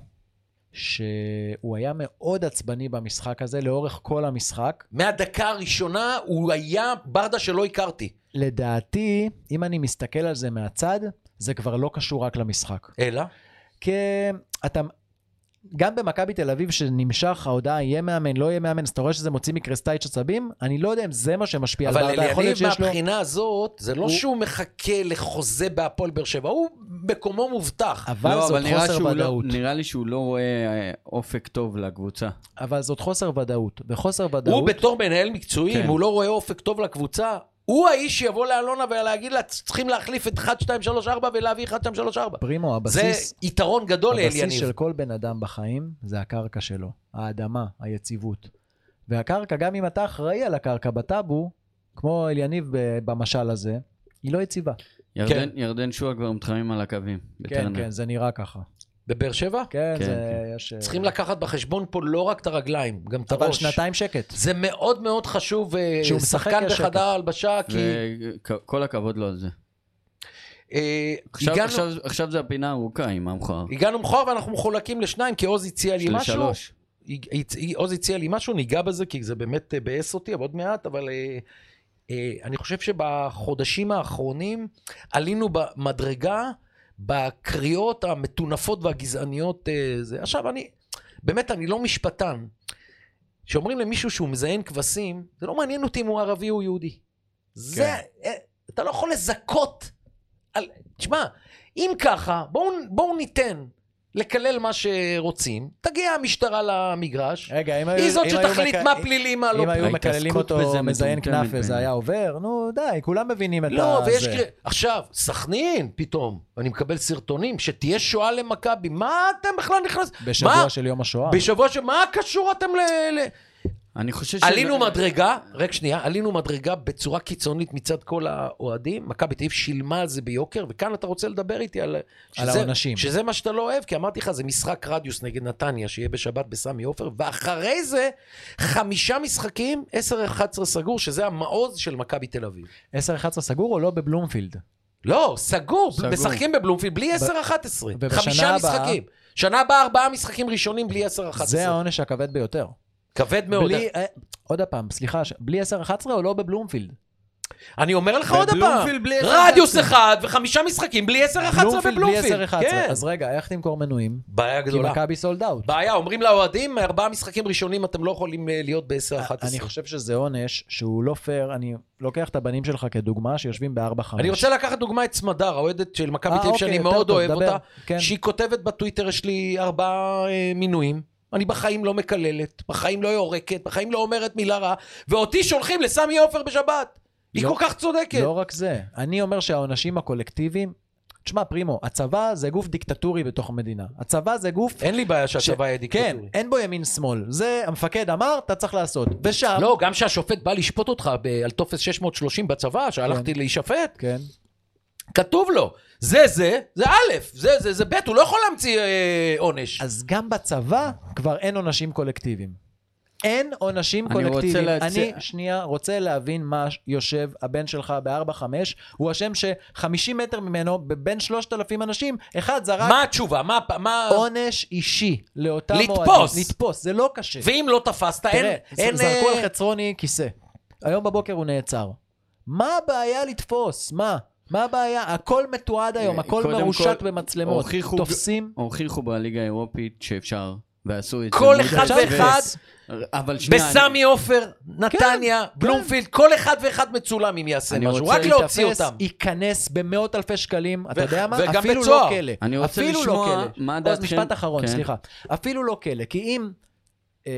Speaker 2: שהוא היה מאוד עצבני במשחק הזה, לאורך כל המשחק.
Speaker 1: מהדקה הראשונה הוא היה ברדה שלא הכרתי.
Speaker 2: לדעתי, אם אני מסתכל על זה מהצד, זה כבר לא קשור רק למשחק.
Speaker 1: אלא?
Speaker 2: כי אתה... גם במכבי תל אביב שנמשך ההודעה יהיה מאמן, לא יהיה מאמן, אז אתה רואה שזה מוציא מקרסטייץ' עצבים? אני לא יודע אם זה מה שמשפיע על
Speaker 1: אבל
Speaker 2: ברדה, יכול
Speaker 1: אליניב
Speaker 2: להיות שיש לו...
Speaker 1: מהבחינה הזאת, זה לא שהוא מחכה לחוזה בהפועל באר שבע, הוא מקומו מובטח.
Speaker 2: אבל
Speaker 3: לא,
Speaker 2: זאת
Speaker 3: אבל נראה
Speaker 2: חוסר
Speaker 3: שהוא לא-
Speaker 2: ודאות.
Speaker 3: נראה לי שהוא לא רואה אה, אופק טוב לקבוצה.
Speaker 2: אבל זאת חוסר ודאות. וחוסר
Speaker 1: הוא
Speaker 2: ודאות...
Speaker 1: בתור מנהל מקצועי,
Speaker 3: כן.
Speaker 1: אם הוא לא רואה אופק טוב לקבוצה, הוא האיש שיבוא לאלונה ולהגיד לה, צריכים להחליף את 1, 2, 3, 4 ולהביא 1, 2, 3, 4.
Speaker 2: פרימו,
Speaker 1: זה
Speaker 2: הבסיס...
Speaker 1: יתרון גדול
Speaker 2: הבסיס
Speaker 1: לאליניב.
Speaker 2: של כל בן אדם בחיים זה הקרקע שלו, האדמה, היציבות. והקרקע, גם אם אתה אחראי על הקרקע בטאבו, כמו אליניב ב- במשל הזה, היא לא יציבה.
Speaker 1: כן.
Speaker 3: ירדן, ירדן שועה כבר מתחמם על הקווים.
Speaker 2: כן,
Speaker 3: בטרנר.
Speaker 2: כן, זה נראה ככה.
Speaker 1: בבאר שבע?
Speaker 2: כן,
Speaker 3: כן,
Speaker 2: זה יש... אה,
Speaker 1: צריכים לקחת בחשבון פה לא רק את הרגליים, גם את
Speaker 2: אבל
Speaker 1: הראש.
Speaker 2: שנתיים שקט.
Speaker 1: זה מאוד מאוד חשוב, אה,
Speaker 2: כשהוא משחק
Speaker 1: שחקן
Speaker 2: יש
Speaker 1: בחדר
Speaker 2: שקט.
Speaker 1: ההלבשה, כי
Speaker 3: וכל הכבוד לו על זה.
Speaker 1: אה,
Speaker 3: עכשיו,
Speaker 1: הגענו-
Speaker 3: עכשיו, עכשיו זה הפינה הארוכה עם המכוער.
Speaker 1: הגענו מחר ואנחנו מחולקים לשניים, כי עוז הציע לי משהו.
Speaker 3: לשלוש.
Speaker 1: היא- עוז הציע לי משהו, ניגע בזה, כי זה באמת אה, ביאס אותי, אבל עוד מעט, אבל אה, אה, אני חושב שבחודשים האחרונים עלינו במדרגה בקריאות המטונפות והגזעניות. אה, זה. עכשיו, אני, באמת, אני לא משפטן. כשאומרים למישהו שהוא מזיין כבשים, זה לא מעניין אותי אם הוא ערבי או יהודי. זה,
Speaker 2: כן.
Speaker 1: אה, אתה לא יכול לזכות. על, תשמע, אם ככה, בואו בוא ניתן לקלל מה שרוצים, תגיע המשטרה למגרש,
Speaker 2: רגע, אם היו...
Speaker 1: היא זאת
Speaker 2: אם היו
Speaker 1: שתחליט
Speaker 2: מק-
Speaker 1: מה פלילי, מה לא
Speaker 2: אם היו
Speaker 1: פלילי.
Speaker 3: ההתעסקות
Speaker 2: מקללים
Speaker 3: בזה
Speaker 2: אותו מזיין
Speaker 3: מטומטמת
Speaker 2: כנאפה, זה
Speaker 3: בעיניי.
Speaker 2: היה עובר? נו, די, כולם מבינים את ה...
Speaker 1: לא, ויש...
Speaker 2: זה.
Speaker 1: קרא- עכשיו, סכנין, פתאום, אני מקבל סרטונים, שתהיה שואה למכבי, מה אתם בכלל נכנס...
Speaker 2: בשבוע
Speaker 1: מה?
Speaker 2: של יום השואה.
Speaker 1: בשבוע ש... מה קשור אתם ל... ל...
Speaker 3: אני חושב ש...
Speaker 1: עלינו מדרגה, רק שנייה, עלינו מדרגה בצורה קיצונית מצד כל האוהדים. מכבי תל אביב שילמה על זה ביוקר, וכאן אתה רוצה לדבר איתי על... שזה-
Speaker 2: העונשים.
Speaker 1: שזה מה שאתה לא אוהב, כי אמרתי לך, זה משחק רדיוס נגד נתניה, שיהיה בשבת בסמי עופר, ואחרי זה, חמישה משחקים, 10-11 סגור, שזה המעוז של מכבי תל אביב.
Speaker 2: 10-11 סגור או לא בבלומפילד?
Speaker 1: לא, סגור,
Speaker 3: סגור.
Speaker 1: משחקים בבלומפילד בלי 10-11.
Speaker 2: ובשנה
Speaker 1: חמישה
Speaker 2: הבאה-
Speaker 1: משחקים. שנה הבאה ארבעה משחקים ראשונים בלי 10-11.
Speaker 2: זה העונש הכבד ביותר.
Speaker 1: כבד מאוד.
Speaker 2: בלי, אה, עוד פעם, סליחה, ש- בלי 10-11 או לא בבלומפילד?
Speaker 1: אני אומר לך עוד פעם,
Speaker 3: בבלומפילד בלי 10-11.
Speaker 1: רדיוס אחד וחמישה משחקים בלי 10-11 בבלומפילד.
Speaker 2: בלי 10-11.
Speaker 1: כן.
Speaker 2: אז רגע, איך תמכור מנויים?
Speaker 1: בעיה
Speaker 2: כי
Speaker 1: גדולה.
Speaker 2: מכבי סולד אאוט.
Speaker 1: בעיה, אומרים לאוהדים, ארבעה משחקים ראשונים אתם לא יכולים אה, להיות ב-10-11.
Speaker 2: אני חושב שזה עונש שהוא לא פייר, אני לוקח את הבנים שלך כדוגמה שיושבים ב-4-5.
Speaker 1: אני רוצה לקחת דוגמא את סמדר, האוהדת של מכבי
Speaker 2: אה,
Speaker 1: תל אביב,
Speaker 2: אוקיי,
Speaker 1: שאני
Speaker 2: יותר
Speaker 1: מאוד
Speaker 2: טוב,
Speaker 1: אוהב
Speaker 2: דבר.
Speaker 1: אותה,
Speaker 2: כן.
Speaker 1: שהיא כותבת בטוויטר, יש לי ארבעה אה, מינויים. אני בחיים לא מקללת, בחיים לא יורקת, בחיים לא אומרת מילה רעה, ואותי שולחים לסמי עופר בשבת. היא
Speaker 2: לא-
Speaker 1: כל כך צודקת.
Speaker 2: לא רק זה, אני אומר שהעונשים הקולקטיביים, תשמע פרימו, הצבא זה גוף דיקטטורי בתוך המדינה. הצבא זה גוף,
Speaker 1: אין לי בעיה שהצבא
Speaker 2: ש-
Speaker 1: יהיה
Speaker 2: כן,
Speaker 1: דיקטטורי.
Speaker 2: אין בו ימין-שמאל. זה המפקד אמר, אתה צריך לעשות. ושם,
Speaker 1: לא, גם כשהשופט בא לשפוט אותך ב- על טופס 630 בצבא, שהלכתי להישפט,
Speaker 2: כן,
Speaker 1: כתוב לו, זה זה, זה א', זה זה, זה ב', הוא לא יכול להמציא אה, עונש.
Speaker 2: אז גם בצבא כבר אין עונשים קולקטיביים. אין עונשים
Speaker 3: אני
Speaker 2: קולקטיביים.
Speaker 3: רוצה
Speaker 2: אני,
Speaker 3: להציע-
Speaker 2: שנייה, רוצה להבין מה יושב הבן שלך ב-4-5, הוא אשם ש-50 מטר ממנו, בין 3,000 אנשים, אחד זרק
Speaker 1: מה התשובה? מה... הפ- מה...
Speaker 2: עונש אישי לאותם
Speaker 1: לתפוס.
Speaker 2: אוהדים. לתפוס. זה לא קשה.
Speaker 1: ואם לא תפסת,
Speaker 2: תראה,
Speaker 1: אין... אין,
Speaker 2: זרקו
Speaker 1: אה,
Speaker 2: על חצרוני כיסא. היום בבוקר הוא נעצר. מה הבעיה לתפוס? מה? מה הבעיה? הכל מתועד היום, הכל
Speaker 3: קודם
Speaker 2: מרושת
Speaker 3: כל,
Speaker 2: במצלמות.
Speaker 3: הוכיחו-
Speaker 2: תופסים.
Speaker 3: הוכיחו בליגה האירופית שאפשר, ועשו את זה.
Speaker 1: כל
Speaker 3: מול
Speaker 1: אחד
Speaker 3: דוד
Speaker 1: ואחד
Speaker 3: וס. אבל שנייה, אני-
Speaker 1: בסמי עופר, נתניה,
Speaker 2: כן,
Speaker 1: בלומפילד, כל אחד ואחד מצולם אם יעשה
Speaker 3: אני
Speaker 1: משהו,
Speaker 3: רוצה
Speaker 1: רק להוציא אותם.
Speaker 2: ייכנס במאות אלפי שקלים, אתה
Speaker 1: ו-
Speaker 2: יודע מה?
Speaker 1: וגם
Speaker 2: אפילו
Speaker 1: בצוהר.
Speaker 2: לא כלא.
Speaker 3: אני רוצה
Speaker 2: אפילו
Speaker 3: לשמוע
Speaker 2: לא כלא.
Speaker 3: מה
Speaker 2: עוז,
Speaker 3: דעתכם-
Speaker 2: משפט אחרון,
Speaker 3: כן.
Speaker 2: סליחה. אפילו לא כלא, כי אם אה,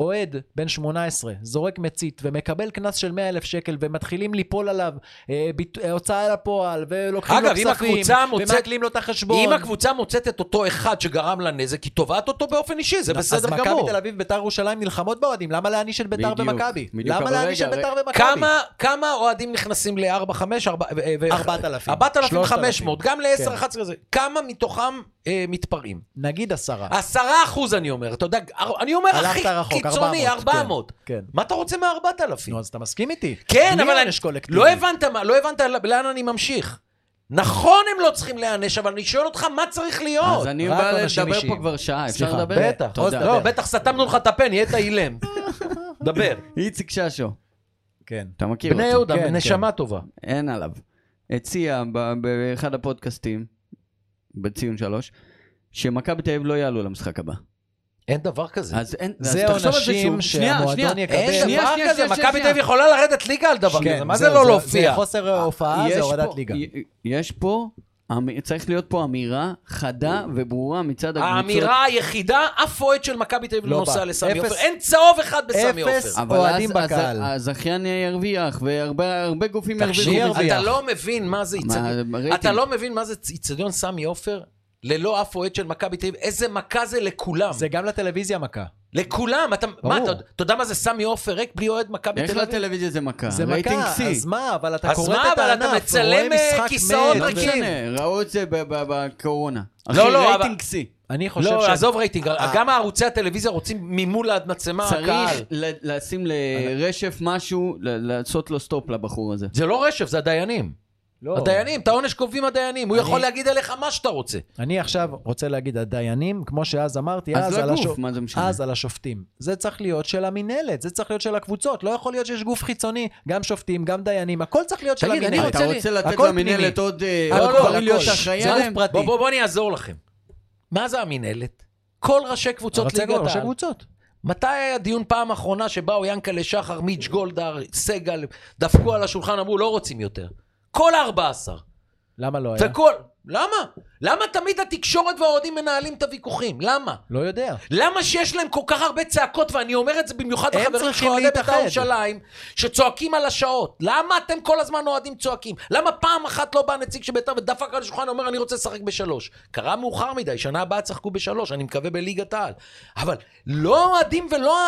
Speaker 2: אוהד בן 18 זורק מצית ומקבל קנס של 100 אלף שקל ומתחילים ליפול עליו אה, ביט... אה, הוצאה לפועל ולוקחים
Speaker 1: אגב, אם
Speaker 2: לו כספים,
Speaker 1: הקבוצה מוצאת-
Speaker 2: ומעקלים לו את החשבון.
Speaker 1: אם הקבוצה מוצאת את אותו אחד שגרם לה נזק, היא תובעת אותו באופן אישי, זה בסדר
Speaker 2: אז מכבי
Speaker 1: גמור.
Speaker 2: תל אביב וביתר ירושלים נלחמות באוהדים, למה להעניש את ביתר
Speaker 3: בדיוק,
Speaker 2: ומכבי?
Speaker 3: בדיוק,
Speaker 2: למה
Speaker 3: אבל
Speaker 2: להעניש
Speaker 3: רגע,
Speaker 2: את ביתר ומכבי?
Speaker 1: כמה- כמה אוהדים נכנסים ל-4-5? אה,
Speaker 2: 4,000.
Speaker 1: 4,500, גם
Speaker 2: כן.
Speaker 1: ל-10-11 זה. כמה מתוכם אה, מתפרעים?
Speaker 2: נגיד עשרה.
Speaker 1: עשרה אחוז אני אומר, אתה יודע, אר- אני אומר הכי
Speaker 2: הלכת רחוק,
Speaker 1: קיצוני,
Speaker 2: 400, כן,
Speaker 1: 400.
Speaker 2: כן.
Speaker 1: מה אתה רוצה מ-4,000?
Speaker 2: נו, אז אתה מסכים איתי.
Speaker 1: כן,
Speaker 2: בלי
Speaker 1: אבל אני...
Speaker 2: עונש קולקטיבי.
Speaker 3: כן.
Speaker 1: לא הבנת, מה- לא הבנת לאן אני ממשיך. נכון, הם לא צריכים להיענש, אבל אני שואל אותך, מה צריך להיות?
Speaker 3: אז אני
Speaker 2: רק
Speaker 3: בא
Speaker 2: עונשים
Speaker 3: לדבר
Speaker 2: אישיים.
Speaker 3: פה כבר שעה, אפשר
Speaker 2: סליחה,
Speaker 3: לדבר?
Speaker 2: בטח.
Speaker 3: תודה.
Speaker 2: עוז, דבר.
Speaker 1: לא, בטח סתמנו לך את הפה, נהיית אילם. דבר.
Speaker 3: איציק ששו,
Speaker 2: כן.
Speaker 3: אתה מכיר
Speaker 1: בני
Speaker 3: אותו?
Speaker 1: יהודה,
Speaker 2: כן,
Speaker 1: נשמה טובה.
Speaker 3: אין עליו. הציע ב- באחד הפודקאסטים, בציון שלוש, שמכבי תל אביב לא יעלו למשחק הבא.
Speaker 1: אין דבר כזה.
Speaker 3: אז אין, אז
Speaker 2: זה
Speaker 3: תחשוב על שוב.
Speaker 2: עונשים
Speaker 3: שנייה, שנייה.
Speaker 2: שהמועדון יקבל.
Speaker 1: אין
Speaker 3: שנייה,
Speaker 1: דבר
Speaker 3: שנייה,
Speaker 1: כזה,
Speaker 3: שנייה,
Speaker 1: מכבי
Speaker 3: שנייה. כן,
Speaker 1: תל אביב יכולה לרדת ליגה על דבר כזה, מה זה
Speaker 2: כן, זהו,
Speaker 1: לא להופיע?
Speaker 2: זה חוסר הופעה,
Speaker 3: יש
Speaker 2: אה, זה הורדת
Speaker 3: פה-
Speaker 2: ליגה.
Speaker 1: אה,
Speaker 3: י- יש פה, אמ- צריך להיות פה אמירה חדה וברורה מצד הקבוצות.
Speaker 1: האמירה היחידה, אף אוהד של מכבי תל אביב לא
Speaker 2: לא
Speaker 1: נוסע
Speaker 2: בא.
Speaker 1: לסמי
Speaker 2: אפס-
Speaker 1: עופר. אין צהוב אחד בסמי עופר.
Speaker 2: אפס
Speaker 3: אבל
Speaker 2: אוהדים
Speaker 3: אז- אז
Speaker 2: בקהל.
Speaker 3: ה- הזכיין ירוויח, והרבה הרבה גופים
Speaker 2: תקשיב,
Speaker 3: ירוויחו.
Speaker 2: ירוויח.
Speaker 1: אתה לא מבין מה זה איצטדיון.
Speaker 3: מה, רייטינג.
Speaker 1: אתה לא מבין מה זה איצטדיון סמי עופר ללא אף אוהד של מכבי תל אביב. איזה מכה זה לכולם.
Speaker 2: זה גם לטלוויזיה מכה.
Speaker 1: לכולם. אתה מה,
Speaker 2: ברור.
Speaker 1: אתה אתה יודע מה זה סמי עופר ריק בלי אוהד מכבי
Speaker 3: איך
Speaker 1: תל אביב?
Speaker 3: לטלוויזיה זה מכה?
Speaker 2: זה
Speaker 3: רייטינג
Speaker 2: מכה,
Speaker 3: שיא.
Speaker 2: אז מה, אבל אתה
Speaker 1: אז
Speaker 2: כורת
Speaker 1: מה,
Speaker 2: את
Speaker 1: אבל
Speaker 2: הענף,
Speaker 1: אתה מצלם, אה,
Speaker 2: רואה משחק
Speaker 1: כיסאות
Speaker 2: מת.
Speaker 3: לא
Speaker 1: ריקים.
Speaker 3: משנה, ראו את זה ב- ב- בקורונה. אחי,
Speaker 1: לא, לא,
Speaker 3: רייטינג
Speaker 1: אבל-
Speaker 3: שיא.
Speaker 2: אני חושב
Speaker 1: לא,
Speaker 2: ש...
Speaker 1: עזוב רייטינג. גם הערוצי הטלוויזיה רוצים ממול עד מצלמה, הקהל.
Speaker 3: צריך ל- לשים לרשף משהו, ל- לעשות לו סטופ לבחור הזה.
Speaker 1: זה לא רשף, זה הדיינים.
Speaker 2: לא.
Speaker 1: הדיינים, את העונש קובעים הדיינים. הוא
Speaker 2: אני-
Speaker 1: יכול להגיד עליך מה שאתה רוצה.
Speaker 2: אני עכשיו רוצה להגיד, הדיינים, כמו שאז אמרתי,
Speaker 3: אז
Speaker 1: לא
Speaker 2: אז על
Speaker 3: לגוף,
Speaker 2: השופ-
Speaker 3: מה זה משנה?
Speaker 2: אז על השופטים. זה צריך להיות של המינהלת, זה צריך להיות של הקבוצות. לא יכול להיות שיש גוף חיצוני, גם שופטים, גם דיינים, הכל צריך להיות של
Speaker 1: תגיד, אני
Speaker 2: המינהלת.
Speaker 1: רוצה
Speaker 3: אתה
Speaker 1: לי-
Speaker 3: רוצה לתת
Speaker 2: הכל
Speaker 3: למנהלת עוד אה,
Speaker 1: הכל,
Speaker 3: עוד דברים
Speaker 1: הכל.
Speaker 3: להיות
Speaker 1: ששש,
Speaker 3: אחראי
Speaker 2: זה גוף
Speaker 3: עליהם?
Speaker 2: פרטי.
Speaker 1: בוא, בוא, בוא אני אעזור לכם. מה זה המינהלת? כל ראשי קבוצות
Speaker 2: רוצה
Speaker 1: ליגת
Speaker 2: גול, ראשי
Speaker 1: העל.
Speaker 2: קבוצות.
Speaker 1: מתי היה דיון פעם אחרונה שבאו ינקלה שחר, מיץ' גולדהר, סגל, דפקו על השולחן, אמרו לא רוצים יותר. כל ה-14.
Speaker 2: למה לא היה?
Speaker 1: וכל... למה? למה תמיד התקשורת והאוהדים מנהלים את הוויכוחים? למה?
Speaker 2: לא יודע.
Speaker 1: למה שיש להם כל כך הרבה צעקות, ואני אומר את זה במיוחד
Speaker 2: הם
Speaker 1: לחברים
Speaker 2: צריכים
Speaker 1: שלי אוהדי בית"ר
Speaker 2: להתאחד.
Speaker 1: ירושלים, שצועקים על השעות. למה אתם כל הזמן אוהדים צועקים? למה פעם אחת לא בא נציג של בית"ר ודפק על השולחן ואומר, אני רוצה לשחק בשלוש? קרה מאוחר מדי, שנה הבאה תשחקו בשלוש, אני מקווה בליגת העל. אבל לא האוהדים ולא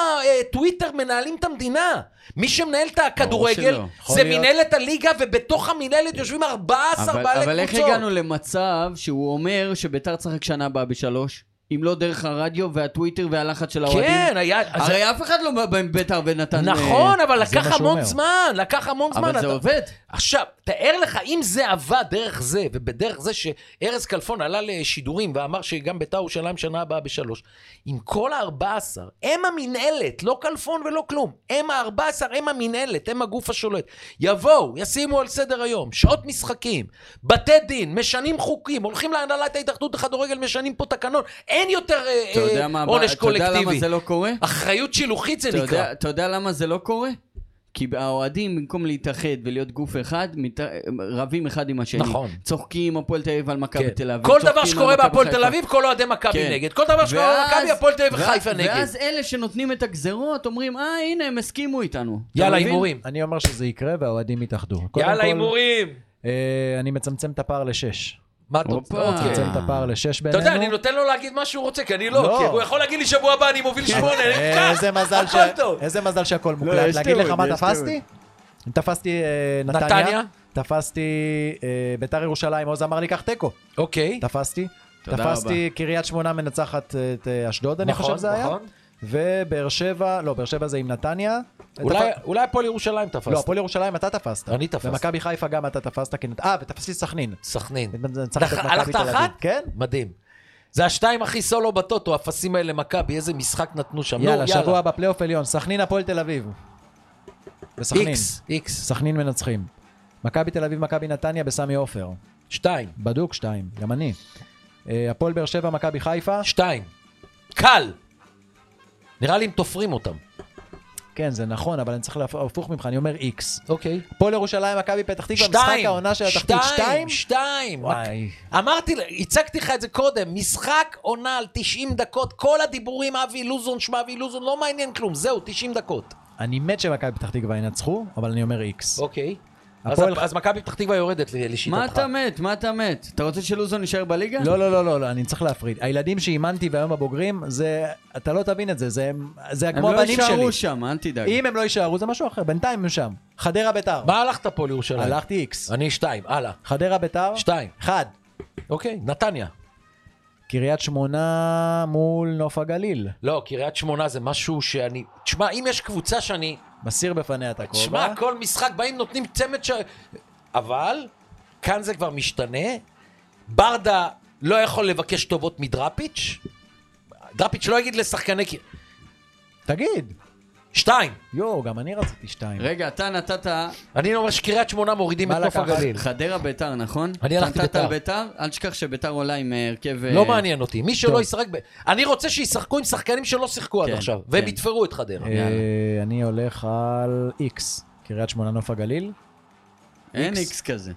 Speaker 1: הטוויטר מנהלים את המדינה. מי שמנהל את הכדורגל
Speaker 3: שלא.
Speaker 2: יכול
Speaker 1: זה
Speaker 2: להיות.
Speaker 1: מנהלת הליגה, ובתוך המנהלת יושבים 14
Speaker 3: אבל,
Speaker 1: בעלי קבוצות.
Speaker 3: אבל איך הגענו למצב שהוא אומר שביתר תשחק שנה הבאה בשלוש, אם לא דרך הרדיו והטוויטר והלחץ של האוהדים?
Speaker 1: כן, היה... אז-
Speaker 3: הרי אף אחד לא בא בביתר ונתן...
Speaker 1: נכון, אבל
Speaker 2: זה מה
Speaker 1: לקח
Speaker 2: שהוא
Speaker 1: המון
Speaker 2: אומר.
Speaker 1: זמן, לקח המון
Speaker 3: אה,
Speaker 1: זמן.
Speaker 3: אבל זה
Speaker 1: אתה-
Speaker 3: עובד.
Speaker 1: עכשיו, תאר לך, אם זה עבד דרך זה, ובדרך זה שארז כלפון עלה לשידורים ואמר שגם בית"ר ירושלים שנה הבאה בשלוש, עם כל ה-14, הם המינהלת, לא כלפון ולא כלום. הם ה-14, הם המינהלת, הם הגוף השולט. יבואו, ישימו על סדר היום, שעות משחקים, בתי דין, משנים חוקים, הולכים להנהלת ההתאחדות לכדורגל, משנים פה תקנון, אין יותר אה,
Speaker 3: אתה יודע
Speaker 1: אה,
Speaker 3: מה הבע-
Speaker 1: עונש
Speaker 3: אתה יודע
Speaker 1: קולקטיבי.
Speaker 3: למה זה לא קורה?
Speaker 1: אחריות שילוחית זה
Speaker 3: אתה
Speaker 1: נקרא.
Speaker 3: יודע- אתה יודע למה זה לא קורה? כי האוהדים, במקום להתאחד ולהיות גוף אחד, מת- רבים אחד עם השני.
Speaker 1: נכון.
Speaker 3: צוחקים הפועל תל אביב על מכבי
Speaker 1: כן.
Speaker 3: תל אביב.
Speaker 1: כל דבר
Speaker 3: צוחקים
Speaker 1: שקורה
Speaker 3: על מכבי
Speaker 1: בהפועל
Speaker 3: חיפה.
Speaker 1: תל אביב, כל אוהדי מכבי
Speaker 3: כן.
Speaker 1: נגד. כל דבר שקורה
Speaker 3: ואז-
Speaker 1: במכבי, הפועל תל אביב
Speaker 3: ואז-
Speaker 1: וחיפה נגד.
Speaker 3: ואז אלה שנותנים את הגזרות אומרים, אה, הנה, הם הסכימו איתנו. אתה
Speaker 1: יאללה,
Speaker 3: מבין?
Speaker 1: הימורים.
Speaker 2: אני אומר שזה יקרה והאוהדים יתאחדו. קודם
Speaker 1: יאללה,
Speaker 2: כל,
Speaker 1: הימורים.
Speaker 2: אה, אני מצמצם את הפער לשש.
Speaker 1: מה אתה
Speaker 3: הופה.
Speaker 1: רוצה? אוקיי.
Speaker 2: מצמצם את הפער לשש
Speaker 1: אתה
Speaker 2: בינינו.
Speaker 1: יודע, אני נותן לו להגיד מה שהוא רוצה, כי אני לא.
Speaker 2: לא.
Speaker 1: כי הוא יכול להגיד לי שבוע הבא אני מוביל שמונה. אני
Speaker 2: אה, איזה
Speaker 1: אקח.
Speaker 2: מזל
Speaker 1: הכל טוב.
Speaker 2: ש- איזה מזל שהכל
Speaker 3: לא,
Speaker 2: מוקלט. להגיד
Speaker 3: יש
Speaker 2: לך
Speaker 3: תיעוד,
Speaker 2: מה
Speaker 3: יש
Speaker 2: תפסתי? תפסתי אה,
Speaker 1: נתניה?
Speaker 2: נתניה. תפסתי אה, ביתר ירושלים, עוז אמר לי קח תיקו.
Speaker 1: אוקיי.
Speaker 2: תפסתי.
Speaker 3: תודה
Speaker 2: תפסתי קריית שמונה מנצחת את אה, אשדוד, אני
Speaker 1: נכון,
Speaker 2: חושב זה היה.
Speaker 1: נכון.
Speaker 2: ובאר שבע, לא, באר שבע זה עם נתניה.
Speaker 1: אולי-
Speaker 2: תפ-
Speaker 1: אולי הפועל ירושלים תפסת.
Speaker 2: לא, הפועל ירושלים אתה תפסת.
Speaker 1: אני תפסתי.
Speaker 2: ומכבי חיפה גם אתה תפסת. כי נת- אה, ותפסתי סכנין.
Speaker 1: סכנין.
Speaker 2: ניצחת את
Speaker 1: דח-
Speaker 2: מכבי
Speaker 1: הלכת
Speaker 2: תל אביב.
Speaker 1: אחת?
Speaker 2: כן.
Speaker 1: מדהים. זה השתיים הכי סולו בטוטו, האפסים האלה מכבי, איזה משחק נתנו שם. לא, נו,
Speaker 2: יאללה, שבוע הבא פלייאוף עליון. סכנין הפועל תל אביב. בסכנין.
Speaker 1: איקס, איקס.
Speaker 2: סכנין מנצחים. מכבי תל אביב, מכבי נתניה בסמי עופר.
Speaker 1: שתיים.
Speaker 2: בדוק שתיים, גם אני. אה, הפועל באר שבע, מכבי חיפה.
Speaker 1: שתיים. קל. נראה לי הם תופרים אותם.
Speaker 2: כן, זה נכון, אבל אני צריך להפ- הפוך ממך, אני אומר איקס.
Speaker 1: אוקיי.
Speaker 2: הפועל ירושלים, מכבי פתח תקווה, משחק
Speaker 1: שתיים,
Speaker 2: העונה של התחתית.
Speaker 1: שתיים,
Speaker 2: שתיים?
Speaker 1: שתיים.
Speaker 2: וואי.
Speaker 1: אמרתי, לה- הצגתי לך את זה קודם, משחק עונה על 90 דקות, כל הדיבורים, אבי לוזון, שמע אבי לוזון, לא מעניין כלום, זהו, 90 דקות.
Speaker 2: אני מת שמכבי פתח תקווה ינצחו, אבל אני אומר איקס.
Speaker 1: אוקיי. אז
Speaker 2: הפועל-
Speaker 1: הפ- אז מכבי פתח תקווה יורדת ל- לשיטתך.
Speaker 3: מה אתה מת? מה אתה מת? אתה רוצה שלוזון יישאר בליגה?
Speaker 2: לא, לא, לא, לא, לא, אני צריך להפריד. הילדים שאימנתי והיום הבוגרים, זה, אתה לא תבין את זה, זה, זה
Speaker 3: הם
Speaker 2: כמו
Speaker 3: לא
Speaker 2: הבנים שלי.
Speaker 3: יישארו שם, אל תדאג.
Speaker 2: אם הם לא יישארו, זה משהו אחר, בינתיים הם שם. חדרה ביתר.
Speaker 1: מה הלכת פה לירושלים?
Speaker 2: הלכתי איקס.
Speaker 1: אני שתיים, הלאה.
Speaker 2: חדרה ביתר.
Speaker 1: אה. שתיים.
Speaker 2: אחד.
Speaker 1: אוקיי, נתניה.
Speaker 2: קריית שמונה מול נוף הגליל.
Speaker 1: לא, קריית שמונה זה משהו שאני... תשמע, אם יש קבוצה שאני...
Speaker 2: מסיר בפניה את הכובע.
Speaker 1: תשמע, כל משחק באים, נותנים צמד ש... אבל, כאן זה כבר משתנה. ברדה לא יכול לבקש טובות מדראפיץ'. דראפיץ' לא יגיד לשחקני... קיר-
Speaker 2: תגיד.
Speaker 1: שתיים.
Speaker 2: יואו, גם אני רציתי שתיים.
Speaker 3: רגע, אתה נתת
Speaker 1: אני לא אומר שקריית שמונה מורידים את
Speaker 2: מה
Speaker 1: נוף
Speaker 2: לקחת?
Speaker 1: הגליל.
Speaker 3: חדרה ביתר, נכון?
Speaker 1: אני הלכתי
Speaker 3: אתה נתת
Speaker 1: ביתר.
Speaker 3: ביתר? אל תשכח שביתר עולה עם אה, הרכב... אה,
Speaker 1: לא מעניין אותי. מי
Speaker 2: טוב.
Speaker 1: שלא ישחק... ב- אני רוצה שישחקו עם שחקנים שלא שיחקו עד
Speaker 3: כן,
Speaker 1: עכשיו,
Speaker 3: כן.
Speaker 1: והם יתפרו את חדרה.
Speaker 2: אה, אני הולך על איקס, קריית שמונה נוף הגליל.
Speaker 3: אין
Speaker 2: איקס.
Speaker 3: איקס אה, כזה.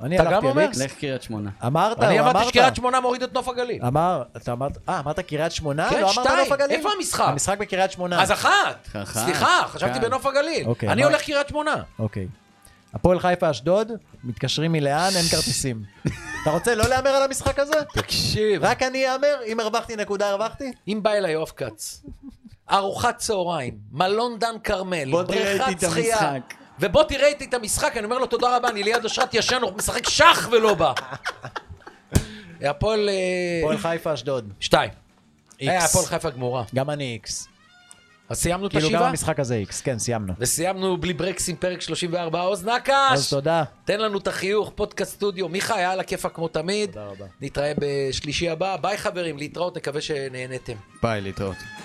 Speaker 2: אני
Speaker 1: אתה
Speaker 2: הלכתי
Speaker 1: גם
Speaker 2: על
Speaker 1: אומר?
Speaker 2: איקס.
Speaker 3: לך קריית שמונה.
Speaker 2: אמרת, הוא
Speaker 1: אני
Speaker 2: אה, אמרת.
Speaker 1: אמרתי שקריית שמונה מוריד את נוף הגליל.
Speaker 2: אמר, אתה אמרת, אה, אמרת קריית שמונה?
Speaker 1: כן,
Speaker 2: לא אמרת
Speaker 1: שתיים.
Speaker 2: נוף הגליל?
Speaker 1: איפה המשחק?
Speaker 2: המשחק בקריית שמונה.
Speaker 1: אז אחת.
Speaker 3: אחת.
Speaker 1: סליחה, חשבתי
Speaker 3: כן.
Speaker 1: בנוף הגליל.
Speaker 2: אה, אוקיי,
Speaker 1: אני
Speaker 2: מה-
Speaker 1: הולך קריית שמונה.
Speaker 2: אוקיי. הפועל חיפה אשדוד, מתקשרים מלאן, אין כרטיסים. אתה רוצה לא להמר על המשחק הזה?
Speaker 1: תקשיב.
Speaker 2: רק אני אאמר, אם הרווחתי נקודה הרווחתי?
Speaker 1: אם בא אליי יואב כץ, ארוחת צהריים, מלון דן כרמל,
Speaker 3: בוא תראה איתי
Speaker 1: בריכת
Speaker 3: את
Speaker 1: שחייה,
Speaker 3: המשחק.
Speaker 1: ובוא תראה איתי את המשחק, אני אומר לו תודה רבה, אני ליד אושרת ישן, הוא משחק שח ולא בא. הפועל... אה,
Speaker 2: הפועל חיפה אשדוד.
Speaker 1: שתיים. היה
Speaker 2: איקס.
Speaker 1: אה, הפועל חיפה גמורה.
Speaker 2: גם אני איקס.
Speaker 1: אז סיימנו את
Speaker 2: כאילו גם
Speaker 1: השבעה,
Speaker 2: המשחק הזה איקס, כן, סיימנו.
Speaker 1: וסיימנו בלי ברקסים פרק 34, עוז
Speaker 2: אז
Speaker 1: נקש!
Speaker 2: תודה.
Speaker 1: תן לנו את החיוך, פודקאסט סטודיו. מיכה, היה על הכיפאק כמו תמיד.
Speaker 2: תודה רבה.
Speaker 1: נתראה בשלישי הבא. ביי חברים, להתראות, נקווה שנהנתם.
Speaker 3: ביי, להתראות.